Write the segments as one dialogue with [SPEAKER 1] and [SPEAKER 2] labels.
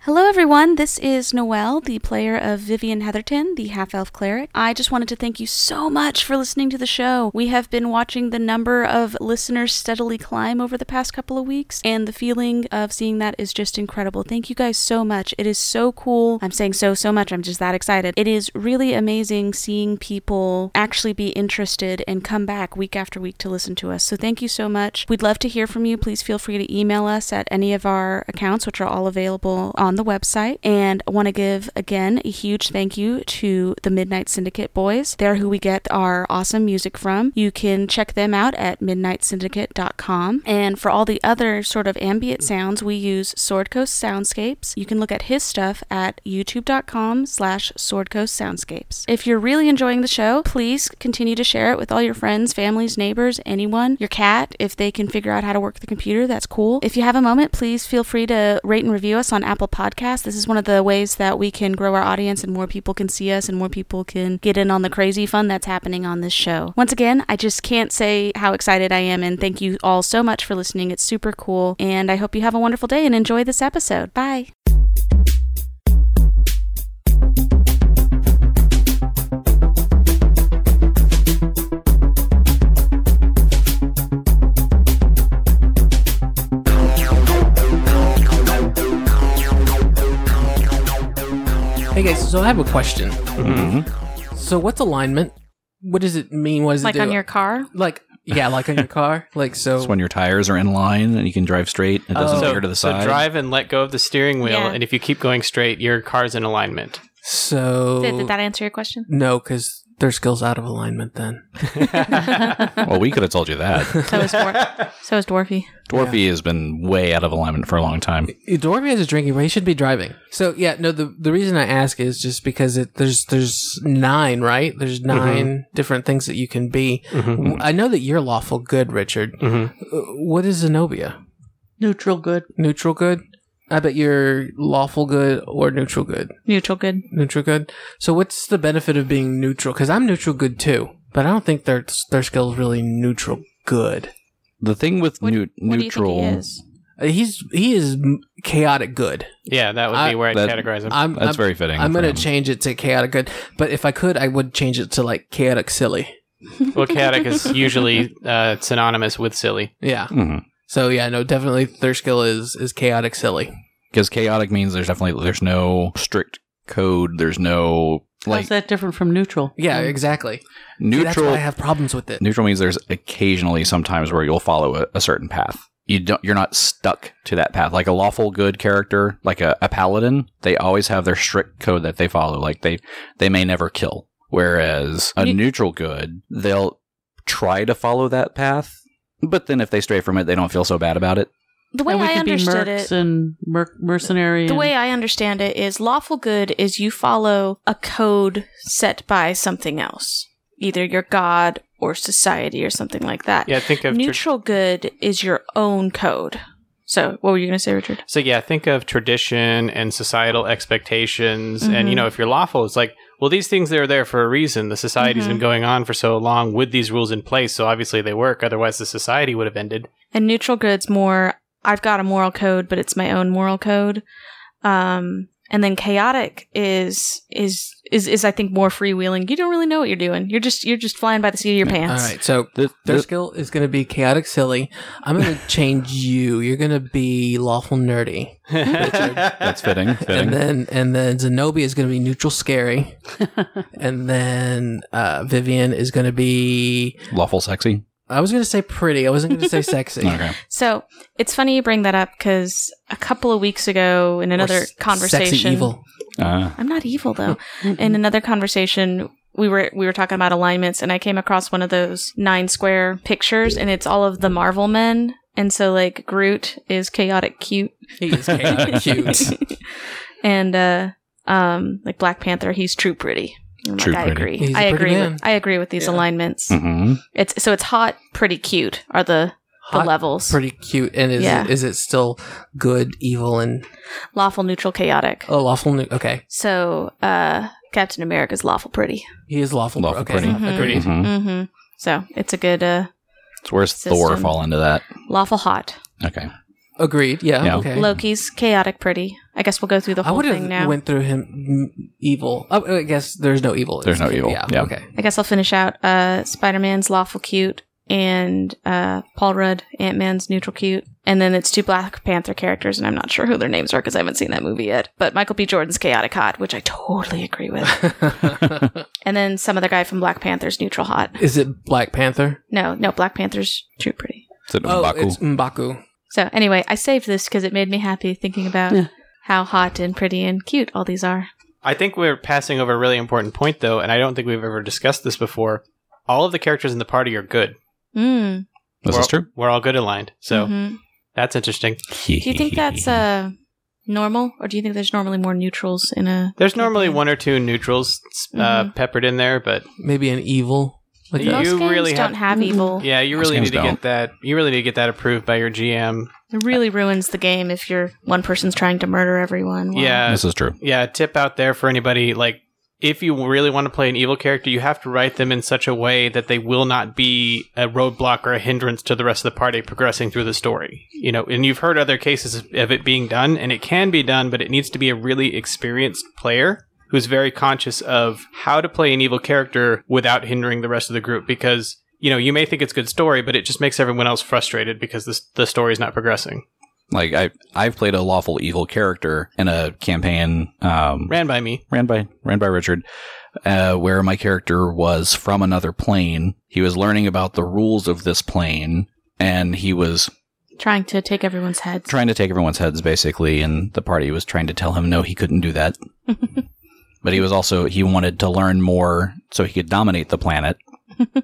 [SPEAKER 1] Hello, everyone. This is Noelle, the player of Vivian Heatherton, the half elf cleric. I just wanted to thank you so much for listening to the show. We have been watching the number of listeners steadily climb over the past couple of weeks, and the feeling of seeing that is just incredible. Thank you guys so much. It is so cool. I'm saying so, so much. I'm just that excited. It is really amazing seeing people actually be interested and come back week after week to listen to us. So thank you so much. We'd love to hear from you. Please feel free to email us at any of our accounts, which are all available on the website. And I want to give again a huge thank you to the Midnight Syndicate boys. They're who we get our awesome music from. You can check them out at midnightsyndicate.com. And for all the other sort of ambient sounds, we use Sword Coast Soundscapes. You can look at his stuff at youtube.com slash Sword Coast Soundscapes. If you're really enjoying the show, please continue to share it with all your friends, families, neighbors, anyone, your cat, if they can figure out how to work the computer, that's cool. If you have a moment, please feel free to rate and review us on Apple Podcasts. This is one of the ways that we can grow our audience and more people can see us and more people can get in on the crazy fun that's happening on this show. Once again, I just can't say how excited I am and thank you all so much for listening. It's super cool and I hope you have a wonderful day and enjoy this episode. Bye.
[SPEAKER 2] Hey guys, so I have a question.
[SPEAKER 3] Mm-hmm.
[SPEAKER 4] Mm-hmm.
[SPEAKER 2] So what's alignment? What does it mean? What does
[SPEAKER 1] Like
[SPEAKER 2] it do?
[SPEAKER 1] on your car?
[SPEAKER 2] like yeah, like on your car. Like so.
[SPEAKER 4] It's when your tires are in line and you can drive straight. It doesn't
[SPEAKER 2] Oh.
[SPEAKER 4] veer to the
[SPEAKER 3] so
[SPEAKER 4] side.
[SPEAKER 3] drive and let go of the steering wheel,
[SPEAKER 1] Yeah.
[SPEAKER 3] and if you keep going straight, your car's in alignment.
[SPEAKER 2] So
[SPEAKER 1] Did, did that answer your question?
[SPEAKER 2] no, because their skills out of alignment. Then
[SPEAKER 4] well, we could have told you that.
[SPEAKER 1] So is, Dwar- so is Dwarfy.
[SPEAKER 4] Dwarfy has been way out of alignment for a long time.
[SPEAKER 2] Dorby has a drinking, but he should be driving. So yeah, no. The the reason I ask is just because it there's there's nine right. There's
[SPEAKER 4] Mm-hmm.
[SPEAKER 2] 9 different things that you can be. W- I know that you're lawful good, Richard.
[SPEAKER 4] Mm-hmm.
[SPEAKER 2] Uh, What is Zenobia?
[SPEAKER 5] Neutral good.
[SPEAKER 2] Neutral good. I bet you're lawful good or neutral good.
[SPEAKER 1] Neutral good.
[SPEAKER 2] neutral good. So what's the benefit of being neutral? Because I'm neutral good too, but I don't think their their skill is really neutral good.
[SPEAKER 4] The thing with
[SPEAKER 1] What-
[SPEAKER 4] neu-
[SPEAKER 1] What do you
[SPEAKER 4] neutral,
[SPEAKER 1] think he is?
[SPEAKER 2] Uh, He's he is m- chaotic good.
[SPEAKER 3] Yeah, that would
[SPEAKER 2] I-
[SPEAKER 3] be where I
[SPEAKER 4] that-
[SPEAKER 3] categorize them.
[SPEAKER 2] I'm
[SPEAKER 4] that's
[SPEAKER 2] I'm,
[SPEAKER 4] very fitting.
[SPEAKER 2] I'm
[SPEAKER 4] for
[SPEAKER 2] gonna
[SPEAKER 4] him.
[SPEAKER 2] change it to chaotic good, but if I could, I would change it to like chaotic silly.
[SPEAKER 3] well, chaotic is usually uh, synonymous with silly.
[SPEAKER 2] Yeah.
[SPEAKER 4] Mhm.
[SPEAKER 2] So yeah, no, definitely their skill is is chaotic silly.
[SPEAKER 4] Because chaotic means there's definitely there's no strict code. There's no like
[SPEAKER 5] How's that different from neutral? Mm.
[SPEAKER 2] Yeah,
[SPEAKER 6] Mm.
[SPEAKER 2] exactly. See, that's
[SPEAKER 4] neutral.
[SPEAKER 2] why I have problems with it.
[SPEAKER 4] neutral means there's occasionally sometimes where you'll follow a, a certain path. You don't. You're not stuck to that path. Like a lawful good character, like a, a paladin, they always have their strict code that they follow. Like they they may never kill. Whereas a
[SPEAKER 5] You-
[SPEAKER 4] neutral good, they'll try to follow that path, but then if they stray from it, they don't feel so bad about it.
[SPEAKER 1] The way
[SPEAKER 5] and we
[SPEAKER 1] I
[SPEAKER 5] could
[SPEAKER 1] understood
[SPEAKER 5] be mercs
[SPEAKER 1] it.
[SPEAKER 5] and merc- mercenary.
[SPEAKER 6] The
[SPEAKER 5] and-
[SPEAKER 6] way I understand it is lawful good is you follow a code set by something else, either your god or society or something like that.
[SPEAKER 3] Yeah, think of tra-
[SPEAKER 6] Neutral good is your own code. So, what were you going to say, Richard?
[SPEAKER 3] so yeah, think of tradition and societal expectations, and you know, if you're lawful, it's like well, these things they are there for a reason. The society's been going on for so long with these rules in place, so obviously they work. Otherwise, the society would have ended.
[SPEAKER 6] And neutral good's more I've got a moral code, but it's my own moral code. Um, and then chaotic is is is is I think more freewheeling. You don't really know what you're doing. You're just you're just flying by the seat of your
[SPEAKER 2] All
[SPEAKER 6] pants.
[SPEAKER 2] right, so
[SPEAKER 4] Th-
[SPEAKER 2] Their
[SPEAKER 4] th-
[SPEAKER 2] skill is going to be chaotic silly. I'm going to change you. You're going to be lawful nerdy,
[SPEAKER 4] that's fitting.
[SPEAKER 2] and
[SPEAKER 4] Fitting.
[SPEAKER 2] then and then Zenobia is going to be neutral scary, and then uh, Vivian is going to be.
[SPEAKER 4] Lawful sexy.
[SPEAKER 2] I was going to say pretty. I wasn't going to say sexy.
[SPEAKER 4] Okay.
[SPEAKER 6] So it's funny you bring that up because a couple of weeks ago in
[SPEAKER 2] Or
[SPEAKER 6] another
[SPEAKER 2] s-
[SPEAKER 6] conversation,
[SPEAKER 2] Sexy evil.
[SPEAKER 4] Uh,
[SPEAKER 6] I'm not evil though. in another conversation, we were we were talking about alignments, and I came across one of those nine square pictures, and it's all of the Marvel men. And so, like Groot is chaotic cute,
[SPEAKER 2] He is chaotic cute.
[SPEAKER 6] and uh, um, like Black Panther, he's true pretty. I'm
[SPEAKER 4] True
[SPEAKER 6] like,
[SPEAKER 4] pretty.
[SPEAKER 6] I agree.
[SPEAKER 2] He's a
[SPEAKER 6] I
[SPEAKER 2] pretty
[SPEAKER 6] agree.
[SPEAKER 2] man. Hmm.
[SPEAKER 6] With, I agree with these
[SPEAKER 2] Yeah.
[SPEAKER 6] alignments.
[SPEAKER 4] mhm.
[SPEAKER 6] It's so it's hot, pretty cute are the the
[SPEAKER 2] Hot,
[SPEAKER 6] levels.
[SPEAKER 2] Pretty cute. And is
[SPEAKER 6] Yeah.
[SPEAKER 2] it, is it still good, evil, and
[SPEAKER 6] lawful, neutral, chaotic.
[SPEAKER 2] oh, lawful? nu- Okay,
[SPEAKER 6] So uh, Captain America's lawful pretty.
[SPEAKER 2] he is lawful.
[SPEAKER 4] Lawful
[SPEAKER 2] okay.
[SPEAKER 4] pretty.
[SPEAKER 6] Mhm.
[SPEAKER 2] Agreed.
[SPEAKER 4] Mhm.
[SPEAKER 6] Mm-hmm. So it's a good uh,
[SPEAKER 4] So where's Thor
[SPEAKER 6] System.
[SPEAKER 4] fall into that?
[SPEAKER 6] lawful hot.
[SPEAKER 4] Okay.
[SPEAKER 2] Agreed. Yeah.
[SPEAKER 4] Yeah.
[SPEAKER 2] Okay.
[SPEAKER 6] Loki's chaotic pretty. I guess we'll go through the
[SPEAKER 2] I
[SPEAKER 6] whole
[SPEAKER 2] would
[SPEAKER 6] thing now.
[SPEAKER 2] have went through him mm, evil. Oh, I guess there's no evil. in
[SPEAKER 4] There's
[SPEAKER 2] this
[SPEAKER 4] no
[SPEAKER 2] game.
[SPEAKER 4] evil.
[SPEAKER 2] Yeah.
[SPEAKER 4] Yeah.
[SPEAKER 2] Okay.
[SPEAKER 6] I guess I'll finish out uh, Spider Man's lawful cute and uh, Paul Rudd, Ant Man's neutral cute. And then it's two Black Panther characters, and I'm not sure who their names are because I haven't seen that movie yet. But Michael B. Jordan's chaotic hot, which I totally agree with. and then some other guy from Black Panther's neutral hot.
[SPEAKER 2] Is it Black Panther?
[SPEAKER 6] No, no, Black Panther's too pretty.
[SPEAKER 4] Is it
[SPEAKER 2] Oh,
[SPEAKER 4] M'Baku?
[SPEAKER 2] it's Mbaku.
[SPEAKER 6] So anyway, I saved this because it made me happy thinking about
[SPEAKER 5] Yeah.
[SPEAKER 6] how hot and pretty and cute all these are.
[SPEAKER 3] I think we're passing over a really important point, though, and I don't think we've ever discussed this before. All of the characters in the party are good.
[SPEAKER 6] Mm,
[SPEAKER 4] This
[SPEAKER 3] we're,
[SPEAKER 4] is true.
[SPEAKER 3] We're all good aligned, so
[SPEAKER 6] mhm.
[SPEAKER 3] that's interesting.
[SPEAKER 6] Do you think that's uh, normal, or do you think there's normally more neutrals in a?
[SPEAKER 3] There's normally
[SPEAKER 6] campaign?
[SPEAKER 3] one or two neutrals uh,
[SPEAKER 6] Mhm.
[SPEAKER 3] peppered in there, but
[SPEAKER 2] Maybe an evil. Like
[SPEAKER 3] Yeah.
[SPEAKER 2] a,
[SPEAKER 6] Most
[SPEAKER 3] You
[SPEAKER 6] games
[SPEAKER 3] really
[SPEAKER 6] don't
[SPEAKER 3] have-
[SPEAKER 6] have evil.
[SPEAKER 3] yeah, you
[SPEAKER 4] Most
[SPEAKER 3] really
[SPEAKER 4] games
[SPEAKER 3] need to
[SPEAKER 4] don't.
[SPEAKER 3] get that. You really need to get that approved by your GM.
[SPEAKER 6] It really ruins the game if you're one person's trying to murder everyone. while-
[SPEAKER 3] Yeah,
[SPEAKER 4] This is true.
[SPEAKER 3] yeah. Tip out there for anybody like. If you really want to play an evil character, you have to write them in such a way that they will not be a roadblock or a hindrance to the rest of the party progressing through the story. You know, and you've heard other cases of it being done, and it can be done, but it needs to be a really experienced player who's very conscious of how to play an evil character without hindering the rest of the group because you know you may think it's a good story but it just makes everyone else frustrated because this, the story is not progressing
[SPEAKER 4] Like I, I've played a lawful evil character in a campaign um,
[SPEAKER 3] ran by me
[SPEAKER 4] ran by ran by Richard, uh, where my character was from another plane. He was learning about the rules of this plane, and he was
[SPEAKER 6] trying to take everyone's heads.
[SPEAKER 4] trying to take everyone's heads basically, and the party was trying to tell him no, he couldn't do that. but he was also he wanted to learn more so he could dominate the planet,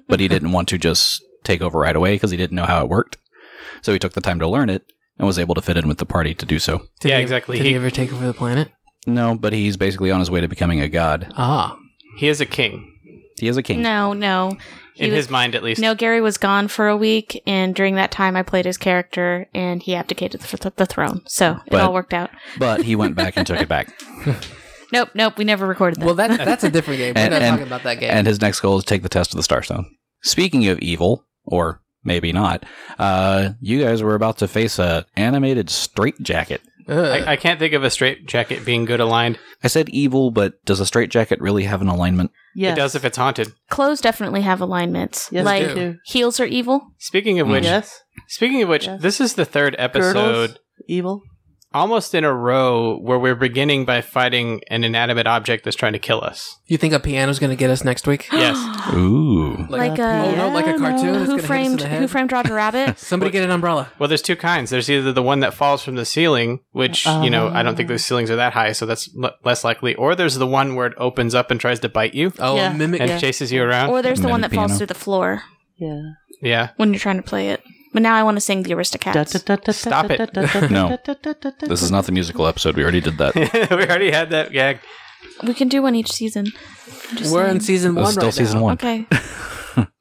[SPEAKER 4] but he didn't want to just take over right away because he didn't know how it worked. So he took the time to learn it and was able to fit in with the party to do so.
[SPEAKER 2] did
[SPEAKER 3] Yeah,
[SPEAKER 2] he-
[SPEAKER 3] exactly.
[SPEAKER 2] Did
[SPEAKER 3] He-
[SPEAKER 2] he ever take over the planet?
[SPEAKER 4] No, but he's basically on his way to becoming a god.
[SPEAKER 2] Ah.
[SPEAKER 3] he is a king
[SPEAKER 4] He is a king.
[SPEAKER 6] No, no. He
[SPEAKER 3] in
[SPEAKER 6] was-
[SPEAKER 3] his mind at least
[SPEAKER 6] No, Gary was gone for a week, and during that time, I played his character, and he abdicated the, th- the throne. So it
[SPEAKER 4] But-
[SPEAKER 6] all worked out.
[SPEAKER 4] But he went back and took it back.
[SPEAKER 6] Nope, nope. We never recorded that.
[SPEAKER 2] Well, that that's a different game. We're
[SPEAKER 4] And-
[SPEAKER 2] not
[SPEAKER 4] and-
[SPEAKER 2] talking about that game.
[SPEAKER 4] And his next goal is take the test of the Starstone. Speaking of evil, or maybe not, uh, you guys were about to face a animated straitjacket.
[SPEAKER 2] Ugh.
[SPEAKER 3] I, I can't think of a straight jacket being good aligned
[SPEAKER 4] I said evil, but does a straitjacket really have an alignment?
[SPEAKER 5] Yes.
[SPEAKER 3] it does if it's haunted
[SPEAKER 6] Clothes definitely have alignments.
[SPEAKER 5] Yes,
[SPEAKER 6] like
[SPEAKER 5] they do.
[SPEAKER 6] heels are evil.
[SPEAKER 3] speaking of which
[SPEAKER 5] Yes.
[SPEAKER 3] speaking of which
[SPEAKER 5] Yes.
[SPEAKER 3] this is the third episode
[SPEAKER 5] Girdles. Evil.
[SPEAKER 3] almost in a row where we're beginning by fighting an inanimate object that's trying to kill us
[SPEAKER 2] you think a piano's going to get us next week?
[SPEAKER 3] yes
[SPEAKER 4] Ooh.
[SPEAKER 6] Like, a,
[SPEAKER 2] oh no, like a cartoon.
[SPEAKER 6] Who
[SPEAKER 2] that's gonna hit us in
[SPEAKER 6] framed
[SPEAKER 2] the
[SPEAKER 6] Who
[SPEAKER 2] head?
[SPEAKER 6] framed Roger Rabbit?
[SPEAKER 2] Somebody get an umbrella.
[SPEAKER 3] well there's two kinds there's either the one that falls from the ceiling which you know i don't think
[SPEAKER 5] Uh-huh.
[SPEAKER 3] those ceilings are that high so that's l- less likely or there's the one where it opens up and tries to bite you uh,
[SPEAKER 2] Oh,
[SPEAKER 5] Yeah.
[SPEAKER 2] mimic.
[SPEAKER 3] and chases you around
[SPEAKER 6] Or there's the
[SPEAKER 4] Mimic
[SPEAKER 6] one that
[SPEAKER 4] piano.
[SPEAKER 6] falls through the floor
[SPEAKER 5] Yeah.
[SPEAKER 3] yeah
[SPEAKER 6] when you're trying to play it. But now I want to sing the Aristocats.
[SPEAKER 3] Stop it.
[SPEAKER 4] No. This is not the musical episode. We already did that.
[SPEAKER 3] we already had that gag
[SPEAKER 6] We can do one each season. I'm just
[SPEAKER 2] We're
[SPEAKER 6] saying.
[SPEAKER 2] in season
[SPEAKER 4] This
[SPEAKER 2] one.
[SPEAKER 4] is still
[SPEAKER 2] right
[SPEAKER 4] season
[SPEAKER 2] now.
[SPEAKER 4] one.
[SPEAKER 6] Okay.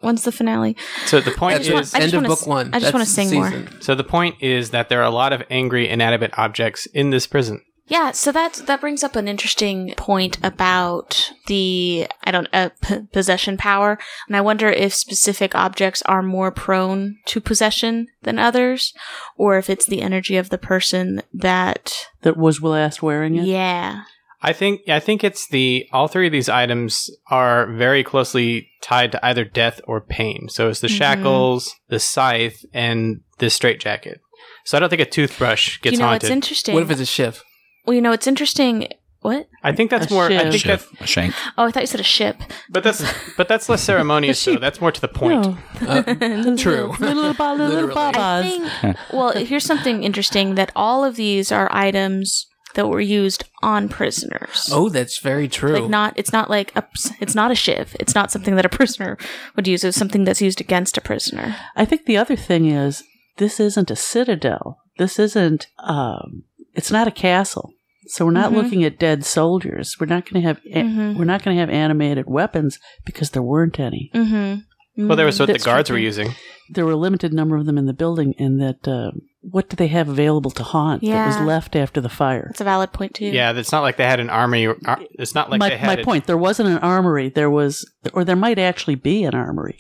[SPEAKER 6] When's the finale?
[SPEAKER 3] so the point
[SPEAKER 2] That's
[SPEAKER 3] is
[SPEAKER 6] just want- I
[SPEAKER 2] end of
[SPEAKER 6] wanna
[SPEAKER 2] book
[SPEAKER 6] s-
[SPEAKER 2] one.
[SPEAKER 6] I just wanna
[SPEAKER 2] That's
[SPEAKER 6] sing
[SPEAKER 2] season.
[SPEAKER 3] So the point is that there are a lot of angry inanimate objects in this prison.
[SPEAKER 6] Yeah, so that that brings up an interesting point about the I don't uh, p- possession power, and I wonder if specific objects are more prone to possession than others, or if it's the energy of the person that
[SPEAKER 5] That was last wearing it.
[SPEAKER 6] yeah
[SPEAKER 3] I think I think it's the all three of these items are very closely tied to either death or pain. So it's the
[SPEAKER 5] Mm-hmm.
[SPEAKER 6] Mhm.
[SPEAKER 3] shackles, the scythe, and the straitjacket. So I don't think a toothbrush gets
[SPEAKER 6] you know
[SPEAKER 3] haunted.
[SPEAKER 6] it's interesting.
[SPEAKER 2] What if it's a shift?
[SPEAKER 6] well, you know it's interesting. What?
[SPEAKER 3] I think that's
[SPEAKER 5] A
[SPEAKER 3] more. I
[SPEAKER 5] shiv.
[SPEAKER 3] think that's,
[SPEAKER 4] Shiv, a shank.
[SPEAKER 6] Oh, I thought you said a ship.
[SPEAKER 3] but that's but that's less ceremonious. though. That's more to the point.
[SPEAKER 5] No.
[SPEAKER 2] Uh, true.
[SPEAKER 5] Little, ba- little
[SPEAKER 2] Literally.
[SPEAKER 6] I
[SPEAKER 5] babas.
[SPEAKER 6] think, well, here's something interesting that all of these are items that were used on prisoners.
[SPEAKER 2] oh, that's very true.
[SPEAKER 6] Like not, it's not like a, it's not a shiv. It's not something that a prisoner would use. It's something that's used against a prisoner.
[SPEAKER 5] I think the other thing is this isn't a citadel. This isn't. Um, it's not a castle. So we're not
[SPEAKER 6] Mhm.
[SPEAKER 5] looking at dead soldiers. We're not going to have. a-
[SPEAKER 6] Mhm.
[SPEAKER 5] We're not going to have animated weapons because there weren't any.
[SPEAKER 6] Mm-hmm.
[SPEAKER 3] Well, there was what the
[SPEAKER 5] Mm, That's
[SPEAKER 3] guards were
[SPEAKER 5] tricky.
[SPEAKER 3] using.
[SPEAKER 5] There were a limited number of them in the building, and that. Uh, what do they have available to haunt that was
[SPEAKER 6] Yeah.
[SPEAKER 5] left after the fire?
[SPEAKER 6] That's a valid point too.
[SPEAKER 3] Yeah, it's not like they had an army. or- ar- It's not like
[SPEAKER 5] my
[SPEAKER 3] they had
[SPEAKER 5] my
[SPEAKER 3] a-
[SPEAKER 5] point. There wasn't an armory. There was, or there might actually be an armory.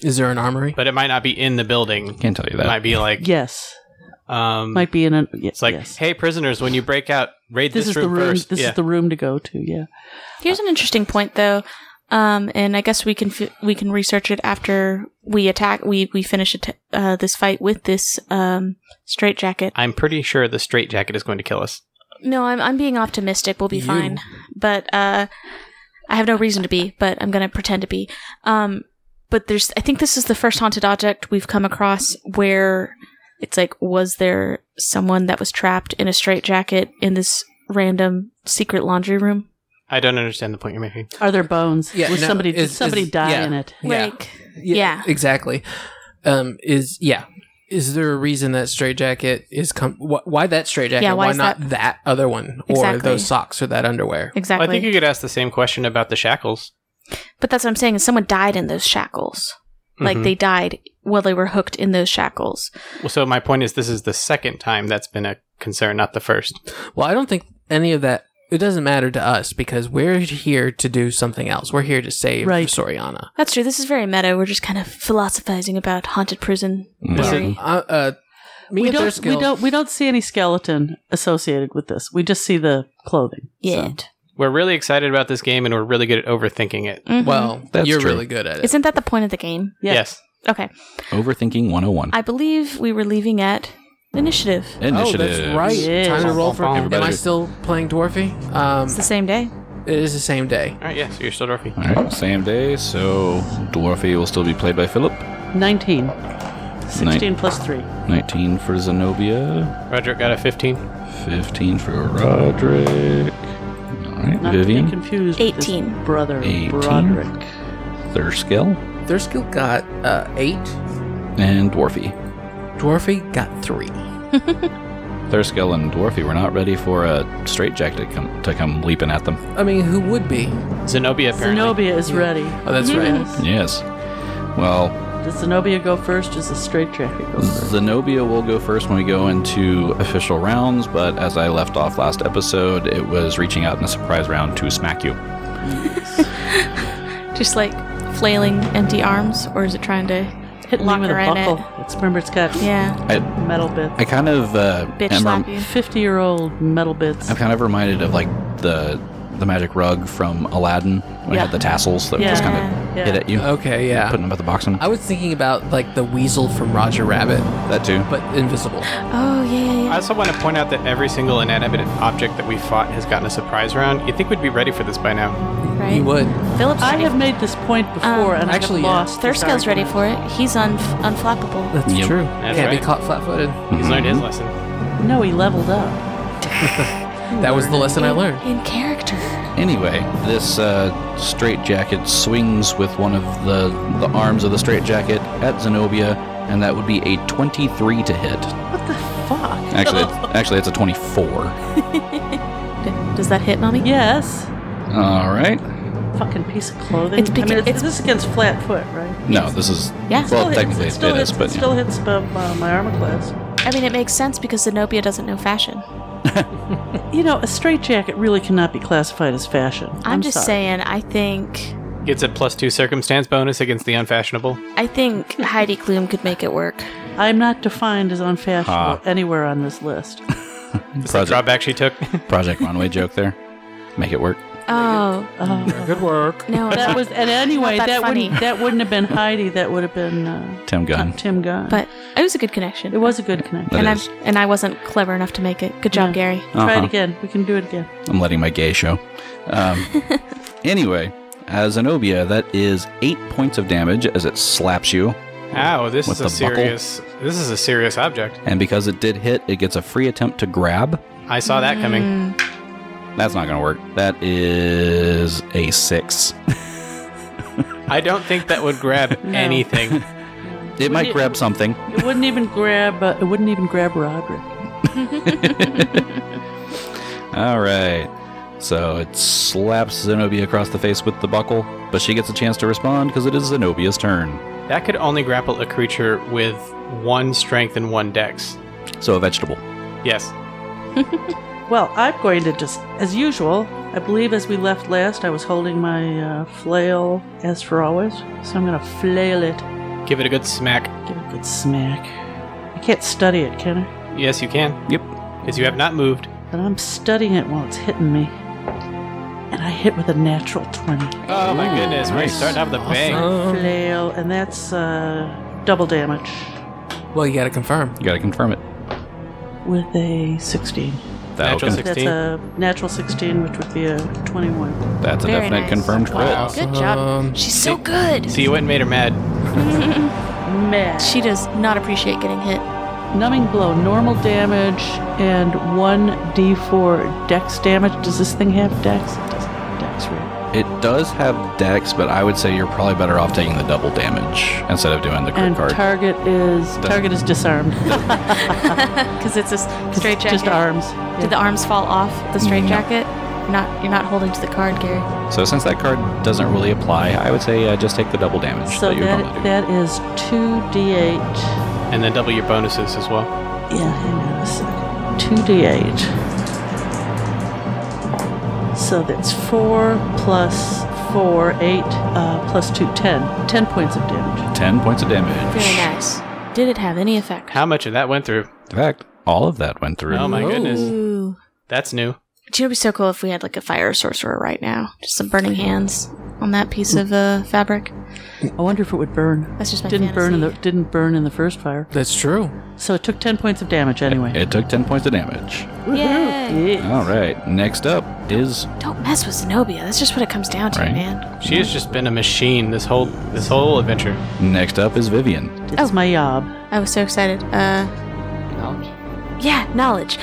[SPEAKER 2] Is there an armory?
[SPEAKER 3] but it might not be in the building.
[SPEAKER 4] Can't tell you
[SPEAKER 3] It
[SPEAKER 4] that.
[SPEAKER 3] might be like
[SPEAKER 5] Yes,
[SPEAKER 3] Um,
[SPEAKER 5] Might be in an. Yeah,
[SPEAKER 3] it's like,
[SPEAKER 5] yes.
[SPEAKER 3] hey, prisoners, when you break out, raid
[SPEAKER 5] this,
[SPEAKER 3] this,
[SPEAKER 5] is
[SPEAKER 3] room,
[SPEAKER 5] the room.
[SPEAKER 3] first.
[SPEAKER 5] This
[SPEAKER 3] yeah.
[SPEAKER 5] is the room to go to. Yeah.
[SPEAKER 6] Here's an interesting point, though, um, and I guess we can f- we can research it after we attack. We we finish at- uh, this fight with this um, straight jacket.
[SPEAKER 3] I'm pretty sure the straitjacket is going to kill us.
[SPEAKER 6] No, I'm I'm being optimistic. We'll be
[SPEAKER 2] You-
[SPEAKER 6] fine, but uh, I have no reason to be. But I'm gonna pretend to be. Um, but there's I think this is the first haunted object we've come across where it's like was there someone that was trapped in a straitjacket in this random secret laundry room?
[SPEAKER 3] I don't understand the point you're making.
[SPEAKER 5] Are there bones?
[SPEAKER 2] Yeah,
[SPEAKER 5] Was
[SPEAKER 2] no,
[SPEAKER 5] somebody did
[SPEAKER 2] is-
[SPEAKER 5] somebody
[SPEAKER 2] is-
[SPEAKER 5] die
[SPEAKER 2] yeah.
[SPEAKER 5] in it?
[SPEAKER 2] Yeah.
[SPEAKER 6] Like Yeah.
[SPEAKER 2] exactly. Um, is yeah. Is there a reason that straitjacket is com- wh- why that straitjacket?
[SPEAKER 6] Yeah, why is
[SPEAKER 2] not that? other one or
[SPEAKER 6] Exactly.
[SPEAKER 2] those socks or that underwear?
[SPEAKER 6] exactly.
[SPEAKER 3] I think you could ask the same question about the shackles.
[SPEAKER 6] But that's what I'm saying is someone died in those shackles. Like
[SPEAKER 3] Mhm.
[SPEAKER 6] they died while they were hooked in those shackles.
[SPEAKER 3] Well, so my point is, this is the second time that's been a concern, not the first.
[SPEAKER 2] Well, I don't think any of that. It doesn't matter to us because we're here to do something else. We're here to save
[SPEAKER 5] Right.
[SPEAKER 2] Soriana.
[SPEAKER 6] That's true. This is very meta. We're just kind of philosophizing about haunted prison
[SPEAKER 4] Mhm.
[SPEAKER 6] theory.
[SPEAKER 2] Uh, uh, me
[SPEAKER 5] We
[SPEAKER 2] and
[SPEAKER 5] don't.
[SPEAKER 2] Thurskill-
[SPEAKER 5] We don't. We don't see any skeleton associated with this. We just see the clothing.
[SPEAKER 6] Yeah.
[SPEAKER 5] So-
[SPEAKER 3] We're really excited about this game, and we're really good at overthinking it.
[SPEAKER 6] Mhm.
[SPEAKER 2] Well,
[SPEAKER 4] That's
[SPEAKER 2] you're
[SPEAKER 4] true.
[SPEAKER 2] really good at it.
[SPEAKER 6] isn't that the point of the game?
[SPEAKER 5] Yeah.
[SPEAKER 3] Yes.
[SPEAKER 6] Okay.
[SPEAKER 4] Overthinking 101.
[SPEAKER 6] I believe we were leaving at initiative.
[SPEAKER 4] Initiative.
[SPEAKER 2] Oh, that's right.
[SPEAKER 5] Yes.
[SPEAKER 2] Time to roll for.
[SPEAKER 4] Everybody-
[SPEAKER 2] Am I still playing Dwarfy? Um,
[SPEAKER 6] It's the same day.
[SPEAKER 2] it is the same day.
[SPEAKER 3] All right. Yeah. So you're still Dorothy.
[SPEAKER 4] All right, same day. So Dwarfy will still be played by Philip.
[SPEAKER 5] Nineteen. Sixteen plus three.
[SPEAKER 4] 19 for Zenobia.
[SPEAKER 3] Roderick got a 15.
[SPEAKER 4] 15 for Roderick. All right,
[SPEAKER 5] Not To be
[SPEAKER 4] Vivian.
[SPEAKER 5] confused. with his
[SPEAKER 6] 18.
[SPEAKER 5] brother
[SPEAKER 4] 18.
[SPEAKER 5] Broderick.
[SPEAKER 4] Thurskill.
[SPEAKER 2] Thurskill got uh, eight.
[SPEAKER 4] And Dwarfy.
[SPEAKER 2] Dwarfy got three.
[SPEAKER 4] Thurskill and Dwarfy were not ready for a straightjack to come, to come leaping at them.
[SPEAKER 2] I mean, who would be?
[SPEAKER 3] Zenobia apparently.
[SPEAKER 5] Zenobia is ready.
[SPEAKER 2] Oh, that's right.
[SPEAKER 4] Yes. Well,
[SPEAKER 5] Does Zenobia go first? Does the straight jacket go first?
[SPEAKER 4] Zenobia will go first when we go into official rounds, but as I left off last episode, it was reaching out in a surprise round to smack you.
[SPEAKER 6] Just like flailing empty arms, or is it trying to hit
[SPEAKER 5] Hitting me with a
[SPEAKER 6] locker in
[SPEAKER 5] buckle.
[SPEAKER 6] it?
[SPEAKER 5] It's remember it's got
[SPEAKER 6] Yeah.
[SPEAKER 4] I,
[SPEAKER 5] metal bit.
[SPEAKER 4] I kind of uh,
[SPEAKER 6] Bitch
[SPEAKER 4] am
[SPEAKER 6] slap
[SPEAKER 4] rem-
[SPEAKER 6] you.
[SPEAKER 5] Fifty year old metal bits.
[SPEAKER 4] I'm kind of reminded of like the the magic rug from Aladdin when
[SPEAKER 5] Yeah.
[SPEAKER 4] it had the tassels that would just kind of
[SPEAKER 5] Yeah.
[SPEAKER 4] hit at you,
[SPEAKER 2] Okay,
[SPEAKER 4] putting
[SPEAKER 2] yeah.
[SPEAKER 4] them at the box. And
[SPEAKER 2] I was thinking about like the weasel from Roger Rabbit,
[SPEAKER 4] that too.
[SPEAKER 2] but invisible.
[SPEAKER 6] Oh, yeah, yeah,
[SPEAKER 3] I
[SPEAKER 6] yeah.
[SPEAKER 3] also want to point out that every single inanimate object that we fought has gotten a surprise round. You'd think we'd be ready for this by now.
[SPEAKER 6] Right.
[SPEAKER 2] You would.
[SPEAKER 6] Philip's
[SPEAKER 5] I
[SPEAKER 6] ready.
[SPEAKER 5] have made this point before, and
[SPEAKER 2] actually,
[SPEAKER 5] I
[SPEAKER 2] yeah.
[SPEAKER 5] have lost. this
[SPEAKER 6] Thurskill's ready
[SPEAKER 5] argument.
[SPEAKER 6] for it. He's unf unflappable.
[SPEAKER 2] That's
[SPEAKER 4] Yep.
[SPEAKER 2] true.
[SPEAKER 3] That's
[SPEAKER 2] Can't
[SPEAKER 3] right.
[SPEAKER 2] be caught flat-footed.
[SPEAKER 3] He's learned his lesson.
[SPEAKER 5] No, he leveled up.
[SPEAKER 2] That was the lesson I learned.
[SPEAKER 6] In character.
[SPEAKER 4] Anyway, this uh, straitjacket swings with one of the the arms of the straitjacket at Zenobia, and that would be a 23 to hit.
[SPEAKER 5] Fuck.
[SPEAKER 4] Actually, it's, actually, it's a 24.
[SPEAKER 6] Does that hit, mommy?
[SPEAKER 5] Yes.
[SPEAKER 4] All right.
[SPEAKER 5] Fucking piece of clothing.
[SPEAKER 6] It's
[SPEAKER 5] I mean,
[SPEAKER 6] because-
[SPEAKER 5] it's, this is against flat foot, right?
[SPEAKER 4] No, this is
[SPEAKER 6] Yeah.
[SPEAKER 4] well, technically
[SPEAKER 5] hits,
[SPEAKER 4] it,
[SPEAKER 5] still
[SPEAKER 4] it
[SPEAKER 5] hits,
[SPEAKER 4] is, but
[SPEAKER 5] it still hits above uh, my armor class.
[SPEAKER 6] I mean, it makes sense because Zenobia doesn't know fashion.
[SPEAKER 5] You know, a straitjacket really cannot be classified as fashion. I'm,
[SPEAKER 6] I'm, just
[SPEAKER 5] sorry.
[SPEAKER 6] saying. I think,
[SPEAKER 3] Gets a plus two circumstance bonus against the unfashionable.
[SPEAKER 6] I think Heidi Klum could make it work.
[SPEAKER 5] I'm not defined as unfashionable
[SPEAKER 4] Ah.
[SPEAKER 5] anywhere on this list.
[SPEAKER 3] That's the
[SPEAKER 4] Project.
[SPEAKER 3] drawback she took.
[SPEAKER 4] Project Runway joke there. Make it work.
[SPEAKER 6] Oh
[SPEAKER 5] Oh.
[SPEAKER 2] Good work.
[SPEAKER 6] no,
[SPEAKER 5] That was, and anyway,
[SPEAKER 6] that
[SPEAKER 5] that,
[SPEAKER 6] funny.
[SPEAKER 5] wouldn't that wouldn't have been Heidi. That would have been uh,
[SPEAKER 4] Tim Gunn.
[SPEAKER 5] Tim Gunn.
[SPEAKER 6] but it was a good connection.
[SPEAKER 5] it was a good connection.
[SPEAKER 6] and I
[SPEAKER 4] is.
[SPEAKER 6] and I wasn't clever enough to make it. Good job,
[SPEAKER 5] Yeah.
[SPEAKER 6] Gary.
[SPEAKER 5] Try
[SPEAKER 4] Uh-huh.
[SPEAKER 5] it again. We can do it again.
[SPEAKER 4] I'm letting my gay show. Um, anyway, as Zenobia, that is eight points of damage as it slaps you,
[SPEAKER 3] Ow, this
[SPEAKER 4] With
[SPEAKER 3] is a
[SPEAKER 4] the buckle?
[SPEAKER 3] serious this is a serious object.
[SPEAKER 4] and because it did hit, it gets a free attempt to grab.
[SPEAKER 3] I saw that coming.
[SPEAKER 4] That's not going to work. That is a six.
[SPEAKER 3] I don't think that would grab anything.
[SPEAKER 4] It might grab something.
[SPEAKER 5] It wouldn't even grab. Uh, it wouldn't even grab Roderick.
[SPEAKER 4] All right. So it slaps Zenobia across the face with the buckle, but she gets a chance to respond because it is Zenobia's turn.
[SPEAKER 3] That could only grapple a creature with one strength and one dex.
[SPEAKER 4] So a vegetable.
[SPEAKER 3] Yes.
[SPEAKER 5] Well, I'm going to just, as usual, I believe as we left last, I was holding my uh, flail as for always. So I'm going to flail it,
[SPEAKER 3] Give it a good smack.
[SPEAKER 5] give it a good smack. I can't study it, can I?
[SPEAKER 3] Yes, you can.
[SPEAKER 4] Yep.
[SPEAKER 3] Because you have not moved.
[SPEAKER 5] But I'm studying it while it's hitting me. And I hit with a natural 20.
[SPEAKER 3] Oh my
[SPEAKER 4] Ooh,
[SPEAKER 3] goodness, we're
[SPEAKER 4] nice.
[SPEAKER 3] starting off with a bang.
[SPEAKER 2] Awesome.
[SPEAKER 5] Flail, and that's uh, double damage
[SPEAKER 2] Well, you got to confirm.
[SPEAKER 4] You got to confirm it.
[SPEAKER 5] with a 16.
[SPEAKER 4] That'll
[SPEAKER 3] Natural
[SPEAKER 4] con-
[SPEAKER 3] six.
[SPEAKER 5] That's
[SPEAKER 3] 16?
[SPEAKER 5] a natural 16, which would be a 21.
[SPEAKER 4] that's a
[SPEAKER 1] Very
[SPEAKER 4] definite
[SPEAKER 1] nice.
[SPEAKER 4] confirmed crit.
[SPEAKER 1] Wow. Good job.
[SPEAKER 2] Um,
[SPEAKER 1] She's so good.
[SPEAKER 3] See, you went and made her mad.
[SPEAKER 5] Mad.
[SPEAKER 1] She does not appreciate getting hit.
[SPEAKER 5] Numbing blow, normal damage, and 1d4 dex damage. Does this thing have dex? It doesn't have dex, right?
[SPEAKER 4] It does have dex, but I would say you're probably better off taking the double damage instead of doing the crit
[SPEAKER 5] And
[SPEAKER 4] card.
[SPEAKER 5] target is target is disarmed.
[SPEAKER 6] because it's a s- straight jacket.
[SPEAKER 5] Just arms.
[SPEAKER 6] Did the arms fall off the straight jacket? You're not you're not holding to the card, Gary.
[SPEAKER 4] so since that card doesn't really apply, I would say uh, just take the double damage
[SPEAKER 5] So
[SPEAKER 4] that you would normally
[SPEAKER 5] that,
[SPEAKER 4] do.
[SPEAKER 5] that is 2d8.
[SPEAKER 3] And then double your bonuses as well.
[SPEAKER 5] Yeah, hang on a second. 2d8. So that's 4 plus 4, 8, uh, plus 2, 10. 10 points of damage.
[SPEAKER 4] Ten points of damage.
[SPEAKER 6] Very nice. Did it have any effect?
[SPEAKER 3] How much of that went through?
[SPEAKER 4] In fact, all of that went through.
[SPEAKER 3] Oh my
[SPEAKER 2] Ooh.
[SPEAKER 3] goodness.
[SPEAKER 6] Ooh.
[SPEAKER 3] That's new.
[SPEAKER 6] Do you know, it'd be so cool if we had like a fire sorcerer right now, just some burning hands on that piece of uh, fabric.
[SPEAKER 5] I wonder if it would burn.
[SPEAKER 6] That's just my
[SPEAKER 5] Didn't burn in the
[SPEAKER 6] fantasy.
[SPEAKER 5] didn't burn in the first fire.
[SPEAKER 2] that's true.
[SPEAKER 5] So it took 10 points of damage anyway.
[SPEAKER 4] It took ten points of damage.
[SPEAKER 6] Yay!
[SPEAKER 5] Yeah.
[SPEAKER 4] All right. Next up is
[SPEAKER 6] Don't mess with Zenobia. That's just what it comes down to,
[SPEAKER 4] Right.
[SPEAKER 6] man.
[SPEAKER 3] She has just been a machine this whole this whole adventure.
[SPEAKER 4] next up is Vivian.
[SPEAKER 6] Oh.
[SPEAKER 5] It's my yob.
[SPEAKER 6] I was so excited. Uh, yeah, knowledge.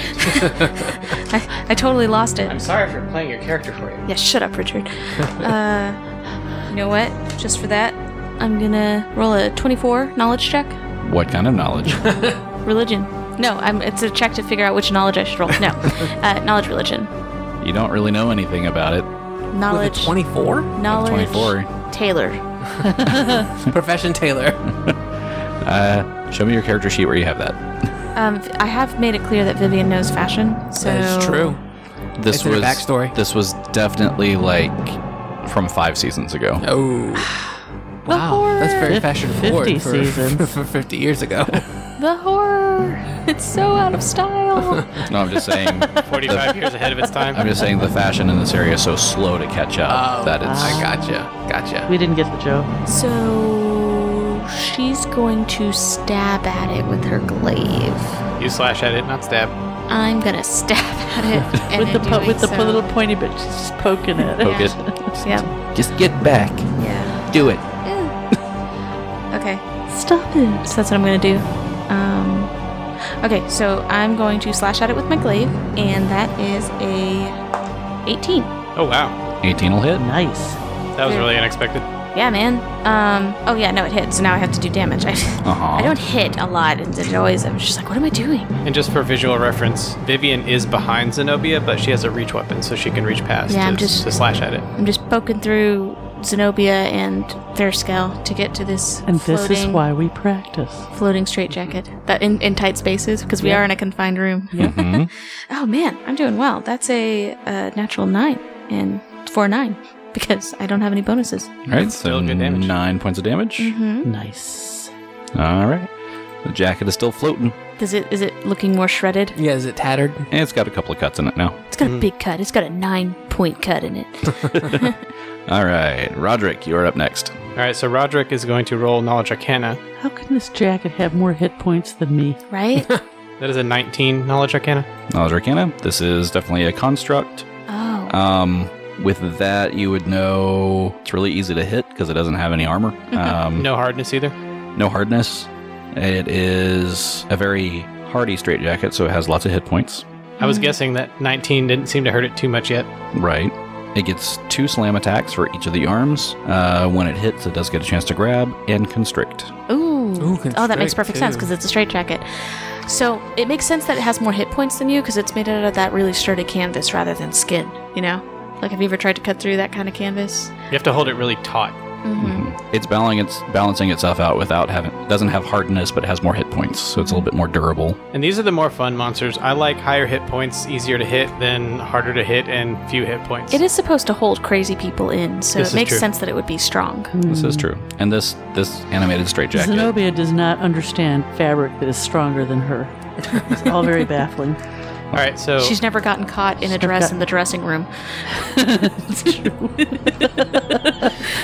[SPEAKER 6] I, I totally lost it.
[SPEAKER 3] sorry for playing your character for you.
[SPEAKER 6] Yeah, shut up, Richard. uh, you know what? Just for that, I'm gonna roll a 24 knowledge check.
[SPEAKER 4] What kind of knowledge?
[SPEAKER 6] Religion. No, I'm, it's a check to figure out which knowledge I should roll. No, uh, knowledge, religion,
[SPEAKER 4] you don't really know anything about it.
[SPEAKER 6] knowledge,
[SPEAKER 2] With a 24?
[SPEAKER 6] knowledge,
[SPEAKER 4] 24.
[SPEAKER 6] Taylor.
[SPEAKER 2] Profession Taylor.
[SPEAKER 4] Uh, show me your character sheet where you have that.
[SPEAKER 6] Um, I have made it clear that Vivian knows fashion, so
[SPEAKER 2] That is true.
[SPEAKER 4] This
[SPEAKER 2] It's in
[SPEAKER 4] was
[SPEAKER 2] her backstory.
[SPEAKER 4] This was definitely like from five seasons ago.
[SPEAKER 2] Oh. Wow, that's very
[SPEAKER 5] Fif-
[SPEAKER 2] fashion
[SPEAKER 5] 50
[SPEAKER 2] forward for, for,
[SPEAKER 5] seasons.
[SPEAKER 2] for 50 years ago.
[SPEAKER 6] The horror. It's so out of style.
[SPEAKER 4] No, I'm just saying.
[SPEAKER 3] Forty five years ahead of its time.
[SPEAKER 4] I'm just saying the fashion in this area is so slow to catch up that it's.
[SPEAKER 2] I gotcha, gotcha.
[SPEAKER 5] We didn't get the joke.
[SPEAKER 6] so she's going to stab at it with her glaive.
[SPEAKER 3] You slash at it, not stab.
[SPEAKER 6] I'm gonna stab at it and
[SPEAKER 5] With the
[SPEAKER 6] in
[SPEAKER 5] po-
[SPEAKER 6] doing
[SPEAKER 5] with the
[SPEAKER 6] so-
[SPEAKER 5] po- little pointy bit just poking at it.
[SPEAKER 4] Poke it.
[SPEAKER 6] Yep.
[SPEAKER 4] Just get back.
[SPEAKER 6] Yeah.
[SPEAKER 4] Do it.
[SPEAKER 6] Okay. Stop it. So that's what I'm gonna do. Um. Okay, so I'm going to slash at it with my glaive, and that is a 18.
[SPEAKER 3] Oh wow.
[SPEAKER 4] 18 will hit.
[SPEAKER 5] Nice.
[SPEAKER 3] That was really unexpected.
[SPEAKER 6] Yeah, man. Um. Oh yeah, no, it hit. So now I have to do damage. I,
[SPEAKER 4] Uh-huh.
[SPEAKER 6] I don't hit a lot, and it always. I'm just like, what am I doing?
[SPEAKER 3] And just for visual reference, Vivian is behind Zenobia, but she has a reach weapon, so she can reach past
[SPEAKER 6] Yeah, I'm
[SPEAKER 3] to,
[SPEAKER 6] just-
[SPEAKER 3] to slash at it.
[SPEAKER 6] I'm just poking through Zenobia and Fairskill to get to this.
[SPEAKER 5] And this is
[SPEAKER 6] floating-
[SPEAKER 5] why we practice.
[SPEAKER 6] floating straitjacket that in, in tight spaces because we are in a confined room.
[SPEAKER 4] Mhm.
[SPEAKER 6] Oh man, I'm doing well. That's a, uh natural nine and four nine because I don't have any bonuses.
[SPEAKER 4] All right, so
[SPEAKER 3] Still good damage.
[SPEAKER 4] nine points of damage.
[SPEAKER 6] Hmm?
[SPEAKER 5] Nice.
[SPEAKER 4] All right. The jacket is still floating,
[SPEAKER 6] Is it is it looking more shredded?
[SPEAKER 2] Yeah, is it tattered?
[SPEAKER 4] and it's got a couple of cuts in it now.
[SPEAKER 6] It's got a big cut. It's got a nine point cut in it.
[SPEAKER 4] All right, Roderick, you are up next.
[SPEAKER 3] All right, so Roderick is going to roll Knowledge Arcana.
[SPEAKER 5] How can this jacket have more hit points than me?
[SPEAKER 6] Right?
[SPEAKER 3] That is a 19 Knowledge Arcana.
[SPEAKER 4] Knowledge Arcana. This is definitely a construct.
[SPEAKER 6] oh.
[SPEAKER 4] Um, with that, you would know it's really easy to hit because it doesn't have any armor. Um,
[SPEAKER 3] No hardness either.
[SPEAKER 4] no hardness. It is a very hardy straitjacket, so it has lots of hit points.
[SPEAKER 3] I
[SPEAKER 6] Mm-hmm.
[SPEAKER 3] was guessing that 19 didn't seem to hurt it too much yet.
[SPEAKER 4] Right. It gets two slam attacks for each of the arms. Uh, when it hits, it does get a chance to grab and constrict.
[SPEAKER 6] Ooh.
[SPEAKER 2] Ooh,
[SPEAKER 6] oh, that makes
[SPEAKER 2] constrict,
[SPEAKER 6] perfect sense
[SPEAKER 2] too.
[SPEAKER 6] because it's a straight jacket. So it makes sense that it has more hit points than you because it's made out of that really sturdy canvas rather than skin. You know, like have you ever tried to cut through that kind of canvas?
[SPEAKER 3] You have to hold it really taut.
[SPEAKER 6] Mm-hmm.
[SPEAKER 4] It's balancing it's balancing itself out without having doesn't have hardness, but it has more hit points, so it's a little bit more durable.
[SPEAKER 3] And these are the more fun monsters. I like higher hit points, easier to hit than harder to hit and few hit points.
[SPEAKER 6] It is supposed to hold crazy people in, so
[SPEAKER 3] This
[SPEAKER 6] it
[SPEAKER 3] is
[SPEAKER 6] makes
[SPEAKER 3] true.
[SPEAKER 6] sense that it would be strong.
[SPEAKER 4] This is true. And this this animated straitjacket.
[SPEAKER 5] Zenobia does not understand fabric that is stronger than her. It's all very baffling.
[SPEAKER 3] All right, so
[SPEAKER 6] She's never gotten caught in a dress in the dressing room.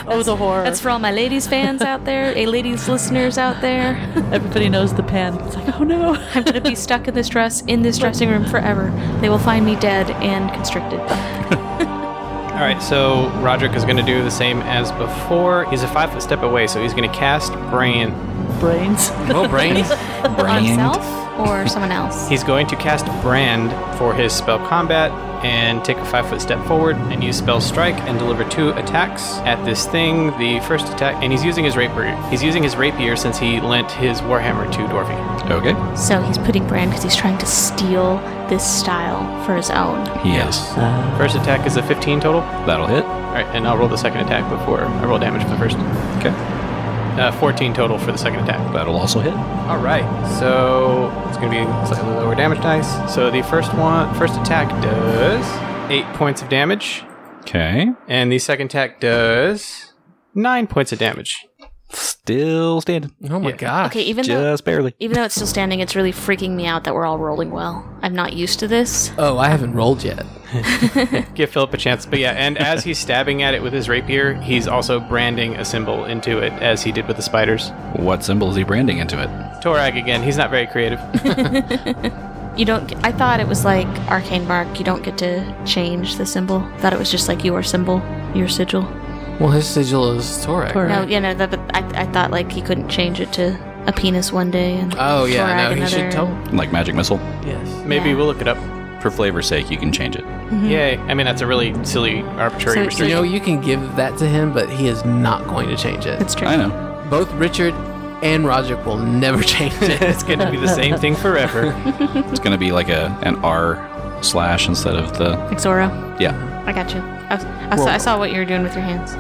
[SPEAKER 5] Oh, the horror.
[SPEAKER 6] That's for all my ladies fans out there, a ladies listeners out there.
[SPEAKER 5] Everybody knows the pen. It's like, oh no.
[SPEAKER 6] I'm gonna be stuck in this dress in this dressing room forever. They will find me dead and constricted.
[SPEAKER 3] all right, so Roderick is going to do the same as before. He's a five foot step away, so he's going to cast brain.
[SPEAKER 5] Brains.
[SPEAKER 2] Well, brains.
[SPEAKER 6] On
[SPEAKER 4] Brand.
[SPEAKER 6] self or someone else.
[SPEAKER 3] He's going to cast brand for his spell combat and take a five foot step forward and use spell strike and deliver two attacks at this thing. The first attack, and he's using his rapier. He's using his rapier since he lent his warhammer to Dorothy.
[SPEAKER 4] Okay.
[SPEAKER 6] So he's putting brand because he's trying to steal this style for his own.
[SPEAKER 4] Yes.
[SPEAKER 3] First attack is a 15 total.
[SPEAKER 4] That'll hit.
[SPEAKER 3] All right, and I'll roll the second attack before I roll damage for the first.
[SPEAKER 4] Okay.
[SPEAKER 3] Uh, 14 total for the second attack.
[SPEAKER 4] That'll also hit.
[SPEAKER 3] All right, so it's going to be slightly lower damage dice. So the first one, first attack does eight points of damage,
[SPEAKER 4] Okay.
[SPEAKER 3] and the second attack does nine points of damage.
[SPEAKER 4] Still standing.
[SPEAKER 2] Oh my
[SPEAKER 3] Yeah.
[SPEAKER 2] gosh.
[SPEAKER 6] Okay, even though
[SPEAKER 4] Just barely.
[SPEAKER 6] even though it's still standing, it's really freaking me out that we're all rolling well. I'm not used to this.
[SPEAKER 2] Oh, I haven't rolled yet.
[SPEAKER 3] Give Philip a chance, but yeah. And as he's stabbing at it with his rapier, he's also branding a symbol into it, as he did with the spiders.
[SPEAKER 4] What symbol is he branding into it?
[SPEAKER 3] Torag again. He's not very creative.
[SPEAKER 6] You don't. I thought it was like arcane mark. You don't get to change the symbol. thought it was just like your symbol, your sigil.
[SPEAKER 2] Well, his sigil is Torek.
[SPEAKER 5] Torek.
[SPEAKER 6] No, you know, that, but I, I thought like he couldn't change it to a penis one day and
[SPEAKER 2] Oh yeah,
[SPEAKER 6] Torag
[SPEAKER 2] no, he should
[SPEAKER 6] another.
[SPEAKER 2] tell.
[SPEAKER 4] Like magic missile?
[SPEAKER 2] Yes.
[SPEAKER 3] Maybe
[SPEAKER 6] Yeah.
[SPEAKER 3] we'll look it up.
[SPEAKER 4] For flavor's sake, you can change it.
[SPEAKER 3] Yay! I mean, that's a really silly, arbitrary
[SPEAKER 6] So- so
[SPEAKER 2] You
[SPEAKER 3] restriction.
[SPEAKER 2] know, you can give that to him, but he is not going to change it.
[SPEAKER 6] that's true.
[SPEAKER 4] I know.
[SPEAKER 2] Both Richard and Roderick will never change it.
[SPEAKER 3] it's going to be the same thing forever.
[SPEAKER 4] It's gonna be like a an R slash instead of the
[SPEAKER 6] Like Zorro.
[SPEAKER 4] yeah.
[SPEAKER 6] I got you. I, was- I, saw, I saw what you were doing with your hands.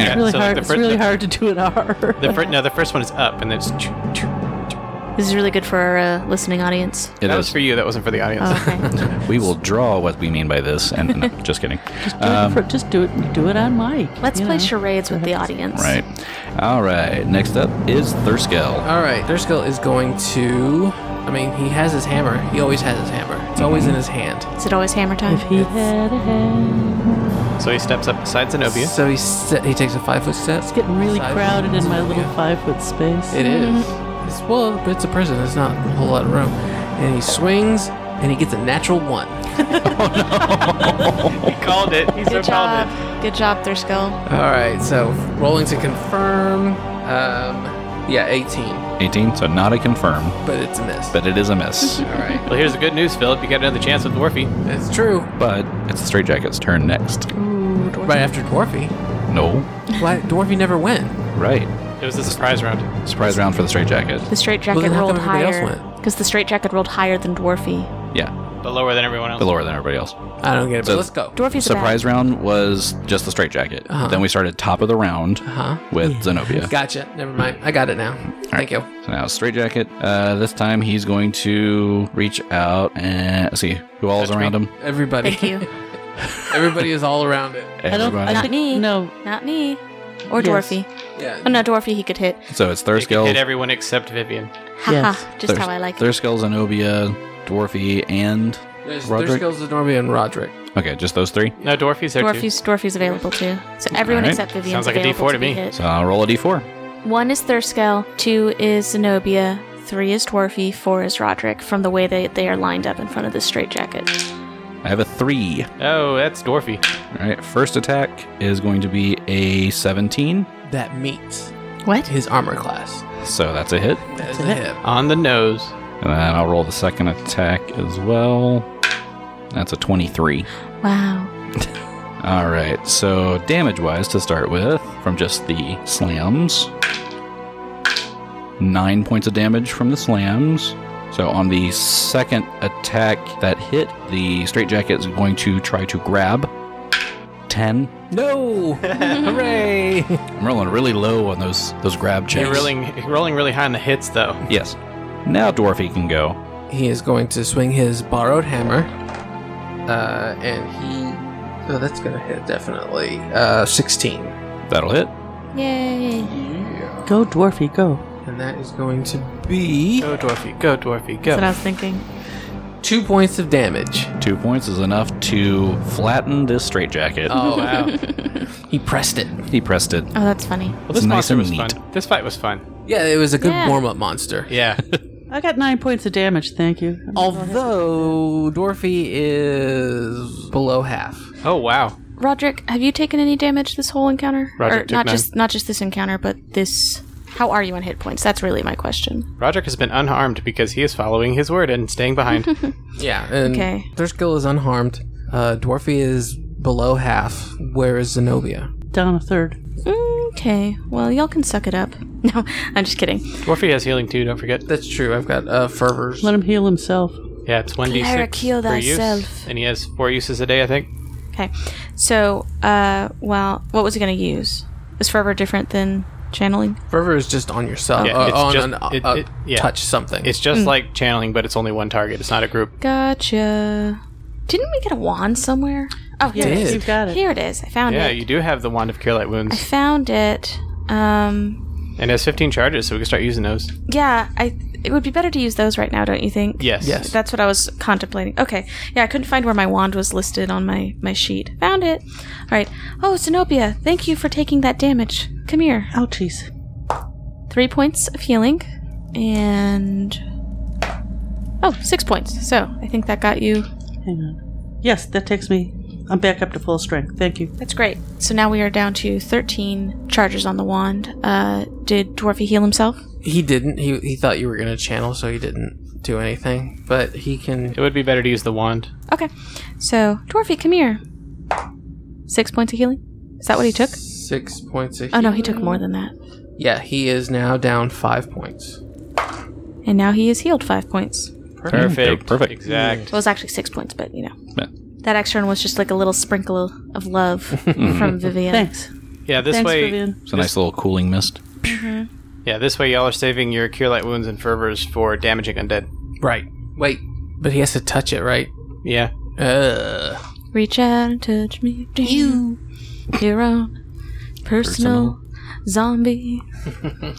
[SPEAKER 3] Yeah,
[SPEAKER 5] Really
[SPEAKER 3] so, like,
[SPEAKER 5] hard.
[SPEAKER 3] the
[SPEAKER 5] It's
[SPEAKER 3] first-
[SPEAKER 5] really
[SPEAKER 3] the-
[SPEAKER 5] hard to do an R.
[SPEAKER 3] The first, no, the first one is up, and it's.
[SPEAKER 6] This is really good for our uh, listening audience.
[SPEAKER 4] It
[SPEAKER 3] that was
[SPEAKER 4] is.
[SPEAKER 3] for you. That wasn't for the audience.
[SPEAKER 6] Oh, okay.
[SPEAKER 4] We will draw what we mean by this, and no, just kidding. Um,
[SPEAKER 5] Just do, it for, just do it. Do it on mic.
[SPEAKER 6] Let's
[SPEAKER 5] you
[SPEAKER 6] play
[SPEAKER 5] know.
[SPEAKER 6] charades with the audience.
[SPEAKER 4] Right. All right. Next up is Thurskel.
[SPEAKER 2] All right, Durskill is going to. I mean, he has his hammer. He always has his hammer. It's always in his hand.
[SPEAKER 6] Is it always hammer time?
[SPEAKER 5] If he had a hand.
[SPEAKER 3] So he steps up beside Zenobia.
[SPEAKER 2] So he st- he takes a five foot step.
[SPEAKER 5] It's getting really
[SPEAKER 2] Side-
[SPEAKER 5] crowded in my little five foot space.
[SPEAKER 2] It is. It's well, it's a prison. It's not a whole lot of room. And he swings, and he gets a natural one.
[SPEAKER 3] He called it. He so
[SPEAKER 6] Good
[SPEAKER 3] called it.
[SPEAKER 6] job. Good job, Thurskill.
[SPEAKER 2] All right, so rolling to confirm. Um, yeah, 18,
[SPEAKER 4] 18, so not a confirm,
[SPEAKER 2] but it's a miss.
[SPEAKER 4] but it is a miss.
[SPEAKER 2] all right,
[SPEAKER 3] Well, here's the good news, Philip. You got another chance with Morphe.
[SPEAKER 2] it's true.
[SPEAKER 4] but it's the straitjacket's turn next.
[SPEAKER 2] Right after Dwarfy.
[SPEAKER 4] No.
[SPEAKER 2] Why Dwarfy never went?
[SPEAKER 4] Right.
[SPEAKER 3] It was a surprise round.
[SPEAKER 4] Surprise round for the straitjacket.
[SPEAKER 6] The straight
[SPEAKER 2] Well,
[SPEAKER 6] jacket
[SPEAKER 2] then how
[SPEAKER 6] rolled
[SPEAKER 2] come everybody else
[SPEAKER 6] higher. Because the straight jacket rolled higher than Dwarfy.
[SPEAKER 4] Yeah.
[SPEAKER 3] But lower than everyone else.
[SPEAKER 4] The lower than everybody else.
[SPEAKER 2] I don't get it. But
[SPEAKER 4] So-
[SPEAKER 2] let's go.
[SPEAKER 6] Dwarfy's a bad
[SPEAKER 4] Surprise round was just the straitjacket.
[SPEAKER 2] Uh-huh.
[SPEAKER 4] Then we started top of the round
[SPEAKER 2] Uh-huh.
[SPEAKER 4] with Zenobia.
[SPEAKER 2] Gotcha. Never mind. I got it now. Thank you.
[SPEAKER 4] So now straitjacket. Uh, this time he's going to reach out and let's see who all's
[SPEAKER 3] Touch me.
[SPEAKER 4] around him.
[SPEAKER 2] Everybody.
[SPEAKER 6] Thank you.
[SPEAKER 2] Everybody is all around it.
[SPEAKER 5] I don't.
[SPEAKER 4] Everybody.
[SPEAKER 5] I
[SPEAKER 6] Not
[SPEAKER 5] think,
[SPEAKER 6] me.
[SPEAKER 5] No.
[SPEAKER 6] Not me. Or
[SPEAKER 5] Yes.
[SPEAKER 6] Dwarfy.
[SPEAKER 2] Yeah.
[SPEAKER 6] Oh no, Dwarfy he could hit.
[SPEAKER 4] so it's
[SPEAKER 3] It could hit
[SPEAKER 4] Thurskill,
[SPEAKER 3] everyone except Vivian.
[SPEAKER 6] Haha.
[SPEAKER 5] Yes.
[SPEAKER 6] Just how I like it.
[SPEAKER 4] Thurskill, Zenobia, Dwarfy, and
[SPEAKER 2] There's, there's
[SPEAKER 4] Roderick?
[SPEAKER 2] skills to Norby and Roderick.
[SPEAKER 4] okay, just those three.
[SPEAKER 3] No, Dorothy's there too.
[SPEAKER 6] Dwarfy's, Dwarfy's available too. So everyone
[SPEAKER 4] Alright.
[SPEAKER 6] except Vivian.
[SPEAKER 3] Sounds like a
[SPEAKER 6] available
[SPEAKER 3] D4
[SPEAKER 6] to
[SPEAKER 3] to
[SPEAKER 6] be
[SPEAKER 3] me.
[SPEAKER 6] hit.
[SPEAKER 4] So I'll roll a d4.
[SPEAKER 6] One is Thurskel, two is Zenobia, three is Dwarfy, four is Roderick, from the way they, they are lined up in front of the straight jacket.
[SPEAKER 4] I have a three.
[SPEAKER 3] Oh, that's Dorothy.
[SPEAKER 4] All right, first attack is going to be a 17,
[SPEAKER 2] That meets
[SPEAKER 6] What?
[SPEAKER 2] his armor class.
[SPEAKER 4] so that's a hit.
[SPEAKER 2] That is a hit.
[SPEAKER 3] On the nose.
[SPEAKER 4] And then I'll roll the second attack as well. That's a 23.
[SPEAKER 6] Wow.
[SPEAKER 4] All right, so damage wise to start with, from just the slams, nine points of damage from the slams. So on the second attack that hit, the straitjacket is going to try to grab 10.
[SPEAKER 2] No! Hooray!
[SPEAKER 4] I'm rolling really low on those those grab checks.
[SPEAKER 3] You're rolling, you're rolling really high on the hits, though.
[SPEAKER 4] Yes. Now Dwarfy can go.
[SPEAKER 2] He is going to swing his borrowed hammer. Uh, and he. Oh, that's going to hit definitely. Uh, 16.
[SPEAKER 4] That'll hit.
[SPEAKER 6] Yay.
[SPEAKER 5] Go, Dwarfy, go.
[SPEAKER 2] And and that is going to be
[SPEAKER 3] Go, Dwarfy. Go, Dwarfy.
[SPEAKER 6] That's
[SPEAKER 3] Go.
[SPEAKER 6] what I was thinking.
[SPEAKER 2] two points of damage.
[SPEAKER 4] Two points is enough to flatten this straitjacket.
[SPEAKER 2] Oh wow! he pressed it.
[SPEAKER 4] He pressed it.
[SPEAKER 6] Oh, that's funny.
[SPEAKER 3] well, this
[SPEAKER 4] It's nice
[SPEAKER 3] monster
[SPEAKER 4] and
[SPEAKER 3] was
[SPEAKER 4] neat.
[SPEAKER 3] fun. This fight was fun.
[SPEAKER 2] Yeah, it was a good
[SPEAKER 6] Yeah.
[SPEAKER 2] warm-up monster.
[SPEAKER 3] Yeah.
[SPEAKER 5] I got nine points of damage, thank you.
[SPEAKER 2] Although Dwarfy is below half.
[SPEAKER 3] oh wow.
[SPEAKER 6] Roderick, have you taken any damage this whole encounter?
[SPEAKER 3] Roderick
[SPEAKER 6] or
[SPEAKER 3] took
[SPEAKER 6] not
[SPEAKER 3] none.
[SPEAKER 6] just not just this encounter, but this how are you on hit points? That's really my question.
[SPEAKER 3] Roderick has been unharmed because he is following his word and staying behind.
[SPEAKER 2] Yeah. And
[SPEAKER 6] Okay.
[SPEAKER 2] Their skill is unharmed. Uh, Dwarfy is below half. Where is Zenobia?
[SPEAKER 5] Down a third.
[SPEAKER 6] Okay. Well, y'all can suck it up. No, I'm just kidding.
[SPEAKER 3] Dwarfy has healing too. Don't forget.
[SPEAKER 2] That's true. I've got uh, fervors.
[SPEAKER 5] Let him heal himself.
[SPEAKER 3] Yeah, it's one d
[SPEAKER 1] Cleric,
[SPEAKER 3] six
[SPEAKER 1] heal
[SPEAKER 3] per use,
[SPEAKER 1] thyself.
[SPEAKER 3] and he has four uses a day, I think.
[SPEAKER 6] Okay. So, uh, well, what was he going to use? Is forever different than channeling?
[SPEAKER 2] Fervor is just on yourself.
[SPEAKER 3] Yeah,
[SPEAKER 2] uh,
[SPEAKER 3] it's
[SPEAKER 2] on
[SPEAKER 3] just-
[SPEAKER 2] an, uh,
[SPEAKER 3] it-
[SPEAKER 2] uh,
[SPEAKER 3] it- yeah.
[SPEAKER 2] touch something.
[SPEAKER 3] It's just like channeling, but it's only one target. It's not a group.
[SPEAKER 6] Gotcha. Didn't we get a wand somewhere? Oh, here it
[SPEAKER 2] did.
[SPEAKER 6] is.
[SPEAKER 5] You've got it.
[SPEAKER 6] Here it is. I found
[SPEAKER 3] Yeah,
[SPEAKER 6] it.
[SPEAKER 3] you do have the wand of cure light
[SPEAKER 6] I
[SPEAKER 3] wounds,
[SPEAKER 6] found it. Um,
[SPEAKER 3] and it has fifteen charges, so we can start using those.
[SPEAKER 6] yeah, I. It would be better to use those right now, don't you think?
[SPEAKER 3] Yes.
[SPEAKER 2] Yes.
[SPEAKER 6] That's what I was contemplating. Okay. Yeah, I couldn't find where my wand was listed on my my sheet. Found it. All right. Oh, Zenobia, thank you for taking that damage. Come here.
[SPEAKER 5] Ouchies.
[SPEAKER 6] three points of healing and oh six points so i think that got you
[SPEAKER 5] Hang on. Yes, that takes me. I'm back up to full strength. Thank you.
[SPEAKER 6] that's great so now we are down to 13 charges on the wand uh did dwarfy heal himself
[SPEAKER 2] he didn't. He, he thought you were going to channel, so he didn't do anything. But he can.
[SPEAKER 3] It would be better to use the wand.
[SPEAKER 6] okay so dwarfy come here six points of healing is that what he took
[SPEAKER 2] Six points of
[SPEAKER 6] oh no he
[SPEAKER 2] healing.
[SPEAKER 6] took more than that
[SPEAKER 2] Yeah, he is now down five points.
[SPEAKER 6] and now he is healed five points
[SPEAKER 3] Perfect.
[SPEAKER 4] Perfect.
[SPEAKER 3] Exact.
[SPEAKER 6] well it's actually six points but you know
[SPEAKER 4] Yeah.
[SPEAKER 6] that extra one was just like a little sprinkle of love from vivian
[SPEAKER 5] Thanks.
[SPEAKER 3] Yeah, this
[SPEAKER 5] Thanks,
[SPEAKER 3] way.
[SPEAKER 5] Vivian.
[SPEAKER 4] It's a nice little cooling mist.
[SPEAKER 3] Yeah, this way y'all are saving your cure light wounds and fervors for damaging undead.
[SPEAKER 2] Right. Wait, but he has to touch it, right?
[SPEAKER 3] Yeah.
[SPEAKER 2] Uh,
[SPEAKER 6] Reach out and touch me. Do you? Your own personal, zombie.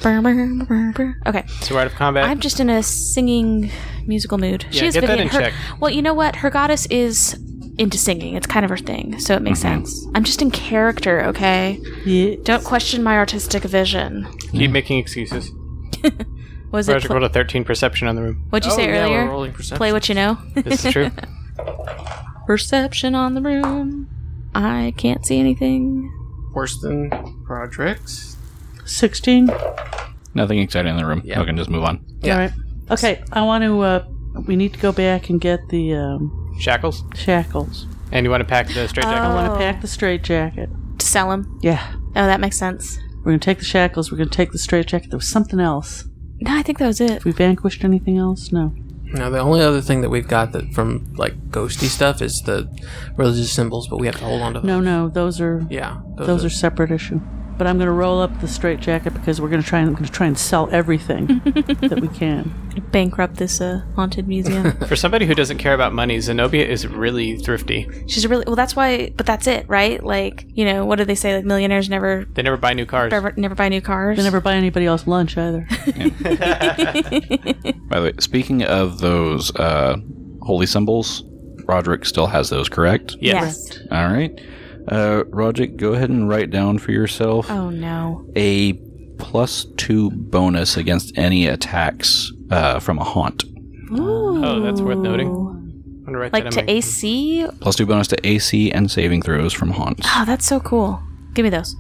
[SPEAKER 6] Brr, brr, brr, brr. Okay,
[SPEAKER 3] So we're out of combat.
[SPEAKER 6] I'm just in a singing musical mood.
[SPEAKER 3] Yeah, get that
[SPEAKER 6] Vivian.
[SPEAKER 3] in
[SPEAKER 6] Her-
[SPEAKER 3] check.
[SPEAKER 6] Well, you know what? Her goddess is into singing. It's kind of her thing, so it makes
[SPEAKER 3] Mm-hmm.
[SPEAKER 6] sense. I'm just in character, okay?
[SPEAKER 5] Yeah.
[SPEAKER 6] Don't question my artistic vision.
[SPEAKER 3] Keep making excuses.
[SPEAKER 6] Was it?
[SPEAKER 3] Project
[SPEAKER 6] Pl-
[SPEAKER 3] rolled a 13 perception on the room.
[SPEAKER 6] what'd you say
[SPEAKER 2] Oh, yeah, we're
[SPEAKER 6] earlier?
[SPEAKER 2] rolling perception.
[SPEAKER 6] Play what you know.
[SPEAKER 3] This is true.
[SPEAKER 6] Perception on the room. I can't see anything.
[SPEAKER 2] Worse than Roderick's.
[SPEAKER 5] 16.
[SPEAKER 4] Nothing exciting in the room.
[SPEAKER 2] Yeah.
[SPEAKER 4] I can just move on.
[SPEAKER 2] Yeah.
[SPEAKER 5] All right. Okay, I want to. Uh, we need to go back and get the um,
[SPEAKER 3] Shackles.
[SPEAKER 5] shackles.
[SPEAKER 3] And you want to pack the straight
[SPEAKER 5] I
[SPEAKER 3] jacket.
[SPEAKER 5] want to pack the straitjacket.
[SPEAKER 6] To sell him.
[SPEAKER 5] Yeah.
[SPEAKER 6] Oh, that makes sense.
[SPEAKER 5] We're going to take the shackles. We're going to take the straitjacket. There was something else.
[SPEAKER 6] No, I think that was it.
[SPEAKER 5] We vanquished anything else? No.
[SPEAKER 2] Now the only other thing that we've got that from like ghosty stuff is the religious symbols, but we have to hold on to them.
[SPEAKER 5] No, no. Those are
[SPEAKER 2] Yeah,
[SPEAKER 5] those are separate issue. But I'm going to roll up the straitjacket because we're going to try and I'm going to try and sell everything that we can.
[SPEAKER 6] bankrupt this uh, haunted museum.
[SPEAKER 3] For somebody who doesn't care about money, Zenobia is really thrifty.
[SPEAKER 6] She's really well. That's why. But that's it, right? Like you know, what do they say? Like millionaires never
[SPEAKER 3] They never buy new cars.
[SPEAKER 6] never, never buy new cars.
[SPEAKER 5] Never buy anybody else lunch either.
[SPEAKER 4] By the way, speaking of those uh, holy symbols, Roderick still has those, correct?
[SPEAKER 3] Yes.
[SPEAKER 6] Yes.
[SPEAKER 4] All right. Uh, Roderick, go ahead and write down for yourself
[SPEAKER 6] Oh no.
[SPEAKER 4] a plus two bonus against any attacks uh, from a haunt.
[SPEAKER 3] Oh, that's worth noting. I'm gonna write
[SPEAKER 6] Like
[SPEAKER 3] that
[SPEAKER 6] to
[SPEAKER 3] in my-
[SPEAKER 6] AC.
[SPEAKER 4] Plus two bonus to AC and saving throws from haunts.
[SPEAKER 5] Ah.
[SPEAKER 6] Oh, that's so cool. Give me those.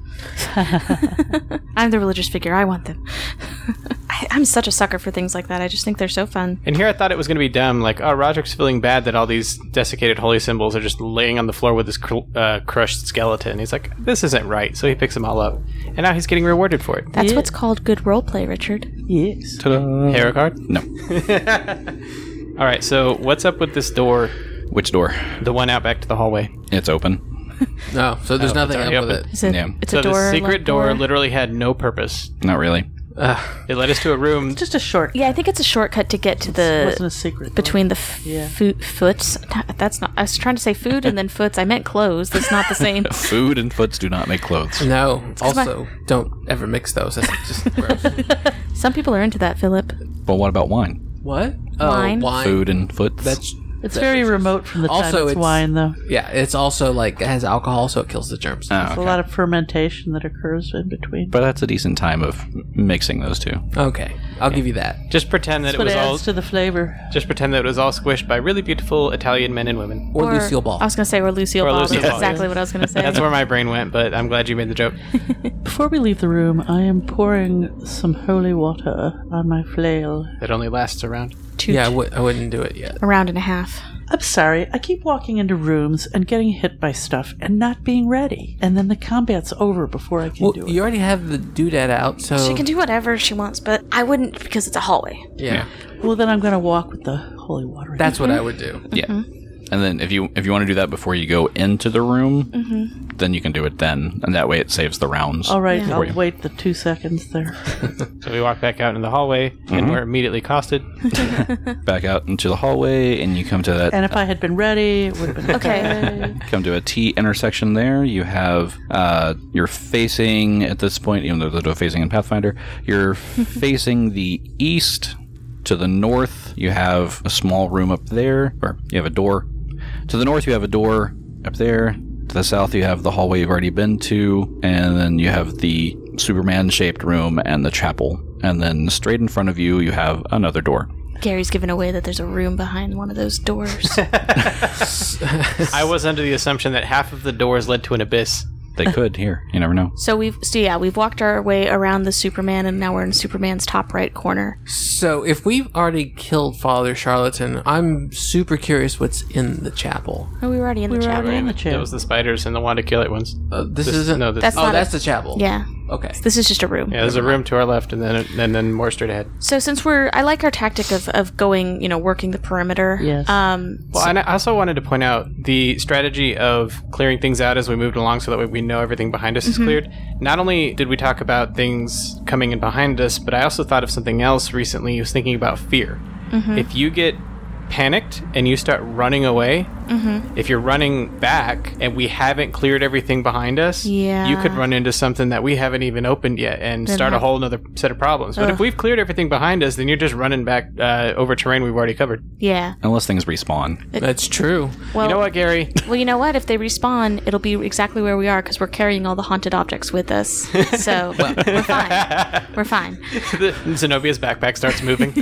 [SPEAKER 6] I'm the religious figure. I want them. I, I'm such a sucker for things like that. I just think they're so fun.
[SPEAKER 3] And here I thought it was going to be dumb, like, oh, Roderick's feeling bad that all these desiccated holy symbols are just laying on the floor with this cr- uh, crushed skeleton. He's like, this isn't right, so he picks them all up, and now he's getting rewarded for it.
[SPEAKER 6] That's what's called good role play, Richard.
[SPEAKER 5] yes.
[SPEAKER 4] Ta-da.
[SPEAKER 3] Hero card.
[SPEAKER 4] No.
[SPEAKER 3] All right, so what's up with this door?
[SPEAKER 4] Which door?
[SPEAKER 3] The one out back to the hallway.
[SPEAKER 4] It's open.
[SPEAKER 2] no. So there's nothing
[SPEAKER 3] already
[SPEAKER 2] up with
[SPEAKER 3] open.
[SPEAKER 2] it.
[SPEAKER 6] It's a,
[SPEAKER 4] Yeah.
[SPEAKER 6] it's
[SPEAKER 3] so
[SPEAKER 6] a door.
[SPEAKER 3] the
[SPEAKER 6] locked
[SPEAKER 3] secret door, literally had no purpose.
[SPEAKER 4] Not really.
[SPEAKER 3] It led us to a room.
[SPEAKER 5] Just a short.
[SPEAKER 6] Yeah, I think it's a shortcut to get to
[SPEAKER 5] It
[SPEAKER 6] the
[SPEAKER 5] wasn't a secret.
[SPEAKER 6] between the f-
[SPEAKER 5] Yeah.
[SPEAKER 6] foo- foots. That's not. I was trying to say food and then foots. I meant clothes. That's not the same.
[SPEAKER 4] Food and foots do not make clothes.
[SPEAKER 2] No. Also, don't ever mix those. That's just gross.
[SPEAKER 6] Some people are into that, Philip.
[SPEAKER 4] But what about wine?
[SPEAKER 2] What? Oh,
[SPEAKER 6] Wine.
[SPEAKER 4] Food and food.
[SPEAKER 2] That's
[SPEAKER 5] It's
[SPEAKER 2] that
[SPEAKER 5] very
[SPEAKER 2] makes sense.
[SPEAKER 5] remote from the time
[SPEAKER 2] Also,
[SPEAKER 5] it's,
[SPEAKER 2] it's-
[SPEAKER 5] wine, though.
[SPEAKER 2] Yeah, it's also like it has alcohol, so it kills the germs.
[SPEAKER 4] Oh,
[SPEAKER 5] There's
[SPEAKER 4] okay.
[SPEAKER 5] a lot of fermentation that occurs in between.
[SPEAKER 4] but that's a decent time of mixing those two.
[SPEAKER 2] Okay, I'll give you that.
[SPEAKER 3] Just pretend that
[SPEAKER 5] That's
[SPEAKER 3] it
[SPEAKER 5] what
[SPEAKER 3] was
[SPEAKER 5] adds
[SPEAKER 3] all
[SPEAKER 5] to the flavor.
[SPEAKER 3] just pretend that it was all squished by really beautiful Italian men and women.
[SPEAKER 2] Or, Lucille Ball.
[SPEAKER 6] I was going to say, or Lucille
[SPEAKER 3] Or
[SPEAKER 6] Ball.
[SPEAKER 3] Lucille
[SPEAKER 6] That's
[SPEAKER 3] Ball,
[SPEAKER 6] exactly
[SPEAKER 3] yes.
[SPEAKER 6] what I was going to say.
[SPEAKER 3] That's where my brain went, but I'm glad you made the joke.
[SPEAKER 5] Before we leave the room, I am pouring some holy water on my flail.
[SPEAKER 3] That only lasts around.
[SPEAKER 6] Toot.
[SPEAKER 2] yeah, I w- I wouldn't do it yet.
[SPEAKER 6] a round and a half.
[SPEAKER 5] I'm sorry, I keep walking into rooms and getting hit by stuff and not being ready. And then the combat's over before I can
[SPEAKER 2] Well,
[SPEAKER 5] do it.
[SPEAKER 2] you already have the doodad out, so
[SPEAKER 1] She can do whatever she wants, but I wouldn't because it's a hallway.
[SPEAKER 2] yeah,
[SPEAKER 5] Well, then I'm going to walk with the holy water.
[SPEAKER 2] that's what I would do.
[SPEAKER 4] Yeah.
[SPEAKER 5] Mm-hmm.
[SPEAKER 4] And then if you if you want to do that before you go into the room, then you can do it then, and that way it saves the rounds.
[SPEAKER 5] Mm-hmm. All right,
[SPEAKER 4] For
[SPEAKER 5] I'll
[SPEAKER 4] you.
[SPEAKER 5] wait the two seconds there.
[SPEAKER 3] So we walk back out in the hallway and we're immediately accosted.
[SPEAKER 4] Back out into the hallway, and you come to that
[SPEAKER 5] And if I had been ready, it would have been
[SPEAKER 6] Okay.
[SPEAKER 4] come to a T intersection there. You have uh, you're facing at this point, even though there's no facing in Pathfinder, you're facing the east. To the north, you have a small room up there, or you have a door. To the north, you have a door up there. To the south, you have the hallway you've already been to, and then you have the Superman-shaped room and the chapel. And then straight in front of you, you have another door.
[SPEAKER 6] Gary's given away that there's a room behind one of those doors.
[SPEAKER 3] I was under the assumption that half of the doors led to an abyss.
[SPEAKER 4] They could here. You never know.
[SPEAKER 6] so we've so yeah, we've walked our way around the Superman and now we're in Superman's top right corner.
[SPEAKER 2] So if we've already killed Father Charlatan, I'm super curious what's in the chapel.
[SPEAKER 6] Oh, we were already in the chapel.
[SPEAKER 5] already in the
[SPEAKER 3] That
[SPEAKER 5] chair.
[SPEAKER 3] was the spiders and the Wanda Killet ones.
[SPEAKER 2] Uh, this,
[SPEAKER 3] This-
[SPEAKER 2] isn't.
[SPEAKER 3] no, this-
[SPEAKER 6] That's
[SPEAKER 2] oh,
[SPEAKER 6] not
[SPEAKER 2] that's
[SPEAKER 6] a-
[SPEAKER 2] the chapel.
[SPEAKER 6] Yeah.
[SPEAKER 2] Okay.
[SPEAKER 6] This is just a room.
[SPEAKER 3] Yeah, there's a room to our left and then and then more straight ahead.
[SPEAKER 6] So since we're I like our tactic of, of going, you know, working the perimeter.
[SPEAKER 5] Yes.
[SPEAKER 6] Um
[SPEAKER 3] Well, and I also wanted to point out the strategy of clearing things out as we moved along so that way we know everything behind us is cleared. Not only did we talk about things coming in behind us, but I also thought of something else recently. I was thinking about fear. If you get panicked and you start running away, if you're running back and we haven't cleared everything behind us, you could
[SPEAKER 6] Yeah.
[SPEAKER 3] run into something that we haven't even opened yet and start a
[SPEAKER 6] have-
[SPEAKER 3] whole nother set of problems. But if we've cleared everything behind us, then you're just running back uh, over terrain we've already covered.
[SPEAKER 6] yeah.
[SPEAKER 4] Unless things respawn.
[SPEAKER 2] That's true.
[SPEAKER 6] Well,
[SPEAKER 3] You know what, Gary?
[SPEAKER 6] well, you know what? If they respawn, it'll be exactly where we are because we're carrying all the haunted objects with us. So we're fine. We're fine.
[SPEAKER 3] the, Zenobia's backpack starts moving.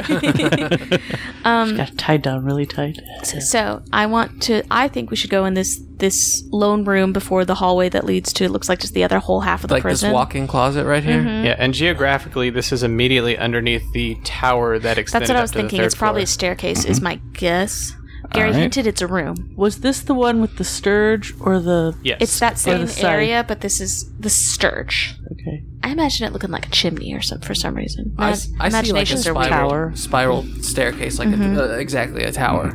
[SPEAKER 5] got tied down really tight.
[SPEAKER 6] So I want to. I think we should go in this this lone room before the hallway that leads to. It looks like just the other whole half of the
[SPEAKER 2] Like
[SPEAKER 6] prison. Mm-hmm.
[SPEAKER 2] this walk-in closet right here.
[SPEAKER 3] yeah, and geographically, this is immediately underneath the tower that extended.
[SPEAKER 6] That's what I
[SPEAKER 3] up
[SPEAKER 6] was
[SPEAKER 3] to the
[SPEAKER 6] thinking.
[SPEAKER 3] third
[SPEAKER 6] It's probably a
[SPEAKER 3] floor.
[SPEAKER 6] staircase, is my guess. Gary
[SPEAKER 4] All right.
[SPEAKER 6] hinted it's a room.
[SPEAKER 5] Was this the one with the sturge or the.
[SPEAKER 3] yes.
[SPEAKER 6] It's that same
[SPEAKER 5] side.
[SPEAKER 6] area, but this is the sturge.
[SPEAKER 5] Okay.
[SPEAKER 6] I imagine it looking like a chimney or some for some reason.
[SPEAKER 2] I,
[SPEAKER 6] My
[SPEAKER 2] s- I see like a
[SPEAKER 6] imaginations are weird.
[SPEAKER 2] spiral,
[SPEAKER 5] Tower.
[SPEAKER 2] spiral staircase, like
[SPEAKER 6] Mm-hmm.
[SPEAKER 2] a, uh, exactly a tower.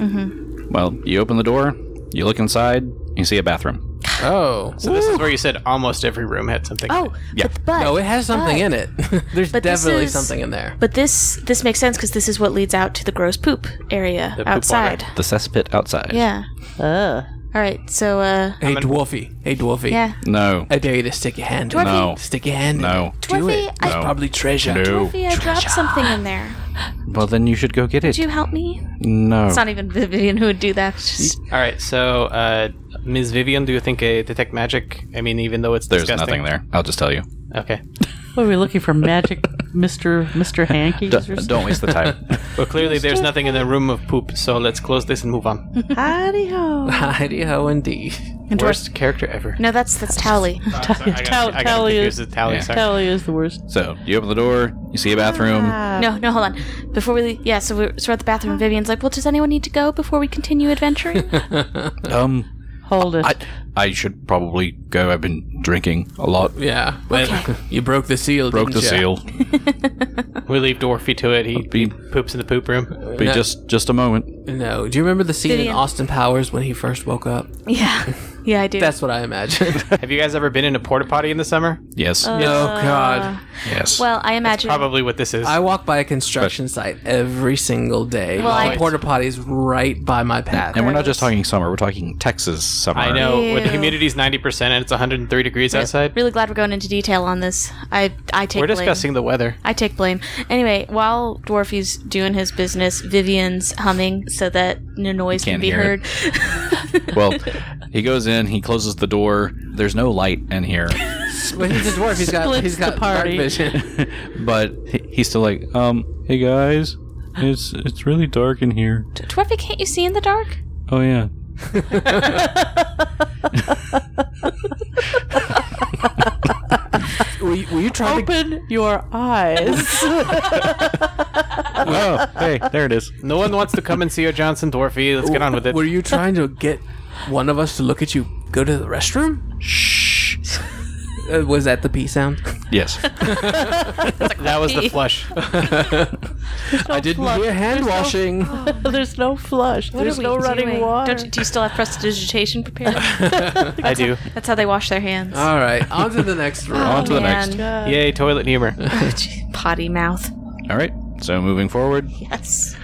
[SPEAKER 4] Well, you open the door, you look inside, you see a bathroom.
[SPEAKER 2] Oh,
[SPEAKER 3] so this is where you said almost every room had something. in it.
[SPEAKER 6] Oh,
[SPEAKER 4] Yeah.
[SPEAKER 6] but, but
[SPEAKER 2] no, it has something in it. There's
[SPEAKER 6] But this
[SPEAKER 2] definitely
[SPEAKER 6] is-
[SPEAKER 2] something in there.
[SPEAKER 6] But this this makes sense because this is what leads out to the gross poop area
[SPEAKER 3] poop
[SPEAKER 6] outside.
[SPEAKER 4] The cesspit outside.
[SPEAKER 6] Yeah.
[SPEAKER 5] Uh,
[SPEAKER 6] All right. So, uh,
[SPEAKER 2] Hey, dwarfy. Hey, dwarfy.
[SPEAKER 6] yeah.
[SPEAKER 4] No.
[SPEAKER 2] I dare you to stick your hand. in it.
[SPEAKER 4] No.
[SPEAKER 2] Stick your hand. in
[SPEAKER 4] No.
[SPEAKER 2] it. Do
[SPEAKER 6] Dwarfy,
[SPEAKER 2] it.
[SPEAKER 6] I-
[SPEAKER 2] It's probably treasure.
[SPEAKER 4] No.
[SPEAKER 6] Sophia, I dropped something in there.
[SPEAKER 4] Well, then you should go get it.
[SPEAKER 6] Would you help me?
[SPEAKER 4] no.
[SPEAKER 6] It's not even Vivian who would do that. It's just-
[SPEAKER 3] All right. So, uh, Ms. Vivian, do you think a detect magic? I mean, even though it's
[SPEAKER 4] There's
[SPEAKER 3] disgusting.
[SPEAKER 4] nothing there. I'll just tell you.
[SPEAKER 3] there. Okay.
[SPEAKER 5] what are we looking for? Magic Mr. Mr. Hankies
[SPEAKER 4] D-
[SPEAKER 5] or something?
[SPEAKER 4] don't waste the time.
[SPEAKER 3] Well, clearly there's nothing in the room of poop. So let's close this and move on.
[SPEAKER 5] Howdy ho.
[SPEAKER 2] Hidey-ho indeed.
[SPEAKER 3] Worst character ever.
[SPEAKER 6] no, that's that's Tally.
[SPEAKER 5] Tal-
[SPEAKER 3] I got
[SPEAKER 5] Tally
[SPEAKER 3] confused
[SPEAKER 5] is,
[SPEAKER 3] with Tally.
[SPEAKER 4] Yeah.
[SPEAKER 3] Sorry.
[SPEAKER 5] Tally is the worst.
[SPEAKER 4] so you open the door, you see a bathroom.
[SPEAKER 2] Um,
[SPEAKER 6] No, no, hold on. Before we leave, yeah, so we're, so we're at the bathroom. Vivian's like, well, does anyone need to go before we continue adventuring?
[SPEAKER 4] um,
[SPEAKER 5] Hold it.
[SPEAKER 4] I I should probably go. I've been drinking a lot.
[SPEAKER 2] Yeah. Well,
[SPEAKER 6] Okay.
[SPEAKER 2] you broke the seal.
[SPEAKER 4] Broke the
[SPEAKER 2] didn't ya?
[SPEAKER 4] seal.
[SPEAKER 3] We leave Dwarfy to it. He, he poops in the poop room.
[SPEAKER 4] Be just just a moment.
[SPEAKER 2] No. Do you remember the scene
[SPEAKER 6] Did
[SPEAKER 2] in
[SPEAKER 6] he-
[SPEAKER 2] Austin Powers when he first woke up?
[SPEAKER 6] yeah. Yeah, I do.
[SPEAKER 2] That's what I imagine.
[SPEAKER 3] Have you guys ever been in a porta potty in the summer?
[SPEAKER 4] Yes.
[SPEAKER 6] Uh,
[SPEAKER 2] Oh, God.
[SPEAKER 4] yes.
[SPEAKER 6] Well, I imagine.
[SPEAKER 3] Probably what this is.
[SPEAKER 2] I walk by a construction site every single day.
[SPEAKER 6] Well,
[SPEAKER 2] My
[SPEAKER 6] I-
[SPEAKER 2] porta potty's right by my path.
[SPEAKER 4] and we're not just talking summer. We're talking Texas summer.
[SPEAKER 3] I know. When the
[SPEAKER 6] Ew.
[SPEAKER 3] humidity's 90% and it's 103 degrees outside,
[SPEAKER 6] really glad we're going into detail on this. I I take.
[SPEAKER 3] we're
[SPEAKER 6] blame.
[SPEAKER 3] discussing the weather.
[SPEAKER 6] I take blame. Anyway, while Dwarfy's doing his business, Vivian's humming so that no noise can
[SPEAKER 4] Can't
[SPEAKER 6] be
[SPEAKER 4] hear
[SPEAKER 6] heard.
[SPEAKER 4] it. Well, he goes in. He closes the door. There's no light in here,
[SPEAKER 2] But he's a dwarf. He's got
[SPEAKER 5] Splits
[SPEAKER 2] he's
[SPEAKER 5] the
[SPEAKER 2] got dark
[SPEAKER 5] party.
[SPEAKER 2] vision.
[SPEAKER 4] but he- he's still like, um, hey guys, it's it's really dark in here.
[SPEAKER 6] Dwarfy, can't you see in the dark?
[SPEAKER 4] Oh yeah.
[SPEAKER 2] Will you, will you try to
[SPEAKER 5] Open your eyes.
[SPEAKER 4] Oh, hey, there it is.
[SPEAKER 3] No one wants to come and see O. Johnson Dwarfy. Let's get on with it.
[SPEAKER 2] Were you trying to get one of us to look at you go to the restroom?
[SPEAKER 4] Shh.
[SPEAKER 2] Uh, was that the P sound?
[SPEAKER 4] Yes.
[SPEAKER 6] Oh,
[SPEAKER 3] That was the flush.
[SPEAKER 2] I didn't hear hand washing.
[SPEAKER 5] There's no flush. There's no running water.
[SPEAKER 6] Don't, do you still have prestidigitation prepared?
[SPEAKER 3] I do.
[SPEAKER 6] That's how they wash their hands.
[SPEAKER 3] Uh.
[SPEAKER 2] All right, on to the next round.
[SPEAKER 4] On to the next.
[SPEAKER 5] God.
[SPEAKER 3] Yay, toilet humor.
[SPEAKER 6] Potty mouth.
[SPEAKER 4] All right. So moving forward.
[SPEAKER 6] Yes.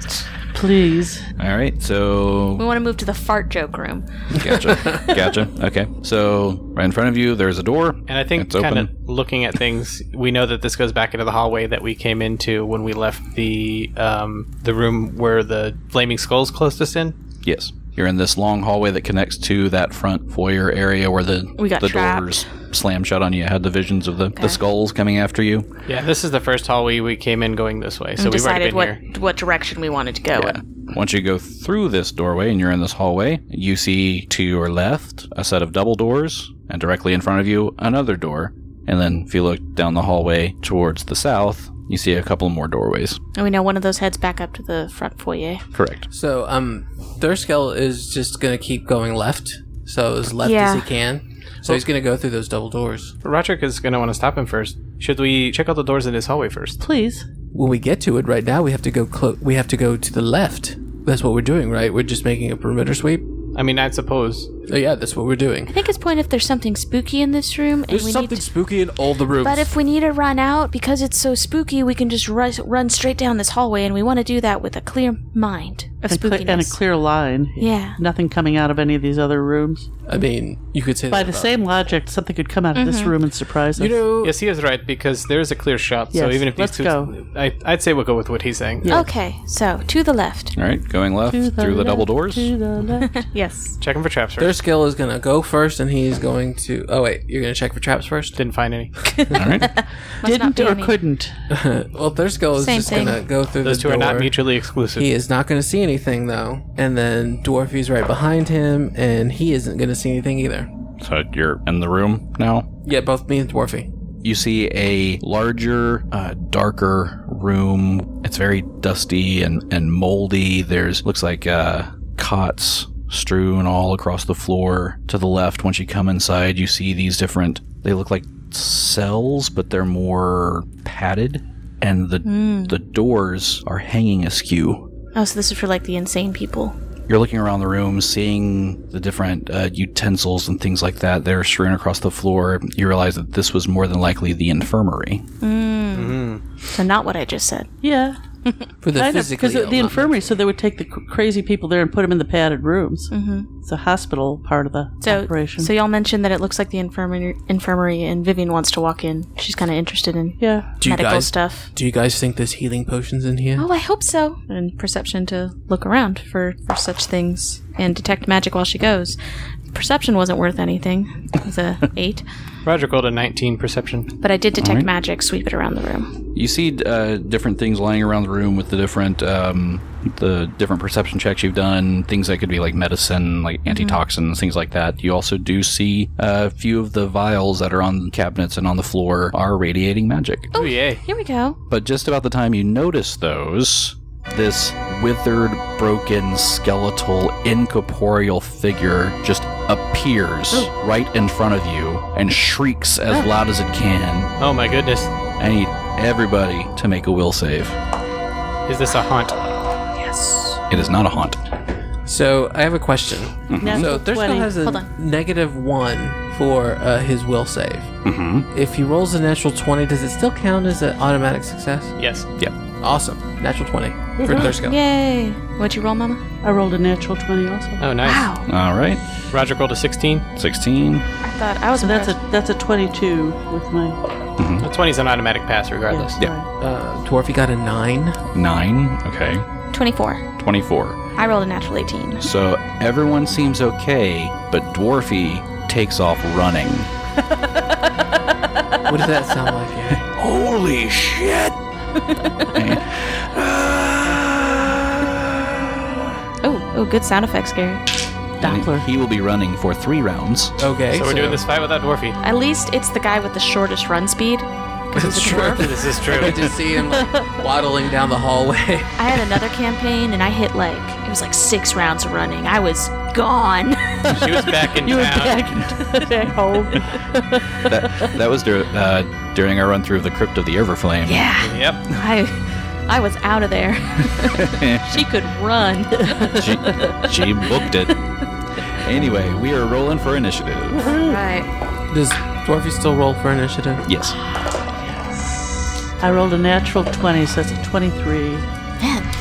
[SPEAKER 5] Please.
[SPEAKER 4] All right. So
[SPEAKER 6] We want to move to the fart joke room.
[SPEAKER 4] gotcha. gotcha. Okay. So right in front of you, there's a door.
[SPEAKER 3] And I think
[SPEAKER 4] it's open.
[SPEAKER 3] kind of looking at things, we know that this goes back into the hallway that we came into when we left the um, the room where the flaming skulls closed us in.
[SPEAKER 4] yes. You're in this long hallway that connects to that front foyer area where the
[SPEAKER 6] We got
[SPEAKER 4] the
[SPEAKER 6] trapped.
[SPEAKER 4] doors slam shut on you. I had the visions of the, the skulls coming after you.
[SPEAKER 3] Yeah, this is the first hallway we came in going this way, so
[SPEAKER 6] and
[SPEAKER 3] we've already
[SPEAKER 6] decided
[SPEAKER 3] been
[SPEAKER 6] what
[SPEAKER 3] here.
[SPEAKER 6] what direction we wanted to go in.
[SPEAKER 4] Once you go through this doorway and you're in this hallway, you see to your left a set of double doors, and directly in front of you another door. And then if you look down the hallway towards the south, you see a couple more doorways.
[SPEAKER 6] And we know one of those heads back up to the front foyer.
[SPEAKER 4] Correct.
[SPEAKER 2] So, um, Thurskel is just gonna keep going left, so as left
[SPEAKER 6] Yeah.
[SPEAKER 2] as he can. So he's gonna go through those double doors.
[SPEAKER 3] Roderick is going to want to stop him first. Should we check out the doors in this hallway first?
[SPEAKER 5] Please.
[SPEAKER 2] When we get to it, right now we have to go. Clo- we have to go to the left. That's what we're doing, right? We're just making a perimeter sweep.
[SPEAKER 3] I mean, I suppose.
[SPEAKER 2] Oh, yeah, that's what we're doing.
[SPEAKER 6] I think it's point if there's something spooky in this room, and
[SPEAKER 2] There's
[SPEAKER 6] we
[SPEAKER 2] something
[SPEAKER 6] need. To-
[SPEAKER 2] spooky in all the rooms.
[SPEAKER 6] but if we need to run out because it's so spooky, we can just run, run straight down this hallway, and we want to do that with a clear mind of
[SPEAKER 5] And, cle-
[SPEAKER 6] spookiness.
[SPEAKER 5] and a clear line.
[SPEAKER 6] Yeah.
[SPEAKER 5] Nothing coming out of any of these other rooms.
[SPEAKER 2] I mean, you could say
[SPEAKER 5] By
[SPEAKER 2] that
[SPEAKER 5] the
[SPEAKER 2] about-
[SPEAKER 5] same logic, something could come out of
[SPEAKER 6] Mm-hmm.
[SPEAKER 5] this room and surprise us.
[SPEAKER 2] You know,
[SPEAKER 3] Yes, he is right because there is a clear shot. so
[SPEAKER 5] Yes,
[SPEAKER 3] even if these
[SPEAKER 5] let's
[SPEAKER 3] two,
[SPEAKER 5] go.
[SPEAKER 3] I, I'd say we'll go with what he's saying.
[SPEAKER 6] Okay, so to the left.
[SPEAKER 4] All right, going left
[SPEAKER 5] To
[SPEAKER 4] through the double
[SPEAKER 5] left,
[SPEAKER 4] doors.
[SPEAKER 5] to the left.
[SPEAKER 6] Yes.
[SPEAKER 3] Check him for traps first.
[SPEAKER 2] Thurskill is gonna go first, and he's going to. Oh wait, you're gonna check for traps first.
[SPEAKER 3] Didn't find any.
[SPEAKER 4] All right.
[SPEAKER 6] not
[SPEAKER 5] Didn't
[SPEAKER 6] be
[SPEAKER 5] or
[SPEAKER 6] any.
[SPEAKER 5] couldn't.
[SPEAKER 2] Well, Thurskill is
[SPEAKER 6] Same
[SPEAKER 2] just
[SPEAKER 6] thing.
[SPEAKER 2] gonna go through
[SPEAKER 3] Those
[SPEAKER 2] the
[SPEAKER 3] two are not
[SPEAKER 2] door.
[SPEAKER 3] mutually exclusive.
[SPEAKER 2] He is not going to see anything though, and then Dwarfy's right behind him, and he isn't going to see anything either.
[SPEAKER 4] So you're in the room now.
[SPEAKER 2] Yeah, both me and Dwarfy.
[SPEAKER 4] You see a larger, uh, darker room. It's very dusty and, and moldy. There's looks like uh, cots strewn all across the floor. To the left, once you come inside, you see these different. They look like cells, but they're more padded, and the the doors are hanging askew.
[SPEAKER 6] Oh, so this is for like the insane people.
[SPEAKER 4] You're looking around the room, seeing the different uh, utensils and things like that that are strewn across the floor. You realize that this was more than likely the infirmary.
[SPEAKER 6] So not what I just said.
[SPEAKER 5] Yeah.
[SPEAKER 2] For the
[SPEAKER 5] I know,
[SPEAKER 2] physically
[SPEAKER 5] because the
[SPEAKER 2] ill, not-
[SPEAKER 5] infirmary, so they would take the cr- crazy people there and put them in the padded rooms. Mm-hmm. It's a hospital part of the
[SPEAKER 6] So,
[SPEAKER 5] operation.
[SPEAKER 6] so y'all mentioned that it looks like the infirmary, infirmary, and Vivian wants to walk in. She's kind of interested in
[SPEAKER 5] yeah.
[SPEAKER 2] do you
[SPEAKER 6] medical
[SPEAKER 2] guys
[SPEAKER 6] stuff.
[SPEAKER 2] do you guys think there's healing potions in here?
[SPEAKER 6] Oh, I hope so. And perception to look around for, for such things and detect magic while she goes. Perception wasn't worth anything. It was a eight,
[SPEAKER 3] Roger rolled a 19 perception.
[SPEAKER 6] but I did detect magic. Sweep it around the room.
[SPEAKER 4] You see uh, different things lying around the room with the different um, the different perception checks you've done, things that could be like medicine, like antitoxins, things like that. You also do see uh, a few of the vials that are on cabinets and on the floor are radiating magic.
[SPEAKER 3] Oh, yay.
[SPEAKER 6] Here we go.
[SPEAKER 4] But just about the time you notice those, this withered, broken, skeletal, incorporeal figure just appears right in front of you and shrieks as loud as it can.
[SPEAKER 3] Oh, my goodness.
[SPEAKER 4] I need everybody to make a will save.
[SPEAKER 3] Is this a haunt?
[SPEAKER 4] It is not a haunt.
[SPEAKER 2] So I have a question. So
[SPEAKER 5] Natural
[SPEAKER 2] Thurskill
[SPEAKER 5] 20.
[SPEAKER 2] has a
[SPEAKER 6] Hold on.
[SPEAKER 2] negative one for uh, his will save.
[SPEAKER 4] Mm-hmm.
[SPEAKER 2] If he rolls a natural 20, does it still count as an automatic success?
[SPEAKER 3] Yes.
[SPEAKER 2] Awesome. Natural 20 for Thurskill.
[SPEAKER 6] Yay! What'd you roll, Mama?
[SPEAKER 5] I rolled a natural 20 also.
[SPEAKER 3] Oh, nice.
[SPEAKER 6] Wow.
[SPEAKER 4] All right.
[SPEAKER 3] Roger rolled a 16.
[SPEAKER 4] 16.
[SPEAKER 6] I thought I was.
[SPEAKER 5] So that's a
[SPEAKER 6] impressed.
[SPEAKER 5] that's a 22 with my.
[SPEAKER 3] A 20 is an automatic pass regardless.
[SPEAKER 5] yeah.
[SPEAKER 2] Uh, Dwarf, he got a 9.
[SPEAKER 4] 9. Okay.
[SPEAKER 6] 24.
[SPEAKER 4] 24.
[SPEAKER 6] I rolled a natural 18.
[SPEAKER 4] So everyone seems okay, but Dwarfy takes off running.
[SPEAKER 2] What does that sound like? Gary?
[SPEAKER 4] Holy shit!
[SPEAKER 6] Oh, oh, good sound effects, Gary.
[SPEAKER 5] Doppler.
[SPEAKER 4] He will be running for three rounds.
[SPEAKER 2] Okay.
[SPEAKER 3] So we're doing this fight without Dwarfy.
[SPEAKER 6] At least it's the guy with the shortest run speed.
[SPEAKER 2] It's true.
[SPEAKER 3] This is true.
[SPEAKER 2] I just see him like, waddling down the hallway.
[SPEAKER 6] I had another campaign and I hit like it was like six rounds of running. I was gone.
[SPEAKER 3] she was back in
[SPEAKER 5] You were
[SPEAKER 3] town.
[SPEAKER 5] back, back home.
[SPEAKER 4] that, that was dur- uh, during our run through of the Crypt of the Everflame.
[SPEAKER 6] yeah,
[SPEAKER 3] Yep.
[SPEAKER 6] I I was out of there. she could run.
[SPEAKER 4] She, she booked it. Anyway, we are rolling for initiative.
[SPEAKER 6] right.
[SPEAKER 2] Does Dwarfy still roll for initiative?
[SPEAKER 4] Yes.
[SPEAKER 5] I rolled a natural 20, so that's a 23.
[SPEAKER 6] Man,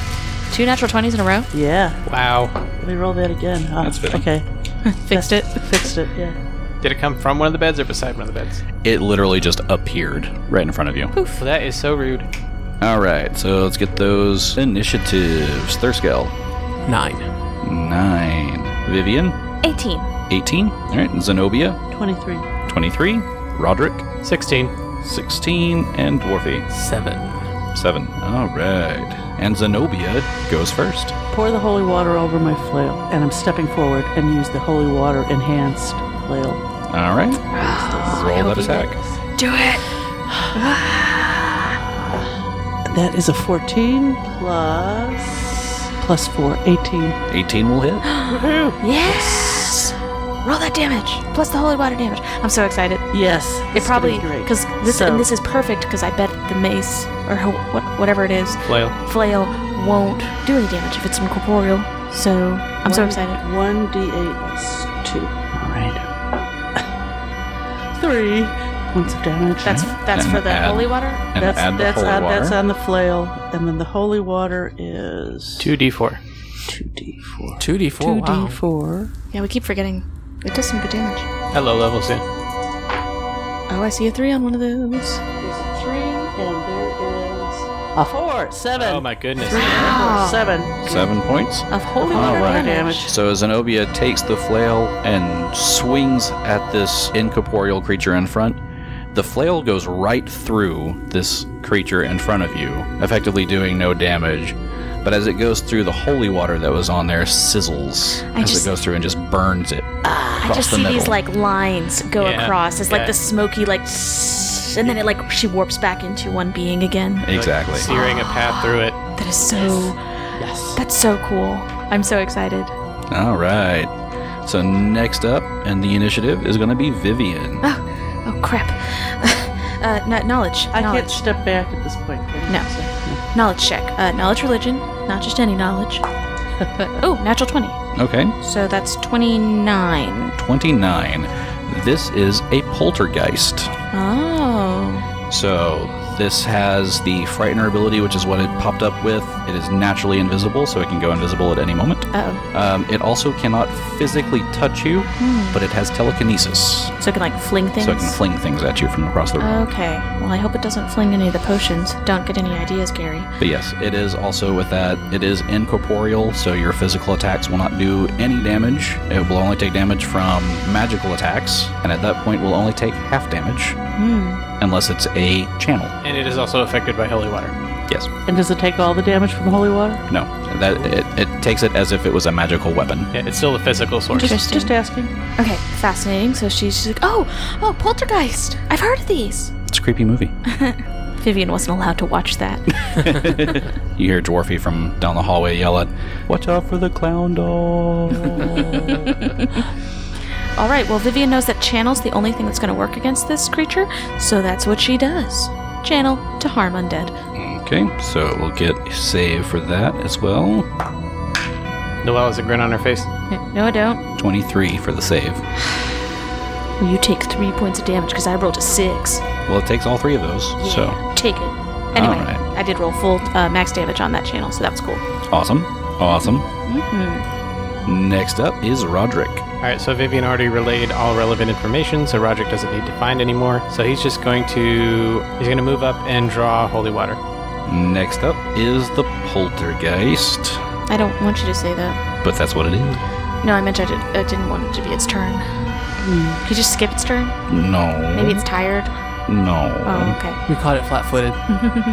[SPEAKER 6] two natural twenties in a row.
[SPEAKER 5] Yeah.
[SPEAKER 3] Wow.
[SPEAKER 5] Let me roll that again. Ah,
[SPEAKER 4] That's fitting.
[SPEAKER 5] Okay.
[SPEAKER 6] Fixed it.
[SPEAKER 5] Fixed it, yeah.
[SPEAKER 3] Did it come from one of the beds or beside one of the beds?
[SPEAKER 4] It literally just appeared right in front of you.
[SPEAKER 3] Well, that is so rude.
[SPEAKER 4] All right, so let's get those initiatives. Thurscale,
[SPEAKER 2] 9.
[SPEAKER 4] nine. Vivian,
[SPEAKER 6] Eighteen.
[SPEAKER 4] 18. All right, Zenobia,
[SPEAKER 5] 23.
[SPEAKER 4] 23. Roderick,
[SPEAKER 3] 16.
[SPEAKER 4] 16. And Dwarfy,
[SPEAKER 2] 7.
[SPEAKER 4] 7. All right. And Zenobia goes first.
[SPEAKER 5] Pour the holy water over my flail, and I'm stepping forward and use the holy water enhanced flail.
[SPEAKER 4] All right.
[SPEAKER 6] Ah,
[SPEAKER 4] Roll that attack.
[SPEAKER 6] Do it.
[SPEAKER 5] That is a 14 plus plus 4, 18.
[SPEAKER 4] 18 will hit.
[SPEAKER 6] Yes. Roll that damage plus the holy water damage. I'm so excited.
[SPEAKER 5] Yes.
[SPEAKER 6] It
[SPEAKER 5] it's gonna
[SPEAKER 6] probably
[SPEAKER 5] be great.
[SPEAKER 6] because this
[SPEAKER 5] So-
[SPEAKER 6] and this is perfect because I bet the mace or ho- what, whatever it is
[SPEAKER 3] Flail.
[SPEAKER 6] flail won't do any damage if it's incorporeal. So I'm so
[SPEAKER 5] One-
[SPEAKER 6] excited.
[SPEAKER 5] One d8 plus two. All right. Three points of damage.
[SPEAKER 6] That's that's for the
[SPEAKER 4] Add.
[SPEAKER 6] holy water.
[SPEAKER 4] And
[SPEAKER 5] that's
[SPEAKER 4] add the
[SPEAKER 5] that's,
[SPEAKER 4] holy
[SPEAKER 5] on,
[SPEAKER 4] water.
[SPEAKER 5] that's on the flail, and then the holy water is
[SPEAKER 3] 2d4.
[SPEAKER 5] two d4.
[SPEAKER 2] 2d4.
[SPEAKER 5] Two
[SPEAKER 2] wow.
[SPEAKER 5] d4.
[SPEAKER 6] Yeah, we keep forgetting. It does some good damage.
[SPEAKER 3] Hello, level soon.
[SPEAKER 6] Oh, I see a three on one of those.
[SPEAKER 5] There's a three, and there is a four, seven.
[SPEAKER 3] Oh my goodness.
[SPEAKER 6] Wow.
[SPEAKER 5] Seven.
[SPEAKER 4] Seven points.
[SPEAKER 6] Of holy
[SPEAKER 4] All
[SPEAKER 6] water
[SPEAKER 4] right.
[SPEAKER 6] damage.
[SPEAKER 4] So Zenobia takes the flail and swings at this incorporeal creature in front. The flail goes right through this creature in front of you, effectively doing no damage. But as it goes through, the holy water that was on there sizzles
[SPEAKER 6] I
[SPEAKER 4] as
[SPEAKER 6] just- Uh,
[SPEAKER 4] it goes through and just burns it.
[SPEAKER 6] I just
[SPEAKER 4] the
[SPEAKER 6] see
[SPEAKER 4] middle.
[SPEAKER 6] these like lines go
[SPEAKER 3] Yeah,
[SPEAKER 6] across. It's
[SPEAKER 3] yeah.
[SPEAKER 6] like the smoky like, tss, and then it like she warps back into one being again.
[SPEAKER 4] Exactly.
[SPEAKER 3] Like searing a path through it.
[SPEAKER 6] That is so. That's so cool. I'm so excited.
[SPEAKER 4] All right. So next up in the initiative is going to be Vivian.
[SPEAKER 6] Oh crap. uh, kn- knowledge.
[SPEAKER 5] I
[SPEAKER 6] knowledge.
[SPEAKER 5] can't step back at this point. can
[SPEAKER 6] No.
[SPEAKER 5] I?
[SPEAKER 6] Knowledge check. Uh, knowledge religion, not just any knowledge. but oh, natural twenty.
[SPEAKER 4] Okay.
[SPEAKER 6] So that's twenty nine.
[SPEAKER 4] 29. This is a poltergeist.
[SPEAKER 6] Oh.
[SPEAKER 4] So this has the Frightener ability, which is what it popped up with. It is naturally invisible, so it can go invisible at any moment.
[SPEAKER 6] Oh.
[SPEAKER 4] Um, it also cannot physically touch you, but it has telekinesis,
[SPEAKER 6] So it can like fling things.
[SPEAKER 4] so it can fling things at you from across the room.
[SPEAKER 6] Okay. Well, I hope it doesn't fling any of the potions. Don't get any ideas, Gary.
[SPEAKER 4] But yes, it is also with that. It is incorporeal, so your physical attacks will not do any damage. It will only take damage from magical attacks, and at that point, will only take half damage, unless it's a channel.
[SPEAKER 3] And it is also affected by holy water.
[SPEAKER 4] Yes.
[SPEAKER 5] And does it take all the damage from holy water?
[SPEAKER 4] No. That it, it takes it as if it was a magical weapon.
[SPEAKER 3] Yeah, it's still a physical source.
[SPEAKER 6] Interesting.
[SPEAKER 5] Just asking.
[SPEAKER 6] okay. Fascinating. So she's just like, oh, oh, poltergeist. I've heard of these.
[SPEAKER 4] It's a creepy movie.
[SPEAKER 6] Vivian wasn't allowed to watch that.
[SPEAKER 4] You hear Dwarfy from down the hallway yell at, Watch out for the clown doll.
[SPEAKER 6] All right. Well, Vivian knows that channel's the only thing that's going to work against this creature, so that's what she does. Channel to harm undead.
[SPEAKER 4] okay, so we'll get a save for that as well.
[SPEAKER 3] Noelle has a grin on her face.
[SPEAKER 6] No, I don't.
[SPEAKER 4] 23 for the save.
[SPEAKER 6] Well, you take three points of damage because I rolled a six.
[SPEAKER 4] Well, it takes all three of those.
[SPEAKER 6] Yeah,
[SPEAKER 4] So
[SPEAKER 6] take it. Anyway,
[SPEAKER 4] All right.
[SPEAKER 6] I did roll full uh, max damage on that channel, so that was cool.
[SPEAKER 4] awesome. Awesome.
[SPEAKER 6] Mm-hmm.
[SPEAKER 4] Next up is Roderick.
[SPEAKER 3] All right, so Vivian already relayed all relevant information, so Roderick doesn't need to find anymore. So he's just going to he's going to move up and draw holy water.
[SPEAKER 4] Next up is the Poltergeist.
[SPEAKER 6] I don't want you to say that.
[SPEAKER 4] But that's what it is.
[SPEAKER 6] No, I meant I, did, I didn't want it to be its turn.
[SPEAKER 4] Hmm.
[SPEAKER 6] Could you just skip its turn?
[SPEAKER 4] No.
[SPEAKER 6] Maybe it's tired.
[SPEAKER 4] No.
[SPEAKER 6] Oh, okay.
[SPEAKER 2] We caught it flat footed.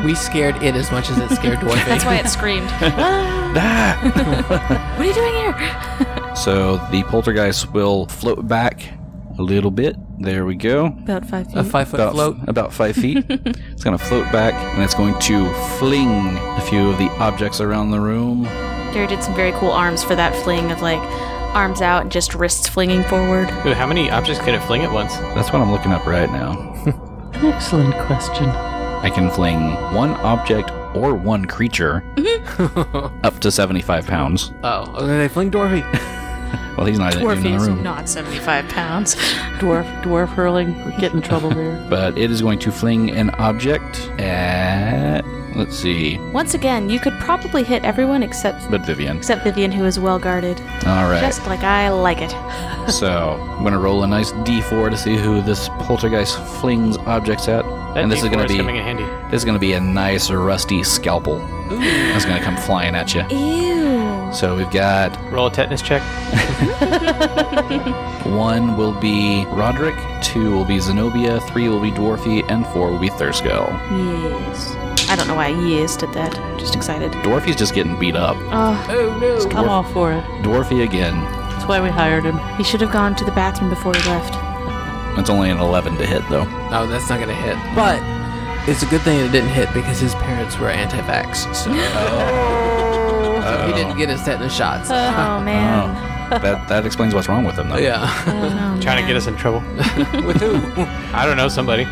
[SPEAKER 2] we scared it as much as it scared Dwarfy.
[SPEAKER 6] That's why it screamed. "Ah,
[SPEAKER 4] Ah!
[SPEAKER 6] what are you doing here?
[SPEAKER 4] so the Poltergeist will float back a little bit. There we go.
[SPEAKER 6] About five feet.
[SPEAKER 2] a five foot
[SPEAKER 4] about,
[SPEAKER 2] float.
[SPEAKER 4] about five feet. it's going to float back and it's going to fling a few of the objects around the room.
[SPEAKER 6] Gary did some very cool arms for that fling of like arms out and just wrists flinging forward.
[SPEAKER 3] Ooh, how many objects can it fling at once?
[SPEAKER 4] That's what I'm looking up right now.
[SPEAKER 5] An excellent question.
[SPEAKER 4] I can fling one object or one creature up to 75 pounds.
[SPEAKER 2] Oh, and then they fling Dwarfy.
[SPEAKER 4] Well, he's not even in the
[SPEAKER 6] Orpheus,
[SPEAKER 4] room.
[SPEAKER 6] not 75 pounds.
[SPEAKER 5] Dwarf, dwarf hurling. We're getting in trouble there.
[SPEAKER 4] But it is going to fling an object at. Let's see.
[SPEAKER 6] Once again, you could probably hit everyone except
[SPEAKER 4] But Vivian.
[SPEAKER 6] except Vivian, who is well guarded.
[SPEAKER 4] All right.
[SPEAKER 6] Just like I like it.
[SPEAKER 4] So I'm gonna roll a nice D4 to see who this poltergeist flings objects at,
[SPEAKER 3] That
[SPEAKER 4] and this is
[SPEAKER 3] D4
[SPEAKER 4] gonna be
[SPEAKER 3] coming in handy.
[SPEAKER 4] this is gonna be a nice rusty scalpel that's gonna come flying at you.
[SPEAKER 6] Ew.
[SPEAKER 4] So we've got
[SPEAKER 3] Roll a tetanus check.
[SPEAKER 4] one will be Roderick, two will be Zenobia, three will be Dwarfy, and four will be Thurskull.
[SPEAKER 6] Yes. I don't know why I yes did that. I'm just excited.
[SPEAKER 4] Dwarfy's just getting beat up.
[SPEAKER 6] Oh,
[SPEAKER 2] Oh no.
[SPEAKER 5] I'm all for it.
[SPEAKER 4] Dwarfy again.
[SPEAKER 5] That's why we hired him.
[SPEAKER 6] he should have gone to the bathroom before he left.
[SPEAKER 4] It's only an 11 to hit though.
[SPEAKER 2] Oh, that's not gonna hit. But it's a good thing it didn't hit because his parents were anti-vax, so he didn't get his tetanus shots.
[SPEAKER 6] Oh man. Oh,
[SPEAKER 4] Oh, that that explains what's wrong with him though.
[SPEAKER 2] yeah.
[SPEAKER 3] Oh. Trying to get us in trouble.
[SPEAKER 2] With who?
[SPEAKER 3] I don't know somebody.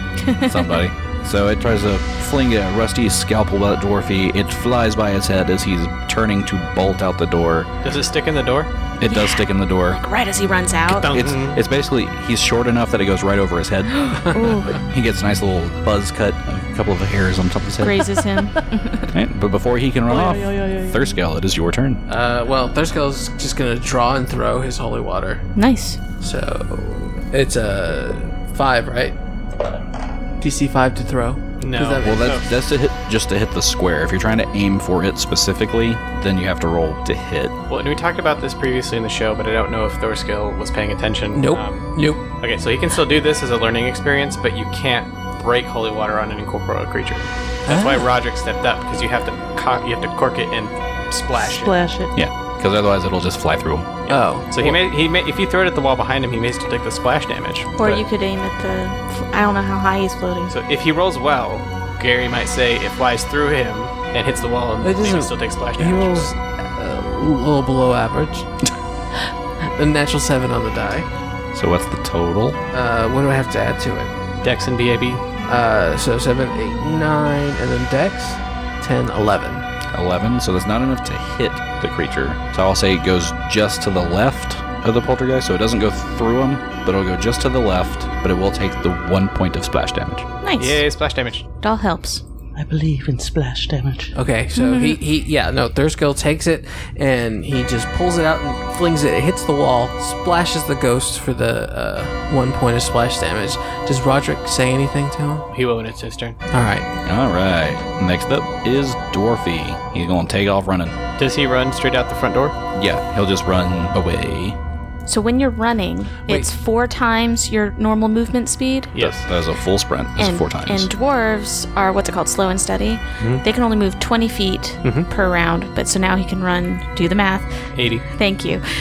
[SPEAKER 4] somebody. So it tries to fling a rusty scalpel at Dwarfy. It flies by his head as he's turning to bolt out the door.
[SPEAKER 3] Does it stick in the door?
[SPEAKER 4] It does stick in the door.
[SPEAKER 6] Right as he runs out.
[SPEAKER 3] Dun.
[SPEAKER 4] It's it's basically he's short enough that it goes right over his head. he gets a nice little buzz cut, a couple of hairs on top of his head.
[SPEAKER 6] Grazes him.
[SPEAKER 4] Right, But before he can run off, Thurscale, it is your turn.
[SPEAKER 2] Uh, well, Thurskill's just gonna draw and throw his holy water.
[SPEAKER 6] nice.
[SPEAKER 2] So it's a five, right? DC five to throw.
[SPEAKER 3] No.
[SPEAKER 2] that-
[SPEAKER 4] Well,
[SPEAKER 3] Oh.
[SPEAKER 4] that's that's to hit just to hit the square. If you're trying to aim for it specifically, then you have to roll to hit.
[SPEAKER 3] Well, and we talked about this previously in the show, but I don't know if Thorskill was paying attention.
[SPEAKER 2] Nope.
[SPEAKER 3] Um,
[SPEAKER 2] nope.
[SPEAKER 3] okay, so he can still do this as a learning experience, but you can't break holy water on an incorporeal creature. That's why Roderick stepped up because you have to co- you have to cork it and splash,
[SPEAKER 5] Splash it.
[SPEAKER 4] Yeah, because otherwise it'll just fly through him.
[SPEAKER 2] Oh,
[SPEAKER 3] it. So he may he may if you throw it at the wall behind him, he may still take the splash damage.
[SPEAKER 6] Or
[SPEAKER 3] but-
[SPEAKER 6] you could aim at the. I don't know how high he's floating.
[SPEAKER 3] So if he rolls well, Gary might say it flies through him and hits the wall, and
[SPEAKER 2] It
[SPEAKER 3] maybe
[SPEAKER 2] doesn't-
[SPEAKER 3] still takes splash
[SPEAKER 2] he
[SPEAKER 3] damage.
[SPEAKER 2] rolls uh, a little below average. a natural seven on the die.
[SPEAKER 4] So what's the total?
[SPEAKER 2] Uh, what do I have to add to it?
[SPEAKER 3] Dex and BAB.
[SPEAKER 2] Uh, so seven, eight, nine, and then Dex, 10, 11.
[SPEAKER 4] 11, so that's not enough to hit the creature. So I'll say it goes just to the left of the poltergeist, so it doesn't go through him, but it'll go just to the left, but it will take the one point of splash damage.
[SPEAKER 6] Nice.
[SPEAKER 3] Yay, splash damage.
[SPEAKER 6] It all helps.
[SPEAKER 5] I believe in splash damage.
[SPEAKER 2] Okay, so he, he yeah no Thurskill takes it and he just pulls it out and flings it. It hits the wall, splashes the ghost for the uh, one point of splash damage. Does Roderick say anything to him?
[SPEAKER 3] He will when it's his turn.
[SPEAKER 2] All right,
[SPEAKER 4] All right, next up is Dorothy. He's going to take off running.
[SPEAKER 3] Does he run straight out the front door?
[SPEAKER 4] Yeah, he'll just run away.
[SPEAKER 6] So when you're running, it's four times your normal movement speed.
[SPEAKER 3] Yes.
[SPEAKER 4] That is a full sprint. That's
[SPEAKER 6] and,
[SPEAKER 4] four times. Mm-hmm.
[SPEAKER 6] and dwarves are what's it called, slow and steady. They can only move 20 feet per round, but so now he can run. Do the math.
[SPEAKER 3] 80.
[SPEAKER 6] Thank you.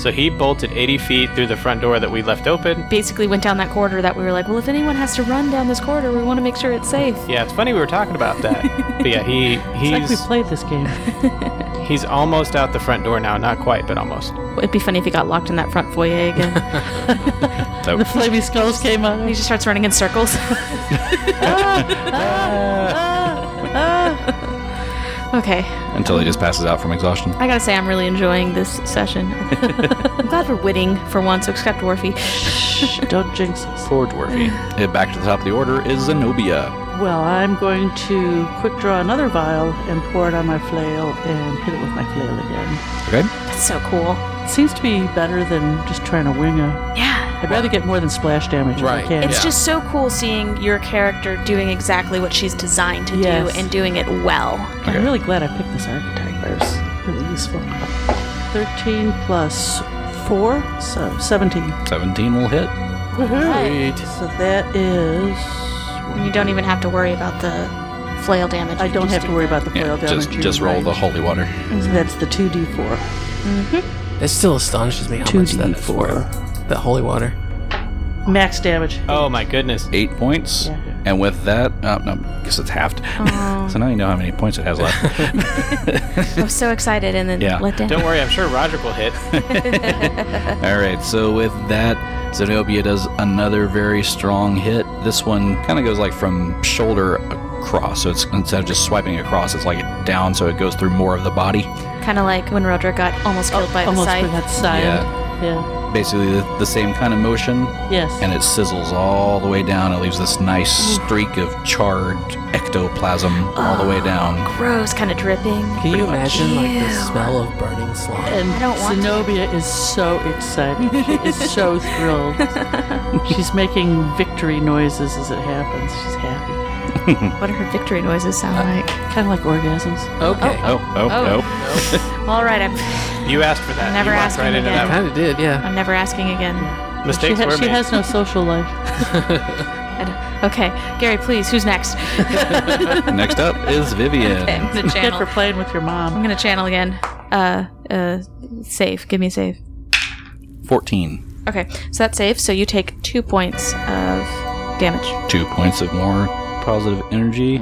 [SPEAKER 3] So he bolted 80 feet through the front door that we left open.
[SPEAKER 6] Basically, went down that corridor that we were like, well, if anyone has to run down this corridor, we want to make sure it's safe.
[SPEAKER 3] Yeah, it's funny we were talking about that. but yeah, he
[SPEAKER 5] It's like we
[SPEAKER 3] he's
[SPEAKER 5] played this game.
[SPEAKER 3] he's almost out the front door now. Not quite, but almost.
[SPEAKER 6] It'd be funny if he got locked in that front foyer again.
[SPEAKER 4] So-
[SPEAKER 5] The flaming skulls came out.
[SPEAKER 6] he just starts running in circles. Okay.
[SPEAKER 4] until he just passes out from exhaustion.
[SPEAKER 6] I gotta say, I'm really enjoying this session. I'm glad we're winning for once, except Worfy.
[SPEAKER 5] Don't jinx us.
[SPEAKER 4] Poor Dwarfy. And back to the top of the order is Zenobia.
[SPEAKER 5] Well, I'm going to quick draw another vial and pour it on my flail and hit it with my flail again.
[SPEAKER 4] Okay.
[SPEAKER 6] That's so cool.
[SPEAKER 5] It seems to be better than just trying to wing a.
[SPEAKER 6] Yeah.
[SPEAKER 5] I'd rather get more than splash damage
[SPEAKER 2] Right.
[SPEAKER 5] if I can.
[SPEAKER 6] It's just so cool seeing your character doing exactly what she's designed to
[SPEAKER 5] Yes.
[SPEAKER 6] do and doing it well.
[SPEAKER 4] Okay.
[SPEAKER 5] I'm really glad I picked this archetype. It's really useful. 13 plus 4, so 17.
[SPEAKER 4] 17 will hit.
[SPEAKER 6] Right.
[SPEAKER 5] So that is.
[SPEAKER 6] You don't even have to worry about the flail damage.
[SPEAKER 5] I
[SPEAKER 6] You
[SPEAKER 5] don't
[SPEAKER 6] just
[SPEAKER 5] have
[SPEAKER 6] do
[SPEAKER 5] to worry
[SPEAKER 6] that.
[SPEAKER 5] about the flail
[SPEAKER 4] Yeah,
[SPEAKER 5] damage.
[SPEAKER 4] just
[SPEAKER 5] you're
[SPEAKER 4] just roll the
[SPEAKER 5] right.
[SPEAKER 4] holy water.
[SPEAKER 5] So that's the 2d4.
[SPEAKER 2] It still astonishes me how much that is worth. The holy water.
[SPEAKER 5] Max damage.
[SPEAKER 3] Oh my goodness.
[SPEAKER 4] Eight points.
[SPEAKER 5] Yeah. Oh.
[SPEAKER 4] And with that, uh, no, I guess it's halved. so now you know how many points it has left.
[SPEAKER 6] I'm so excited and then
[SPEAKER 4] Yeah.
[SPEAKER 6] let down.
[SPEAKER 3] Don't worry, I'm sure Roger will hit.
[SPEAKER 4] All right, so with that, Zenobia does another very strong hit. This one kind of goes like from shoulder across, so it's instead of just swiping across, it's like down, so it goes through more of the body.
[SPEAKER 6] Kind of like when Roderick got almost killed by
[SPEAKER 5] Almost
[SPEAKER 6] the scythe.
[SPEAKER 5] forgot Scion.
[SPEAKER 4] Yeah.
[SPEAKER 5] yeah.
[SPEAKER 4] Basically, the, the same kind of motion,
[SPEAKER 5] Yes.
[SPEAKER 4] and it sizzles all the way down. It leaves this nice streak of charred ectoplasm all the way down.
[SPEAKER 6] Gross, kind of dripping.
[SPEAKER 2] Can you imagine like the
[SPEAKER 6] Ew.
[SPEAKER 2] smell of burning slime?
[SPEAKER 5] And
[SPEAKER 6] I don't want to.
[SPEAKER 5] Zenobia is so excited. She is so thrilled. She's making victory noises as it happens. She's happy.
[SPEAKER 6] What do her victory noises sound
[SPEAKER 5] Uh.
[SPEAKER 6] like?
[SPEAKER 5] Kind of like orgasms.
[SPEAKER 2] Okay.
[SPEAKER 4] Oh, oh,
[SPEAKER 6] Oh.
[SPEAKER 4] oh.
[SPEAKER 6] All right, I'm,
[SPEAKER 3] You asked for that.
[SPEAKER 6] Never
[SPEAKER 3] you walked
[SPEAKER 6] ask
[SPEAKER 3] right
[SPEAKER 6] him
[SPEAKER 3] into
[SPEAKER 2] I
[SPEAKER 6] again.
[SPEAKER 3] that.
[SPEAKER 2] kind of did, yeah.
[SPEAKER 6] I'm never asking again.
[SPEAKER 3] one.
[SPEAKER 5] She,
[SPEAKER 3] Mistakes
[SPEAKER 5] ha-
[SPEAKER 3] were
[SPEAKER 5] she
[SPEAKER 3] made.
[SPEAKER 5] has no social life.
[SPEAKER 6] Okay, Gary, please, who's next?
[SPEAKER 4] oh. Next up is Vivian.
[SPEAKER 6] Okay, I'm gonna
[SPEAKER 5] Good for
[SPEAKER 6] channel.
[SPEAKER 5] playing with your
[SPEAKER 6] I'm
[SPEAKER 5] mom.
[SPEAKER 6] gonna channel again. Uh, uh, save. Give me a save.
[SPEAKER 4] 14.
[SPEAKER 6] Okay, so that's safe. So you take two points of damage.
[SPEAKER 4] Two points of more positive energy.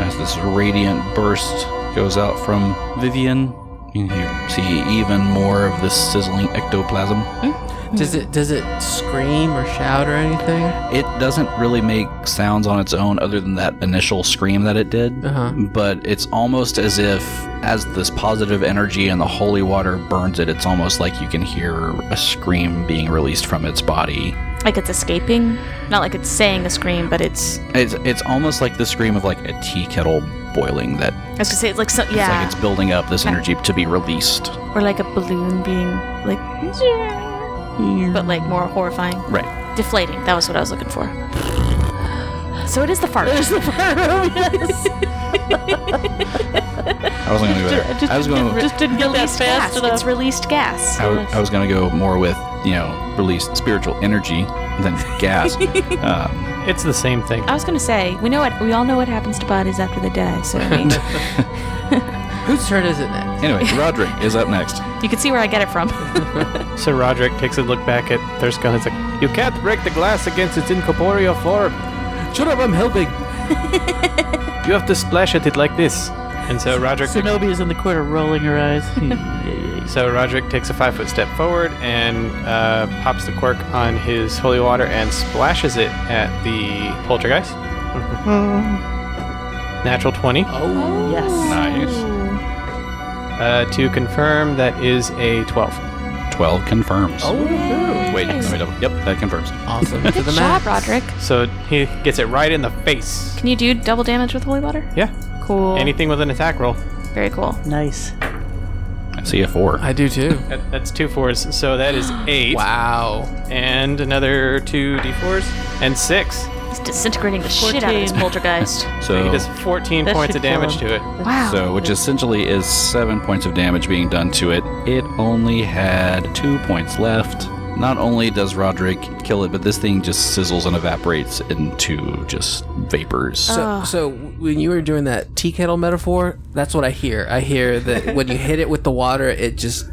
[SPEAKER 4] as this radiant burst goes out from Vivian. And you see even more of this sizzling ectoplasm.
[SPEAKER 2] Does it does it scream or shout or anything?
[SPEAKER 4] It doesn't really make sounds on its own other than that initial scream that it did,
[SPEAKER 2] Uh-huh.
[SPEAKER 4] but it's almost as if, as this positive energy and the holy water burns it, it's almost like you can hear a scream being released from its body.
[SPEAKER 6] Like it's escaping. Not like it's saying a scream, but it's.
[SPEAKER 4] It's, it's almost like the scream of like a tea kettle boiling that
[SPEAKER 6] I was gonna say it's like so.
[SPEAKER 4] it's
[SPEAKER 6] Yeah.
[SPEAKER 4] like it's building up this energy to be released.
[SPEAKER 6] or like a balloon being like. But like more horrifying.
[SPEAKER 4] Right.
[SPEAKER 6] Deflating. That was what I was looking for. So it is the fart.
[SPEAKER 4] I wasn't going to go there.
[SPEAKER 5] Just,
[SPEAKER 4] I was going to
[SPEAKER 5] just didn't get that
[SPEAKER 6] Released gas.
[SPEAKER 5] fast
[SPEAKER 6] It's
[SPEAKER 5] enough.
[SPEAKER 6] released gas.
[SPEAKER 4] I wa- I was going to go more with, you know, release spiritual energy than gas. um,
[SPEAKER 3] It's the same thing.
[SPEAKER 6] I was gonna say we know what we all know what happens to bodies after they die. So I mean,
[SPEAKER 2] Whose turn is it next?
[SPEAKER 4] anyway, Roderick is up next.
[SPEAKER 6] you can see where I get it from.
[SPEAKER 5] Oh.
[SPEAKER 3] So Roderick takes a look back at Thirstgun. It's like, you can't break the glass against its incorporeal form.
[SPEAKER 2] Shut up, I'm helping.
[SPEAKER 3] You have to splash at it like this. And so Roderick,
[SPEAKER 5] Zenobia's in the corner rolling her eyes. Hmm.
[SPEAKER 3] so Roderick takes a five foot step forward and uh, pops the cork on his holy water and splashes it at the poltergeist. Natural twenty.
[SPEAKER 2] Oh.
[SPEAKER 5] yes.
[SPEAKER 4] Nice.
[SPEAKER 3] Uh, to confirm, that is a twelve.
[SPEAKER 4] 12 confirms.
[SPEAKER 2] Oh.
[SPEAKER 4] Wait, let me double. Yep, that confirms.
[SPEAKER 2] Awesome. to the
[SPEAKER 6] Good
[SPEAKER 2] max.
[SPEAKER 6] job, Roderick.
[SPEAKER 3] So he gets it right in the face.
[SPEAKER 6] Can you do double damage with holy water?
[SPEAKER 3] Yeah.
[SPEAKER 6] Cool.
[SPEAKER 3] Anything with an attack roll.
[SPEAKER 6] Very cool.
[SPEAKER 5] Nice.
[SPEAKER 4] I see a 4.
[SPEAKER 2] I do too.
[SPEAKER 3] That, that's two fours. So that is eight.
[SPEAKER 2] Wow.
[SPEAKER 3] And another two d4s. And six.
[SPEAKER 6] He's disintegrating the shit out of this
[SPEAKER 5] 14.
[SPEAKER 6] poltergeist.
[SPEAKER 3] He
[SPEAKER 4] So,
[SPEAKER 3] does 14
[SPEAKER 5] That
[SPEAKER 3] points
[SPEAKER 5] should
[SPEAKER 3] of damage
[SPEAKER 5] kill
[SPEAKER 3] to it.
[SPEAKER 6] Wow.
[SPEAKER 4] so, which essentially is 7 points of damage being done to it. It only had 2 points left. Not only does Roderick kill it, but this thing just sizzles and evaporates into just vapors.
[SPEAKER 2] So, so when you were doing that tea kettle metaphor, that's what I hear. I hear that when you hit it with the water, it just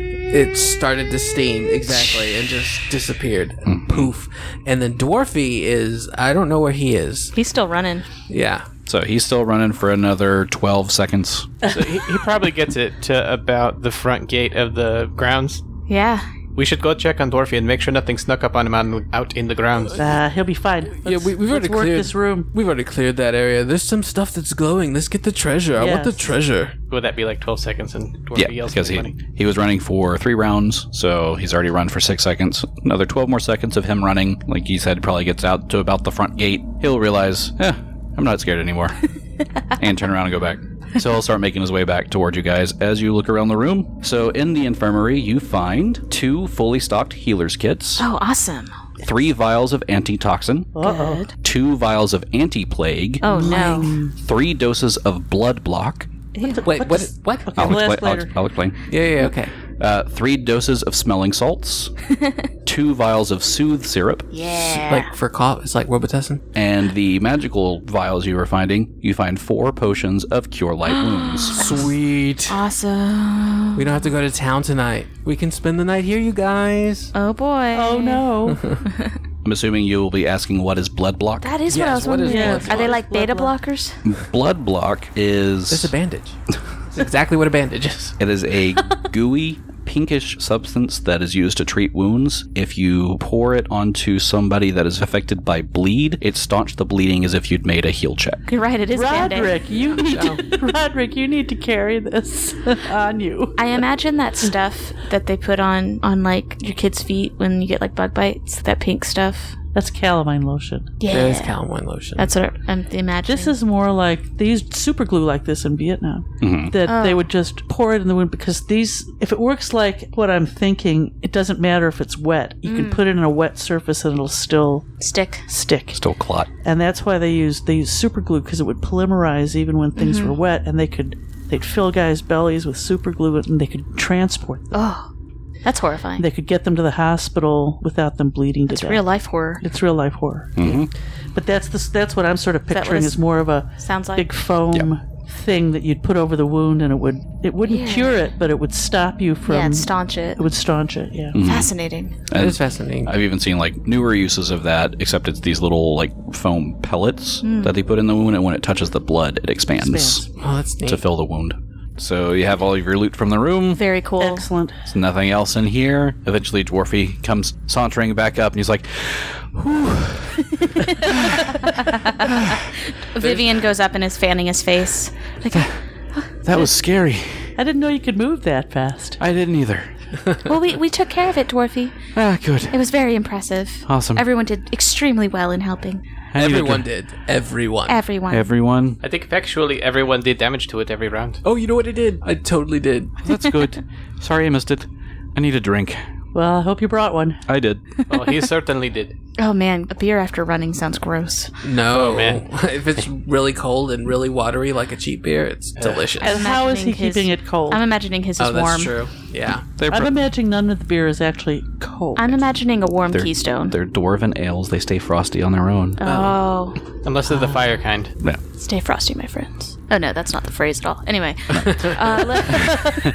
[SPEAKER 2] it started to steam exactly and just disappeared. Poof. And then Dwarfy is I don't know where he is.
[SPEAKER 6] He's still running.
[SPEAKER 2] Yeah.
[SPEAKER 4] So he's still running for another 12 seconds.
[SPEAKER 3] So he, he probably gets it to about the front gate of the grounds.
[SPEAKER 6] Yeah.
[SPEAKER 3] We should go check on Dorothy and make sure nothing snuck up on him on, out in the grounds.
[SPEAKER 5] Uh, he'll be fine.
[SPEAKER 2] Yeah, we, we've
[SPEAKER 5] let's
[SPEAKER 2] already
[SPEAKER 5] work
[SPEAKER 2] cleared
[SPEAKER 5] this room.
[SPEAKER 2] We've already cleared that area. There's some stuff that's glowing. Let's get the treasure. I want the
[SPEAKER 5] Yes.
[SPEAKER 2] treasure.
[SPEAKER 3] Would that be like 12 seconds and Dorothy
[SPEAKER 4] Yeah,
[SPEAKER 3] yells
[SPEAKER 4] because
[SPEAKER 3] at
[SPEAKER 4] he,
[SPEAKER 3] everybody?
[SPEAKER 4] he was running for three rounds, so he's already run for six seconds. Another 12 more seconds of him running, like he said, probably gets out to about the front gate. He'll realize, eh, I'm not scared anymore, and turn around and go back. So he'll start making his way back toward you guys as you look around the room. So in the infirmary, you find two fully stocked healer's kits,
[SPEAKER 6] Oh, awesome.
[SPEAKER 4] three vials of antitoxin,
[SPEAKER 5] Uh-oh.
[SPEAKER 6] Good.
[SPEAKER 4] two vials of anti plague,
[SPEAKER 6] Oh, no.
[SPEAKER 4] three doses of blood block.
[SPEAKER 2] Wait, what?
[SPEAKER 5] does-
[SPEAKER 2] What?
[SPEAKER 4] I'll,
[SPEAKER 5] We'll ask
[SPEAKER 4] expla- I'll
[SPEAKER 5] later.
[SPEAKER 4] ex- I'll explain.
[SPEAKER 2] Yeah, yeah, okay.
[SPEAKER 4] Uh, three doses of smelling salts, two vials of soothe syrup,
[SPEAKER 2] Like for cough, it's like Robitussin.
[SPEAKER 4] and the magical vials you were finding, you find four potions of cure light wounds.
[SPEAKER 2] Sweet.
[SPEAKER 6] Um, Awesome.
[SPEAKER 2] We don't have to go to town tonight. We can spend the night here, you guys.
[SPEAKER 6] Oh, boy.
[SPEAKER 5] Oh no.
[SPEAKER 4] I'm assuming you will be asking what is blood block?
[SPEAKER 1] That is what I was
[SPEAKER 2] what is
[SPEAKER 1] wondering.
[SPEAKER 5] blood
[SPEAKER 1] Are they
[SPEAKER 5] clot?
[SPEAKER 1] like
[SPEAKER 5] Blood
[SPEAKER 1] beta
[SPEAKER 5] clot.
[SPEAKER 1] blockers?
[SPEAKER 4] blood block
[SPEAKER 2] It's
[SPEAKER 4] is
[SPEAKER 2] a bandage. It's exactly what a bandage is.
[SPEAKER 4] it is a gooey pinkish substance that is used to treat wounds. If you pour it onto somebody that is affected by bleed, it staunches the bleeding as if you'd made a heal check.
[SPEAKER 6] You're right, it is Band-Aid.
[SPEAKER 5] Roderick, you need to, Roderick, you need to carry this on you.
[SPEAKER 6] I imagine that stuff that they put on on like your kids' feet when you get like bug bites, that pink stuff.
[SPEAKER 5] That's calamine lotion.
[SPEAKER 6] Yeah,
[SPEAKER 2] There's calamine lotion.
[SPEAKER 6] that's what I'm imagining.
[SPEAKER 5] This is more like they used super glue like this in Vietnam. That
[SPEAKER 6] Oh.
[SPEAKER 5] they would just pour it in the wound because these, if it works like what I'm thinking, it doesn't matter if it's wet. You
[SPEAKER 6] Mm.
[SPEAKER 5] can put it on a wet surface and it'll still
[SPEAKER 6] stick.
[SPEAKER 5] stick.
[SPEAKER 4] Still clot.
[SPEAKER 5] and that's why they used they used super glue because it would polymerize even when things
[SPEAKER 6] Mm-hmm.
[SPEAKER 5] were wet, and they could they'd fill guys' bellies with super glue, and they could transport them.
[SPEAKER 6] Oh, that's horrifying.
[SPEAKER 5] They could get them to the uh, hospital without them bleeding to
[SPEAKER 6] it's
[SPEAKER 5] death.
[SPEAKER 6] Oh. real life horror.
[SPEAKER 5] It's real life horror. But that's the, that's what I'm sort of
[SPEAKER 6] what
[SPEAKER 5] picturing
[SPEAKER 6] it's-
[SPEAKER 5] is more of a
[SPEAKER 6] Sounds like
[SPEAKER 5] big foam thing that you'd put over the wound, and it would it wouldn't cure it, but it would stop you from
[SPEAKER 6] yeah, and staunch it.
[SPEAKER 5] um, it would staunch it. Yeah.
[SPEAKER 6] Mm-hmm. Fascinating.
[SPEAKER 2] That is fascinating.
[SPEAKER 4] I've even seen like newer uses of that, except it's these little like foam pellets that they put in the wound, and when it touches the blood, it expands,
[SPEAKER 5] Hmm. Expands.
[SPEAKER 2] Oh, that's neat.
[SPEAKER 4] to fill the wound. So you have all of your loot from the room.
[SPEAKER 6] Very cool.
[SPEAKER 5] Excellent.
[SPEAKER 4] There's nothing else in here. Eventually, Dwarfy comes sauntering back up, and he's like,
[SPEAKER 6] Vivian goes up and is fanning his face. Like,
[SPEAKER 4] "That was scary.
[SPEAKER 5] I didn't know you could move that fast.
[SPEAKER 4] I didn't either.
[SPEAKER 6] well, we, we took care of it, Dwarfy.
[SPEAKER 4] Ah, good.
[SPEAKER 6] It was very impressive.
[SPEAKER 4] Awesome.
[SPEAKER 6] Everyone did extremely well in helping.
[SPEAKER 4] I need to
[SPEAKER 2] Everyone
[SPEAKER 4] go-
[SPEAKER 2] did. Everyone.
[SPEAKER 6] Everyone.
[SPEAKER 4] Everyone.
[SPEAKER 3] I think factually everyone did damage to it every round.
[SPEAKER 2] oh, you know what I did? I totally did.
[SPEAKER 4] That's good. Sorry, I missed it. I need a drink.
[SPEAKER 5] Well, I hope you brought one.
[SPEAKER 4] I did.
[SPEAKER 3] Well, he certainly did.
[SPEAKER 6] oh man, a beer after running sounds gross. Oh,
[SPEAKER 2] No.
[SPEAKER 3] man.
[SPEAKER 2] if it's really cold and really watery like a cheap beer, it's delicious.
[SPEAKER 6] I'm
[SPEAKER 5] How is he
[SPEAKER 6] imagining his-
[SPEAKER 5] keeping it cold?
[SPEAKER 6] I'm imagining his is
[SPEAKER 2] oh, that's
[SPEAKER 6] warm.
[SPEAKER 2] true. Yeah.
[SPEAKER 4] They're,
[SPEAKER 5] I'm
[SPEAKER 4] pro-
[SPEAKER 5] imagining none of the beer is actually cold.
[SPEAKER 6] I'm imagining a warm
[SPEAKER 4] They're-
[SPEAKER 6] keystone.
[SPEAKER 4] they're dwarven ales. They stay frosty on their own.
[SPEAKER 6] Oh,
[SPEAKER 3] Unless they're the fire kind.
[SPEAKER 4] Yeah.
[SPEAKER 6] stay frosty, my friends. Oh no, that's not the phrase at all. Anyway, uh, let,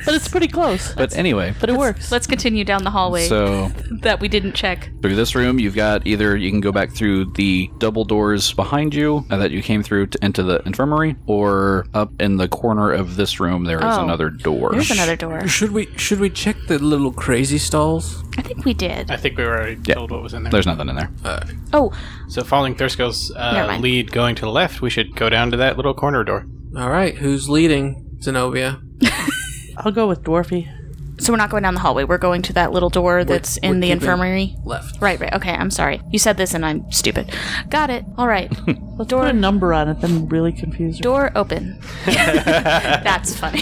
[SPEAKER 5] but it's pretty close.
[SPEAKER 4] But anyway,
[SPEAKER 5] But it works.
[SPEAKER 6] let's continue down the hallway
[SPEAKER 4] so
[SPEAKER 6] that we didn't check.
[SPEAKER 4] through this room you've got either you can go back through the double doors behind you uh, that you came through to into the infirmary or up in the corner of this room there is
[SPEAKER 6] Oh.
[SPEAKER 4] another door
[SPEAKER 6] There's another door.
[SPEAKER 2] Should we should we check the little crazy stalls?
[SPEAKER 6] I think we did.
[SPEAKER 3] I think we were already told what was in there.
[SPEAKER 4] there's nothing in there
[SPEAKER 6] Oh,
[SPEAKER 3] so following Thursko's
[SPEAKER 6] Never
[SPEAKER 3] uh,
[SPEAKER 6] mind.
[SPEAKER 3] lead going to the left, we should go down to that little corner door.
[SPEAKER 2] All right, who's leading? Zenobia.
[SPEAKER 5] I'll go with Dwarfy.
[SPEAKER 6] so we're not going down the hallway. We're going to that little door that's
[SPEAKER 2] we're
[SPEAKER 6] in the
[SPEAKER 2] keeping-
[SPEAKER 6] infirmary.
[SPEAKER 2] Left.
[SPEAKER 6] Right, right. Okay, I'm sorry. You said this, and I'm stupid. Got it. All right.
[SPEAKER 5] Let's put a number on it. Then really confuse her.
[SPEAKER 6] Door open. that's funny.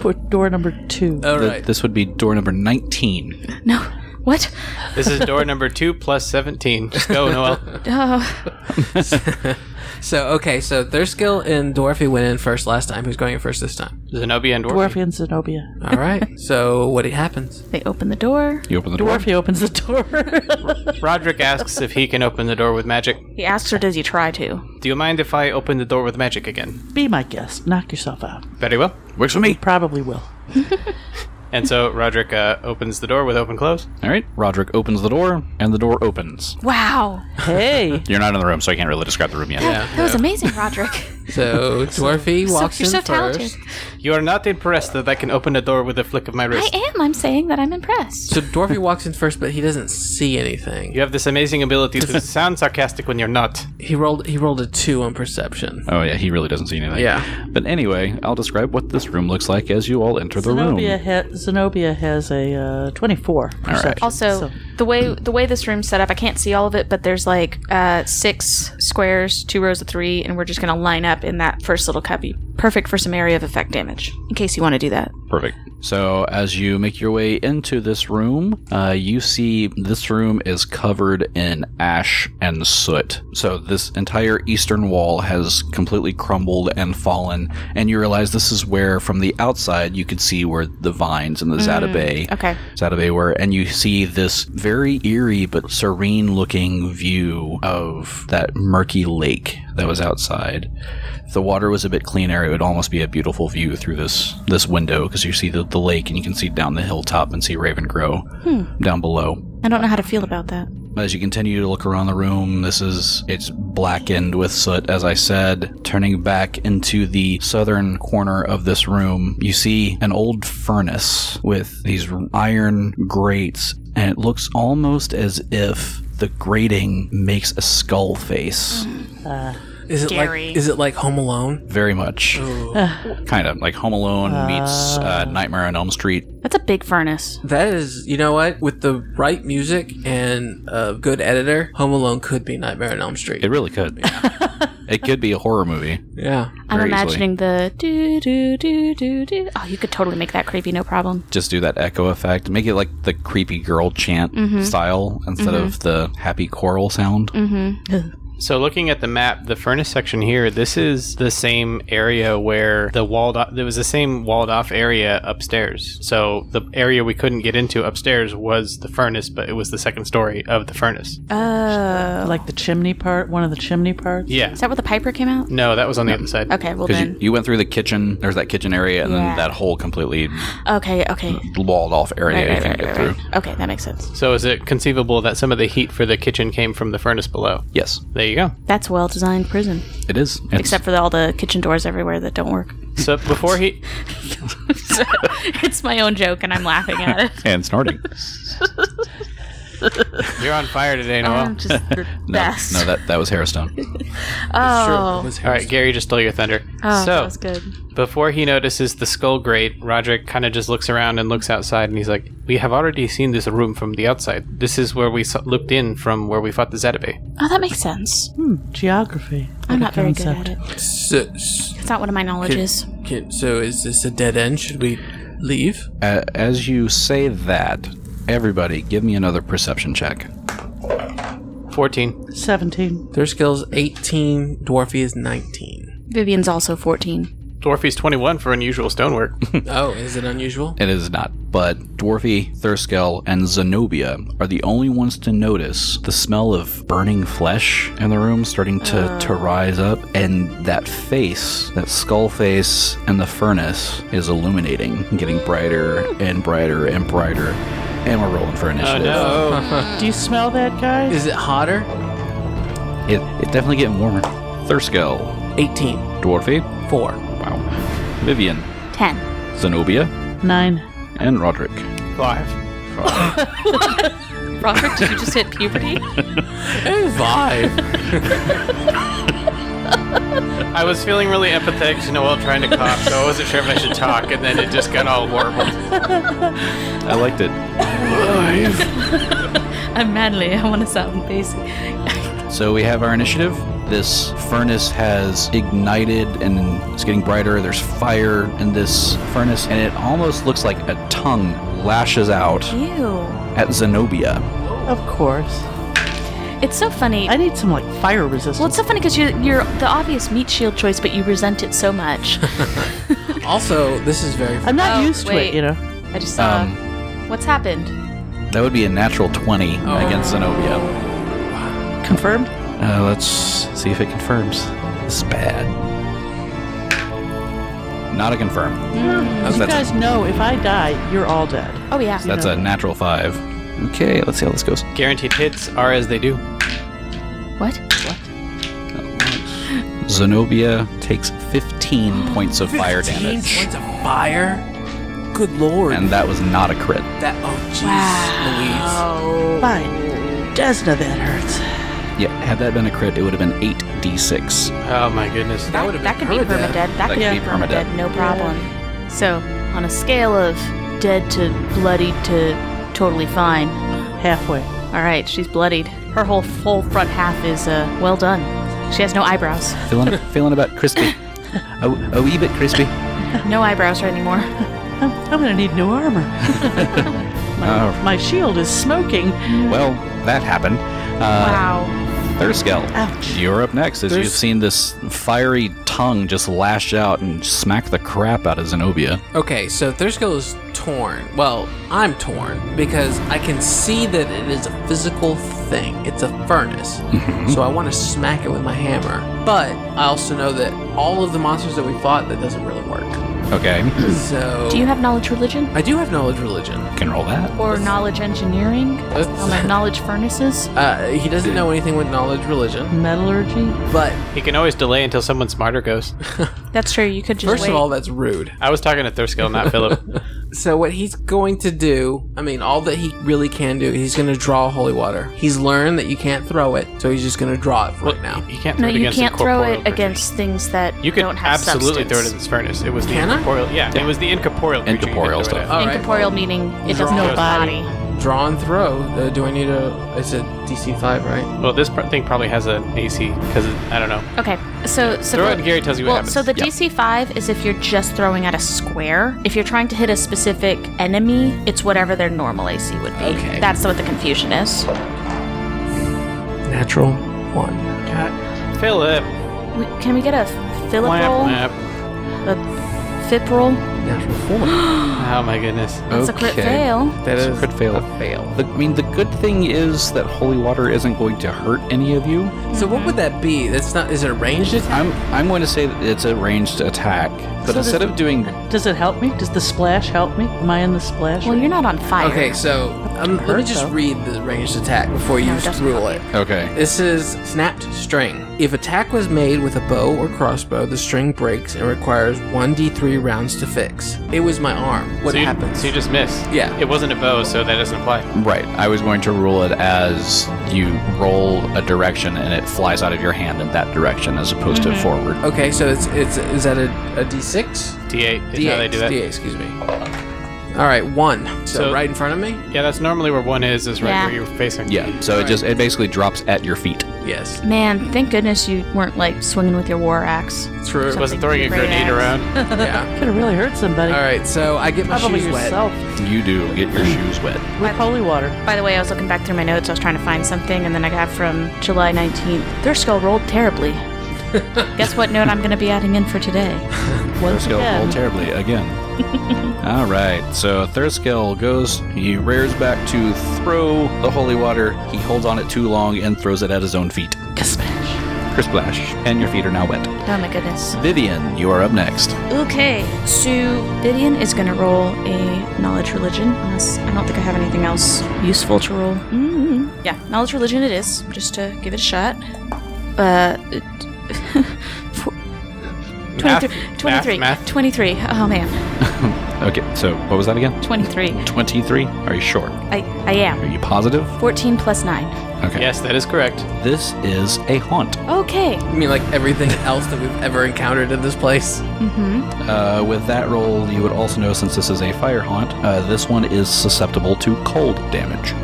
[SPEAKER 5] Put door number two.
[SPEAKER 2] All
[SPEAKER 4] Th-
[SPEAKER 2] right.
[SPEAKER 4] this would be door number 19
[SPEAKER 6] No, what?
[SPEAKER 3] This is door number two plus 17. Just go, Noel.
[SPEAKER 6] Oh,
[SPEAKER 2] so okay, so Thurskill and Dorothy went in first last time. Who's going in first this time?
[SPEAKER 3] Zenobia and Dwarf.
[SPEAKER 5] Dwarfy and Zenobia.
[SPEAKER 2] All right. so what happens?
[SPEAKER 6] they open the door.
[SPEAKER 4] you open the door
[SPEAKER 5] Dwarfy opens the door.
[SPEAKER 3] Roderick asks if he can open the door with magic.
[SPEAKER 6] He asks her, "Does he try to?"
[SPEAKER 3] Do you mind if I open the door with magic again?
[SPEAKER 5] Be my guest. Knock yourself out.
[SPEAKER 3] Very well.
[SPEAKER 4] works for me
[SPEAKER 5] Probably will.
[SPEAKER 3] And so Roderick uh, opens the door with open close.
[SPEAKER 4] all right roderick opens the door and the door opens
[SPEAKER 6] Wow,
[SPEAKER 5] Hey,
[SPEAKER 4] you're not in the room so i can't really describe the room yet
[SPEAKER 6] that was amazing, Roderick.
[SPEAKER 2] So Dwarfy walks
[SPEAKER 6] you're
[SPEAKER 2] in
[SPEAKER 6] so
[SPEAKER 2] first.
[SPEAKER 6] talented.
[SPEAKER 3] You are not impressed that I can open a door with a flick of my
[SPEAKER 6] I
[SPEAKER 3] wrist.
[SPEAKER 6] am. I'm saying that I'm impressed.
[SPEAKER 2] So Dwarfy walks in first, but he doesn't see anything.
[SPEAKER 3] You have this amazing ability to sound sarcastic when you're not.
[SPEAKER 2] He rolled. He rolled a two on perception.
[SPEAKER 4] Oh yeah, he really doesn't see anything.
[SPEAKER 2] Yeah.
[SPEAKER 4] But anyway, I'll describe what this room looks like as you all enter the room.
[SPEAKER 5] Zenobia, ha- Zenobia has a uh, 24. perception,
[SPEAKER 6] Also,
[SPEAKER 5] so-
[SPEAKER 6] the way the way this room's set up, I can't see all of it, but there's like uh, six squares, two rows of three, and we're just gonna line up in that first little cubby. Perfect for some area of effect damage, in case you want to do that.
[SPEAKER 4] Perfect. So, as you make your way into this room, uh, you see this room is covered in ash and soot. So, this entire eastern wall has completely crumbled and fallen, and you realize this is where, from the outside, you could see where the vines and the Zatabe,
[SPEAKER 6] okay.
[SPEAKER 4] Zatabe were, and you see this very eerie but serene looking view of that murky lake that was outside. If the water was a bit cleaner, it would almost be a beautiful view through this this window because you see the, the lake and you can see down the hilltop and see Raven Grow down below.
[SPEAKER 6] I don't know how to feel about that.
[SPEAKER 4] As you continue to look around the room, this is it's blackened with soot, as I said. Turning back into the southern corner of this room, you see an old furnace with these iron grates, and it looks almost as if the grating makes a skull face.
[SPEAKER 2] Is it
[SPEAKER 6] Scary.
[SPEAKER 2] like? Is it like Home Alone?
[SPEAKER 4] Very much. kind of like Home Alone meets uh, Nightmare on Elm Street.
[SPEAKER 6] That's a big furnace.
[SPEAKER 2] That is. You know what? With the right music and a good editor, Home Alone could be Nightmare on Elm Street.
[SPEAKER 4] It really could. it could be a horror movie.
[SPEAKER 2] yeah.
[SPEAKER 6] I'm
[SPEAKER 4] Very easily.
[SPEAKER 6] imagining the do do do do do. Oh, you could totally make that creepy, no problem.
[SPEAKER 4] just do that echo effect. Make it like the creepy girl chant
[SPEAKER 6] Mm-hmm.
[SPEAKER 4] style instead of the happy choral sound.
[SPEAKER 3] So, looking at the map, the furnace section here, this is the same area where the walled off, there was the same walled off area upstairs. So, the area we couldn't get into upstairs was the furnace, but it was the second story of the furnace.
[SPEAKER 6] Oh,
[SPEAKER 5] like the chimney part, one of the chimney parts.
[SPEAKER 3] yeah.
[SPEAKER 6] is that where the piper came out?
[SPEAKER 3] No, that was on the other side.
[SPEAKER 6] Okay, well
[SPEAKER 4] Because
[SPEAKER 6] then.
[SPEAKER 4] Mm. you, you went through the kitchen, there's that kitchen area, and
[SPEAKER 6] Yeah.
[SPEAKER 4] then that whole completely
[SPEAKER 6] okay, okay.
[SPEAKER 4] walled off area
[SPEAKER 6] Right,
[SPEAKER 4] you
[SPEAKER 6] right,
[SPEAKER 4] can
[SPEAKER 6] right,
[SPEAKER 4] get
[SPEAKER 6] right,
[SPEAKER 4] through.
[SPEAKER 6] right. Okay, that makes sense.
[SPEAKER 3] So, is it conceivable that some of the heat for the kitchen came from the furnace below?
[SPEAKER 4] Yes,
[SPEAKER 3] There you go.
[SPEAKER 6] That's a well-designed prison,
[SPEAKER 4] it is. It's-
[SPEAKER 6] except for the, all the kitchen doors everywhere that don't work.
[SPEAKER 3] So, before he,
[SPEAKER 6] it's my own joke, and I'm laughing at it.
[SPEAKER 4] and snorting.
[SPEAKER 3] you're on fire today,
[SPEAKER 4] Oh.
[SPEAKER 3] Noel.
[SPEAKER 6] I'm just the
[SPEAKER 4] No,
[SPEAKER 6] best.
[SPEAKER 4] no, that that was Hairstone.
[SPEAKER 6] oh,
[SPEAKER 3] All right, Gary just stole your thunder.
[SPEAKER 6] oh,
[SPEAKER 3] so,
[SPEAKER 6] that was good.
[SPEAKER 3] Before he notices the skull grate, Roderick kind of just looks around and looks outside, and he's like, "We have already seen this room from the outside. This is where we s looked in from where we fought the Zetabe."
[SPEAKER 6] Oh, that makes sense.
[SPEAKER 5] Geography.
[SPEAKER 6] I'm not
[SPEAKER 5] What a
[SPEAKER 6] very good at
[SPEAKER 5] concept.
[SPEAKER 6] it.
[SPEAKER 2] So, s-
[SPEAKER 6] It's not one of my knowledges.
[SPEAKER 2] can- so is this a dead end? Should we leave?
[SPEAKER 4] A- As you say that, everybody, give me another perception check.
[SPEAKER 3] Fourteen.
[SPEAKER 5] 17.
[SPEAKER 2] Their skills eighteen. Dwarfy is nineteen.
[SPEAKER 6] Vivian's also 14.
[SPEAKER 3] Dwarfy's twenty-one for unusual stonework.
[SPEAKER 2] oh, is it unusual?
[SPEAKER 4] It is not. But Dwarfy, Thurskel, and Zenobia are the only ones to notice the smell of burning flesh in the room starting to, to rise up, and that face, that skull face in the furnace, is illuminating, getting brighter and brighter and brighter. And we're rolling for initiative.
[SPEAKER 5] Do you smell that, guys?
[SPEAKER 2] Is it hotter?
[SPEAKER 4] It, it's definitely getting warmer. Thurskel,
[SPEAKER 2] Eighteen.
[SPEAKER 4] Dwarfy,
[SPEAKER 2] Four.
[SPEAKER 4] wow, Vivian,
[SPEAKER 6] 10.
[SPEAKER 4] Zenobia,
[SPEAKER 5] Nine.
[SPEAKER 4] and Roderick.
[SPEAKER 3] Five.
[SPEAKER 6] Roderick, did you just hit puberty?
[SPEAKER 2] Hey, vibe.
[SPEAKER 3] I was feeling really empathetic to Noel trying to cough, so I wasn't sure if I should talk, and then it just got all warbled.
[SPEAKER 4] I liked it.
[SPEAKER 6] I'm manly. I want to sound basic.
[SPEAKER 4] So we have our initiative. This furnace has ignited and it's getting brighter. There's fire in this furnace, and it almost looks like a tongue lashes out
[SPEAKER 6] Ew.
[SPEAKER 4] at Zenobia.
[SPEAKER 5] Of course.
[SPEAKER 6] It's so funny.
[SPEAKER 5] I need some, like, fire resistance.
[SPEAKER 6] well, it's so funny because you're, you're the obvious meat shield choice, but you resent it so much.
[SPEAKER 2] also, this is very.
[SPEAKER 5] I'm not
[SPEAKER 6] Oh,
[SPEAKER 5] used
[SPEAKER 6] wait.
[SPEAKER 5] to it, you know?
[SPEAKER 6] I just saw.
[SPEAKER 4] Um.
[SPEAKER 6] What's happened?
[SPEAKER 4] That would be a natural 20
[SPEAKER 5] Oh.
[SPEAKER 4] against Zenobia.
[SPEAKER 5] Confirmed?
[SPEAKER 4] Uh, let's see if it confirms. This is bad. Not a confirm.
[SPEAKER 5] Mm, You
[SPEAKER 4] That's-
[SPEAKER 5] guys know if I die, you're all dead.
[SPEAKER 6] Oh, yeah.
[SPEAKER 4] That's a natural 5. Okay, let's see how this goes.
[SPEAKER 3] Guaranteed hits are as they do.
[SPEAKER 6] What?
[SPEAKER 4] Zenobia takes 15 points of fire
[SPEAKER 2] 15
[SPEAKER 4] damage.
[SPEAKER 2] Points of fire. Good lord.
[SPEAKER 4] And that was not a crit.
[SPEAKER 2] that. Oh jeez,
[SPEAKER 5] By Desna, that hurts.
[SPEAKER 4] Yeah, had that been a crit, it would have been 8d6.
[SPEAKER 3] Oh my goodness.
[SPEAKER 2] Louise. That would have
[SPEAKER 7] That
[SPEAKER 2] been
[SPEAKER 7] could be
[SPEAKER 2] her
[SPEAKER 7] permadead.
[SPEAKER 2] death.
[SPEAKER 7] That could be
[SPEAKER 4] could be permadead.
[SPEAKER 7] permadead, no problem. So, on a scale of dead to bloodied to totally fine,
[SPEAKER 5] Halfway.
[SPEAKER 7] all right, she's bloodied. Her whole whole front half is uh, well done. She has no eyebrows.
[SPEAKER 4] Feeling, feeling about crispy. A, a wee bit crispy.
[SPEAKER 7] No eyebrows right anymore.
[SPEAKER 5] I'm, I'm gonna need new armor. my,
[SPEAKER 4] Oh.
[SPEAKER 5] my shield is smoking.
[SPEAKER 4] Well, that happened. Uh,
[SPEAKER 7] wow.
[SPEAKER 4] Thurskel,
[SPEAKER 5] Ouch.
[SPEAKER 4] you're up next as you've
[SPEAKER 2] Thurs-
[SPEAKER 4] seen this fiery tongue just lash out and smack the crap out of Zenobia.
[SPEAKER 2] Okay, so Thurskill is torn. Well, I'm torn because I can see that it is a physical thing. It's a furnace. So I want to smack it with my hammer. But I also know that all of the monsters that we fought, that doesn't really work.
[SPEAKER 4] Okay,
[SPEAKER 2] So
[SPEAKER 7] Do you have knowledge religion
[SPEAKER 2] I do have knowledge religion.
[SPEAKER 4] can roll that.
[SPEAKER 7] or knowledge engineering? Oh my, knowledge furnaces.
[SPEAKER 2] Uh, he doesn't know anything with knowledge religion,
[SPEAKER 5] Metallurgy.
[SPEAKER 2] but
[SPEAKER 3] He can always delay until someone smarter goes.
[SPEAKER 7] That's true. You could just
[SPEAKER 2] first
[SPEAKER 7] wait.
[SPEAKER 2] of all, that's rude.
[SPEAKER 3] I was talking to Thurskill, not Philip.
[SPEAKER 2] So what he's going to do, I mean, all that he really can do, he's going to draw holy water. He's learned that you can't throw it, so he's just going to draw it for right now.
[SPEAKER 3] You can't throw
[SPEAKER 7] no,
[SPEAKER 3] it
[SPEAKER 7] you
[SPEAKER 3] against
[SPEAKER 7] can't
[SPEAKER 3] a
[SPEAKER 7] throw
[SPEAKER 3] corporeal
[SPEAKER 7] it
[SPEAKER 3] creature.
[SPEAKER 7] against things that
[SPEAKER 3] You could
[SPEAKER 7] don't have
[SPEAKER 3] absolutely
[SPEAKER 7] substance.
[SPEAKER 3] throw it in this furnace. It was the
[SPEAKER 2] Can I?
[SPEAKER 3] incorporeal. Yeah, it was the incorporeal. creature you could
[SPEAKER 4] Incorporeal
[SPEAKER 3] throw it at.
[SPEAKER 4] stuff.
[SPEAKER 2] All right,
[SPEAKER 7] Incorporeal meaning it doesn't
[SPEAKER 2] Draw
[SPEAKER 7] have a
[SPEAKER 2] a
[SPEAKER 7] body.
[SPEAKER 2] Draw and throw. Uh, do I need a? It's a DC five, right?
[SPEAKER 3] Well, this pr- thing probably has an AC because I don't know.
[SPEAKER 7] Okay, so so
[SPEAKER 3] Throw
[SPEAKER 7] the-
[SPEAKER 3] it and Gary tells you what
[SPEAKER 7] well,
[SPEAKER 3] happens.
[SPEAKER 7] so the
[SPEAKER 4] Yeah.
[SPEAKER 7] DC five is if you're just throwing at a square. If you're trying to hit a specific enemy, it's whatever their normal AC would be.
[SPEAKER 2] Okay.
[SPEAKER 7] That's what the confusion is.
[SPEAKER 2] Natural one.
[SPEAKER 3] Philip.
[SPEAKER 7] We, can we get a Philip roll?
[SPEAKER 3] Whap, whap.
[SPEAKER 7] A Fip roll?
[SPEAKER 2] Natural four.
[SPEAKER 3] Oh my goodness.
[SPEAKER 7] That's a crit
[SPEAKER 4] Okay.
[SPEAKER 7] fail.
[SPEAKER 2] That
[SPEAKER 4] So
[SPEAKER 2] is
[SPEAKER 4] could fail.
[SPEAKER 2] A fail.
[SPEAKER 4] The, I mean, the good thing is that holy water isn't going to hurt any of you.
[SPEAKER 2] So what would that be? That's not. Is it a ranged attack?
[SPEAKER 4] I'm I'm going to say that it's a ranged attack, but
[SPEAKER 5] So
[SPEAKER 4] instead
[SPEAKER 5] does-
[SPEAKER 4] of doing
[SPEAKER 5] Does it help me? Does the splash help me? Am I in the splash?
[SPEAKER 7] Well, you're not on fire.
[SPEAKER 2] Okay, so um, let me
[SPEAKER 5] hurt,
[SPEAKER 2] just
[SPEAKER 5] though.
[SPEAKER 2] read the ranged attack before you
[SPEAKER 7] No, it doesn't
[SPEAKER 2] rule
[SPEAKER 7] help
[SPEAKER 2] it.
[SPEAKER 4] okay,
[SPEAKER 2] This is snapped string. If attack was made with a bow or crossbow, the string breaks and requires 1d3 rounds to fix. It was my arm. What
[SPEAKER 3] so you,
[SPEAKER 2] happens?
[SPEAKER 3] So you just miss.
[SPEAKER 2] Yeah.
[SPEAKER 3] It wasn't a bow, so that doesn't apply.
[SPEAKER 4] right, I was going to rule it as you roll a direction and it flies out of your hand in that direction as opposed to forward.
[SPEAKER 2] okay, so it's it's is that a, a d6?
[SPEAKER 3] D8 is
[SPEAKER 2] D8,
[SPEAKER 3] how they do that.
[SPEAKER 2] D8, excuse me. All right, one. So,
[SPEAKER 3] So-
[SPEAKER 2] right in front of me.
[SPEAKER 3] Yeah, that's normally where one is, is right
[SPEAKER 7] Yeah.
[SPEAKER 3] where you're facing.
[SPEAKER 4] Yeah, so it
[SPEAKER 2] Alright.
[SPEAKER 4] just it basically drops at your feet.
[SPEAKER 2] Yes,
[SPEAKER 7] Man, thank goodness you weren't like swinging with your war axe.
[SPEAKER 2] true.
[SPEAKER 3] It wasn't throwing a
[SPEAKER 7] Great
[SPEAKER 3] grenade
[SPEAKER 7] axe.
[SPEAKER 3] around.
[SPEAKER 2] yeah.
[SPEAKER 5] Could have really hurt somebody.
[SPEAKER 2] All right, so I get my
[SPEAKER 5] Probably
[SPEAKER 2] shoes wet.
[SPEAKER 5] yourself
[SPEAKER 4] You do get your shoes wet.
[SPEAKER 5] with holy water.
[SPEAKER 7] By the way, I was looking back through my notes. I was trying to find something, and then I got from July 19th. Their skull rolled terribly. Guess what note I'm going to be adding in for today?
[SPEAKER 4] Thurskill
[SPEAKER 5] again.
[SPEAKER 4] rolled terribly again. All right, so Thurskill goes. He rears back to throw the holy water. He holds on it too long and throws it at his own feet.
[SPEAKER 5] Smash.
[SPEAKER 4] Crisplash, and your feet are now wet.
[SPEAKER 7] Oh my goodness.
[SPEAKER 4] Vivian, you are up next.
[SPEAKER 7] Okay, so Vidian is going to roll a knowledge religion. Unless I don't think I have anything else useful to roll.
[SPEAKER 3] Mm-hmm.
[SPEAKER 7] mm Yeah, knowledge religion it is, just to give it a shot. Uh, it- four- 23.
[SPEAKER 3] Math,
[SPEAKER 7] 23.
[SPEAKER 3] math, math.
[SPEAKER 7] 23. Oh man,
[SPEAKER 4] Okay, so what was that again?
[SPEAKER 7] 23.
[SPEAKER 4] 23? Are you sure?
[SPEAKER 7] I, I am.
[SPEAKER 4] Are you positive?
[SPEAKER 7] 14 plus 9.
[SPEAKER 4] Okay.
[SPEAKER 3] Yes, that is correct.
[SPEAKER 4] This is a haunt
[SPEAKER 6] Oh.
[SPEAKER 7] Okay.
[SPEAKER 2] I mean, like everything else that we've ever encountered in this place.
[SPEAKER 4] Uh, with that roll, you would also know since this is a fire haunt, uh, this one is susceptible to cold damage.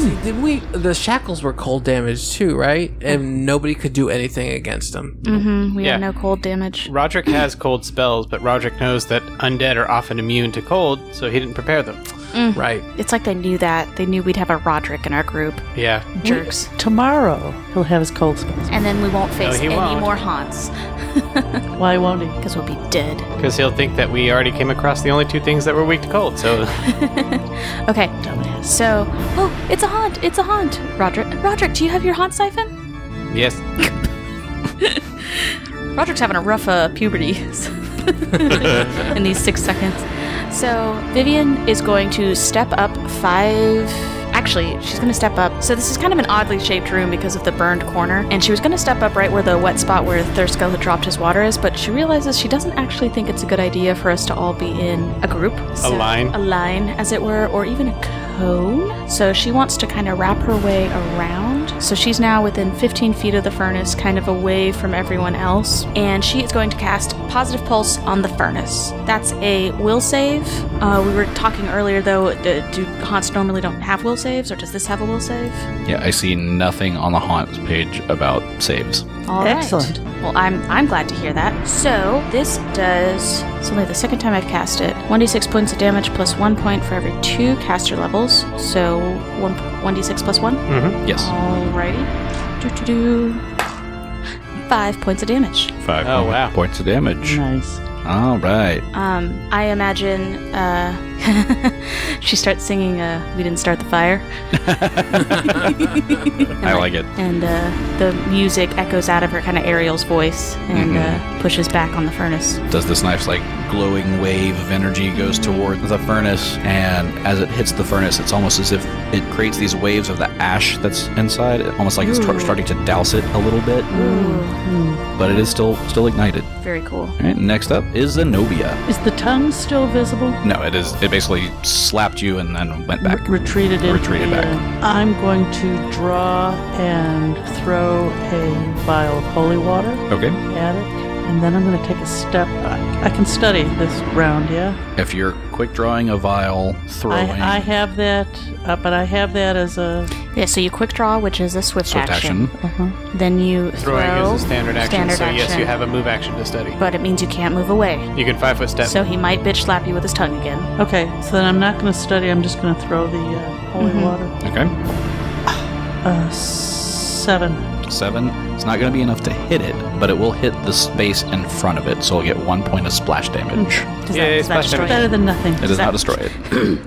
[SPEAKER 2] See, did we? The shackles were cold damage too, right? And nobody could do anything against them.
[SPEAKER 7] Mm-hmm. We
[SPEAKER 3] Yeah.
[SPEAKER 7] have no cold damage.
[SPEAKER 3] Roderick has cold spells, but Roderick knows that undead are often immune to cold, so he didn't prepare them.
[SPEAKER 2] Right.
[SPEAKER 7] It's like they knew that. They knew we'd have a Roderick in our group.
[SPEAKER 3] Yeah.
[SPEAKER 7] Jerks.
[SPEAKER 5] Tomorrow he'll have his cold spells.
[SPEAKER 7] And then we won't face
[SPEAKER 3] he
[SPEAKER 7] any
[SPEAKER 3] won't.
[SPEAKER 7] more haunts
[SPEAKER 5] Why won't he?
[SPEAKER 7] because we'll be dead.
[SPEAKER 3] Because he'll think that we already came across the only two things that were weak to cold, so
[SPEAKER 7] Okay. So, oh, it's a haunt. It's a haunt. Roderick, Roderick, do you have your haunt siphon?
[SPEAKER 3] yes.
[SPEAKER 7] Roderick's having a rough uh, puberty in these six seconds. So, Vivian is going to step up five.
[SPEAKER 6] Actually, she's going to step up. So this is kind of an oddly shaped room because of the burned corner, and she was going to step up right where the wet spot where Thurska had dropped his water is, but she realizes she doesn't actually think it's a good idea for us to all be in a group. So-
[SPEAKER 3] line.
[SPEAKER 6] A line, as it were, or even a cone. So she wants to kind of wrap her way around. So she's now within 15 feet of the furnace, kind of away from everyone else. And she is going to cast Positive Pulse on the furnace. That's a will save. Uh, we were talking earlier, though, d- do haunts normally don't have will saves, or does this have a will save?
[SPEAKER 4] Yeah, I see nothing on the haunt page about saves.
[SPEAKER 6] All right.
[SPEAKER 5] Excellent.
[SPEAKER 6] Well, I'm I'm glad to hear that. So this does. It's only the second time I've cast it. 1d6 points of damage plus one point for every two caster levels. So one 1d6 plus one.
[SPEAKER 4] Yes.
[SPEAKER 6] Alrighty. Do do do. Five points of damage.
[SPEAKER 4] Five
[SPEAKER 3] Oh, wow.
[SPEAKER 4] points of damage.
[SPEAKER 5] Nice.
[SPEAKER 4] All right.
[SPEAKER 6] Um, I imagine. Uh, she starts singing. Uh, we didn't start the fire.
[SPEAKER 4] I like it.
[SPEAKER 6] and uh, the music echoes out of her kind of Ariel's voice and
[SPEAKER 3] Mm-hmm.
[SPEAKER 6] uh, pushes back on the furnace.
[SPEAKER 4] Does this knife's like glowing wave of energy goes toward the furnace, and as it hits the furnace, it's almost as if it creates these waves of the ash that's inside. It almost like it's tr- starting to douse it a little bit,
[SPEAKER 5] Hmm.
[SPEAKER 4] but it is still still ignited.
[SPEAKER 6] Very cool.
[SPEAKER 4] All right. Next up is Zenobia.
[SPEAKER 5] Is the tongue still visible?
[SPEAKER 4] No, it is. It basically slapped you and then went back.
[SPEAKER 5] Re- retreated into
[SPEAKER 4] Retreated
[SPEAKER 5] the-
[SPEAKER 4] back.
[SPEAKER 5] I'm going to draw and throw a vial of holy water
[SPEAKER 4] Okay.
[SPEAKER 5] at it, and then I'm going to take a step. I, I can study this round, yeah.
[SPEAKER 4] If you're quick drawing a vial, throwing.
[SPEAKER 5] I, I have that, uh, but I have that as a
[SPEAKER 6] Yeah, so you quick draw, which is a swift,
[SPEAKER 4] Swift
[SPEAKER 6] action. Uh-huh. Then you
[SPEAKER 3] Throwing
[SPEAKER 6] throw,
[SPEAKER 3] is a standard action,
[SPEAKER 6] standard
[SPEAKER 3] so yes,
[SPEAKER 6] action.
[SPEAKER 3] you have a move action to study.
[SPEAKER 6] But it means you can't move away.
[SPEAKER 3] You can five foot step.
[SPEAKER 6] So he might bitch slap you with his tongue again.
[SPEAKER 5] okay. So then I'm not going to study. I'm just going to throw the uh, holy water.
[SPEAKER 4] okay.
[SPEAKER 5] Uh, seven.
[SPEAKER 4] Seven. It's not going to be enough to hit it, but it will hit the space in front of it, so it'll get one point of splash damage.
[SPEAKER 6] Does
[SPEAKER 3] Yeah,
[SPEAKER 6] that,
[SPEAKER 3] yeah,
[SPEAKER 6] does that
[SPEAKER 3] splash
[SPEAKER 6] destroy
[SPEAKER 5] Better
[SPEAKER 6] it?
[SPEAKER 5] than nothing.
[SPEAKER 4] It does
[SPEAKER 6] Mm. that-
[SPEAKER 4] not destroy it.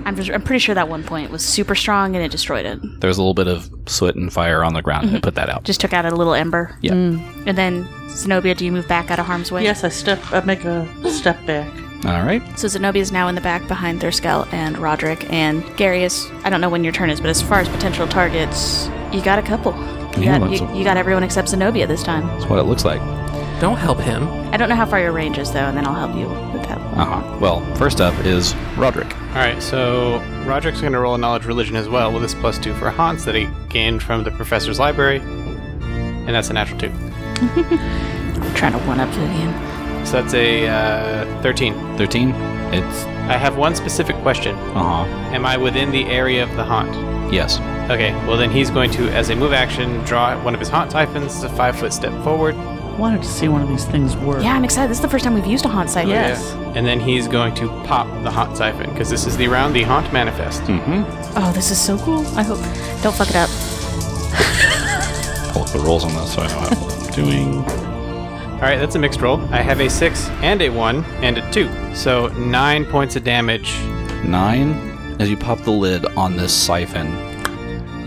[SPEAKER 6] I'm, just, I'm pretty sure that one point was super strong and it destroyed it.
[SPEAKER 4] There's a little bit of soot and fire on the ground, and it put that out.
[SPEAKER 6] Mm-hmm. Just mm. took out a little ember.
[SPEAKER 4] yeah.
[SPEAKER 6] And then, Zenobia, do you move back out of harm's way?
[SPEAKER 5] Yes, I step. I make a step back.
[SPEAKER 4] All right.
[SPEAKER 6] So Zenobia is now in the back behind Thurskel and Roderick, and Gary is. I don't know when your turn is, but as far as potential targets, you got a couple. You,
[SPEAKER 4] Yeah,
[SPEAKER 6] got,
[SPEAKER 4] that's
[SPEAKER 6] you,
[SPEAKER 4] a-
[SPEAKER 6] you got everyone except Zenobia this time.
[SPEAKER 4] That's what it looks like.
[SPEAKER 2] Don't help him.
[SPEAKER 6] I don't know how far your range is, though, and then I'll help you with that.
[SPEAKER 4] Uh huh. Well, first up is Roderick.
[SPEAKER 3] All right, so Roderick's going to roll a knowledge religion as well with this plus two for Hans that he gained from the professor's library, and that's a natural two.
[SPEAKER 6] trying to one up Vivian.
[SPEAKER 3] So that's a uh, thirteen.
[SPEAKER 4] 13. It's.
[SPEAKER 3] I have one specific question:
[SPEAKER 4] Uh huh.
[SPEAKER 3] Am I within the area of the haunt?
[SPEAKER 4] Yes.
[SPEAKER 3] Okay, well then he's going to, as a move action, draw one of his haunt typhons, a five foot step forward,
[SPEAKER 5] Wanted to see one of these things work.
[SPEAKER 6] Yeah, I'm excited. This is the first time we've used a haunt site.
[SPEAKER 5] Yes.
[SPEAKER 3] and then he's going to pop the haunt siphon because this is the round the haunt manifest.
[SPEAKER 6] Oh, this is so cool. I hope. Don't fuck it up.
[SPEAKER 4] Pull up the rolls on this so I know what I'm doing.
[SPEAKER 3] All right, that's a mixed roll. I have a six and a one and a two, so nine points of damage.
[SPEAKER 4] Nine. As you pop the lid on this siphon,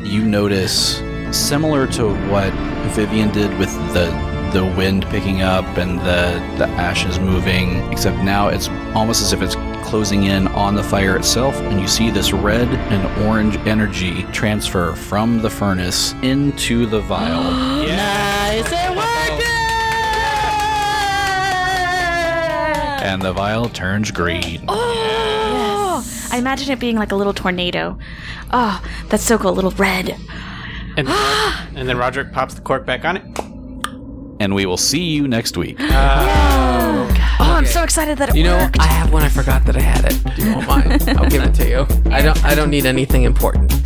[SPEAKER 4] you notice similar to what Vivian did with the the wind picking up and the the ashes moving, except now it's almost as if it's closing in on the fire itself and you see this red and orange energy transfer from the furnace into the vial. and the vial turns green.
[SPEAKER 6] I imagine it being like a little tornado. Oh, that's so cool. A little red.
[SPEAKER 3] And, and then Roderick pops the cork back on it.
[SPEAKER 4] And we will see you next week.
[SPEAKER 6] Oh, I'm so excited that it
[SPEAKER 2] You know,
[SPEAKER 6] worked.
[SPEAKER 2] I have one. I forgot that I had it. You won't mind. I'll give it to you. I don't. I don't need anything important.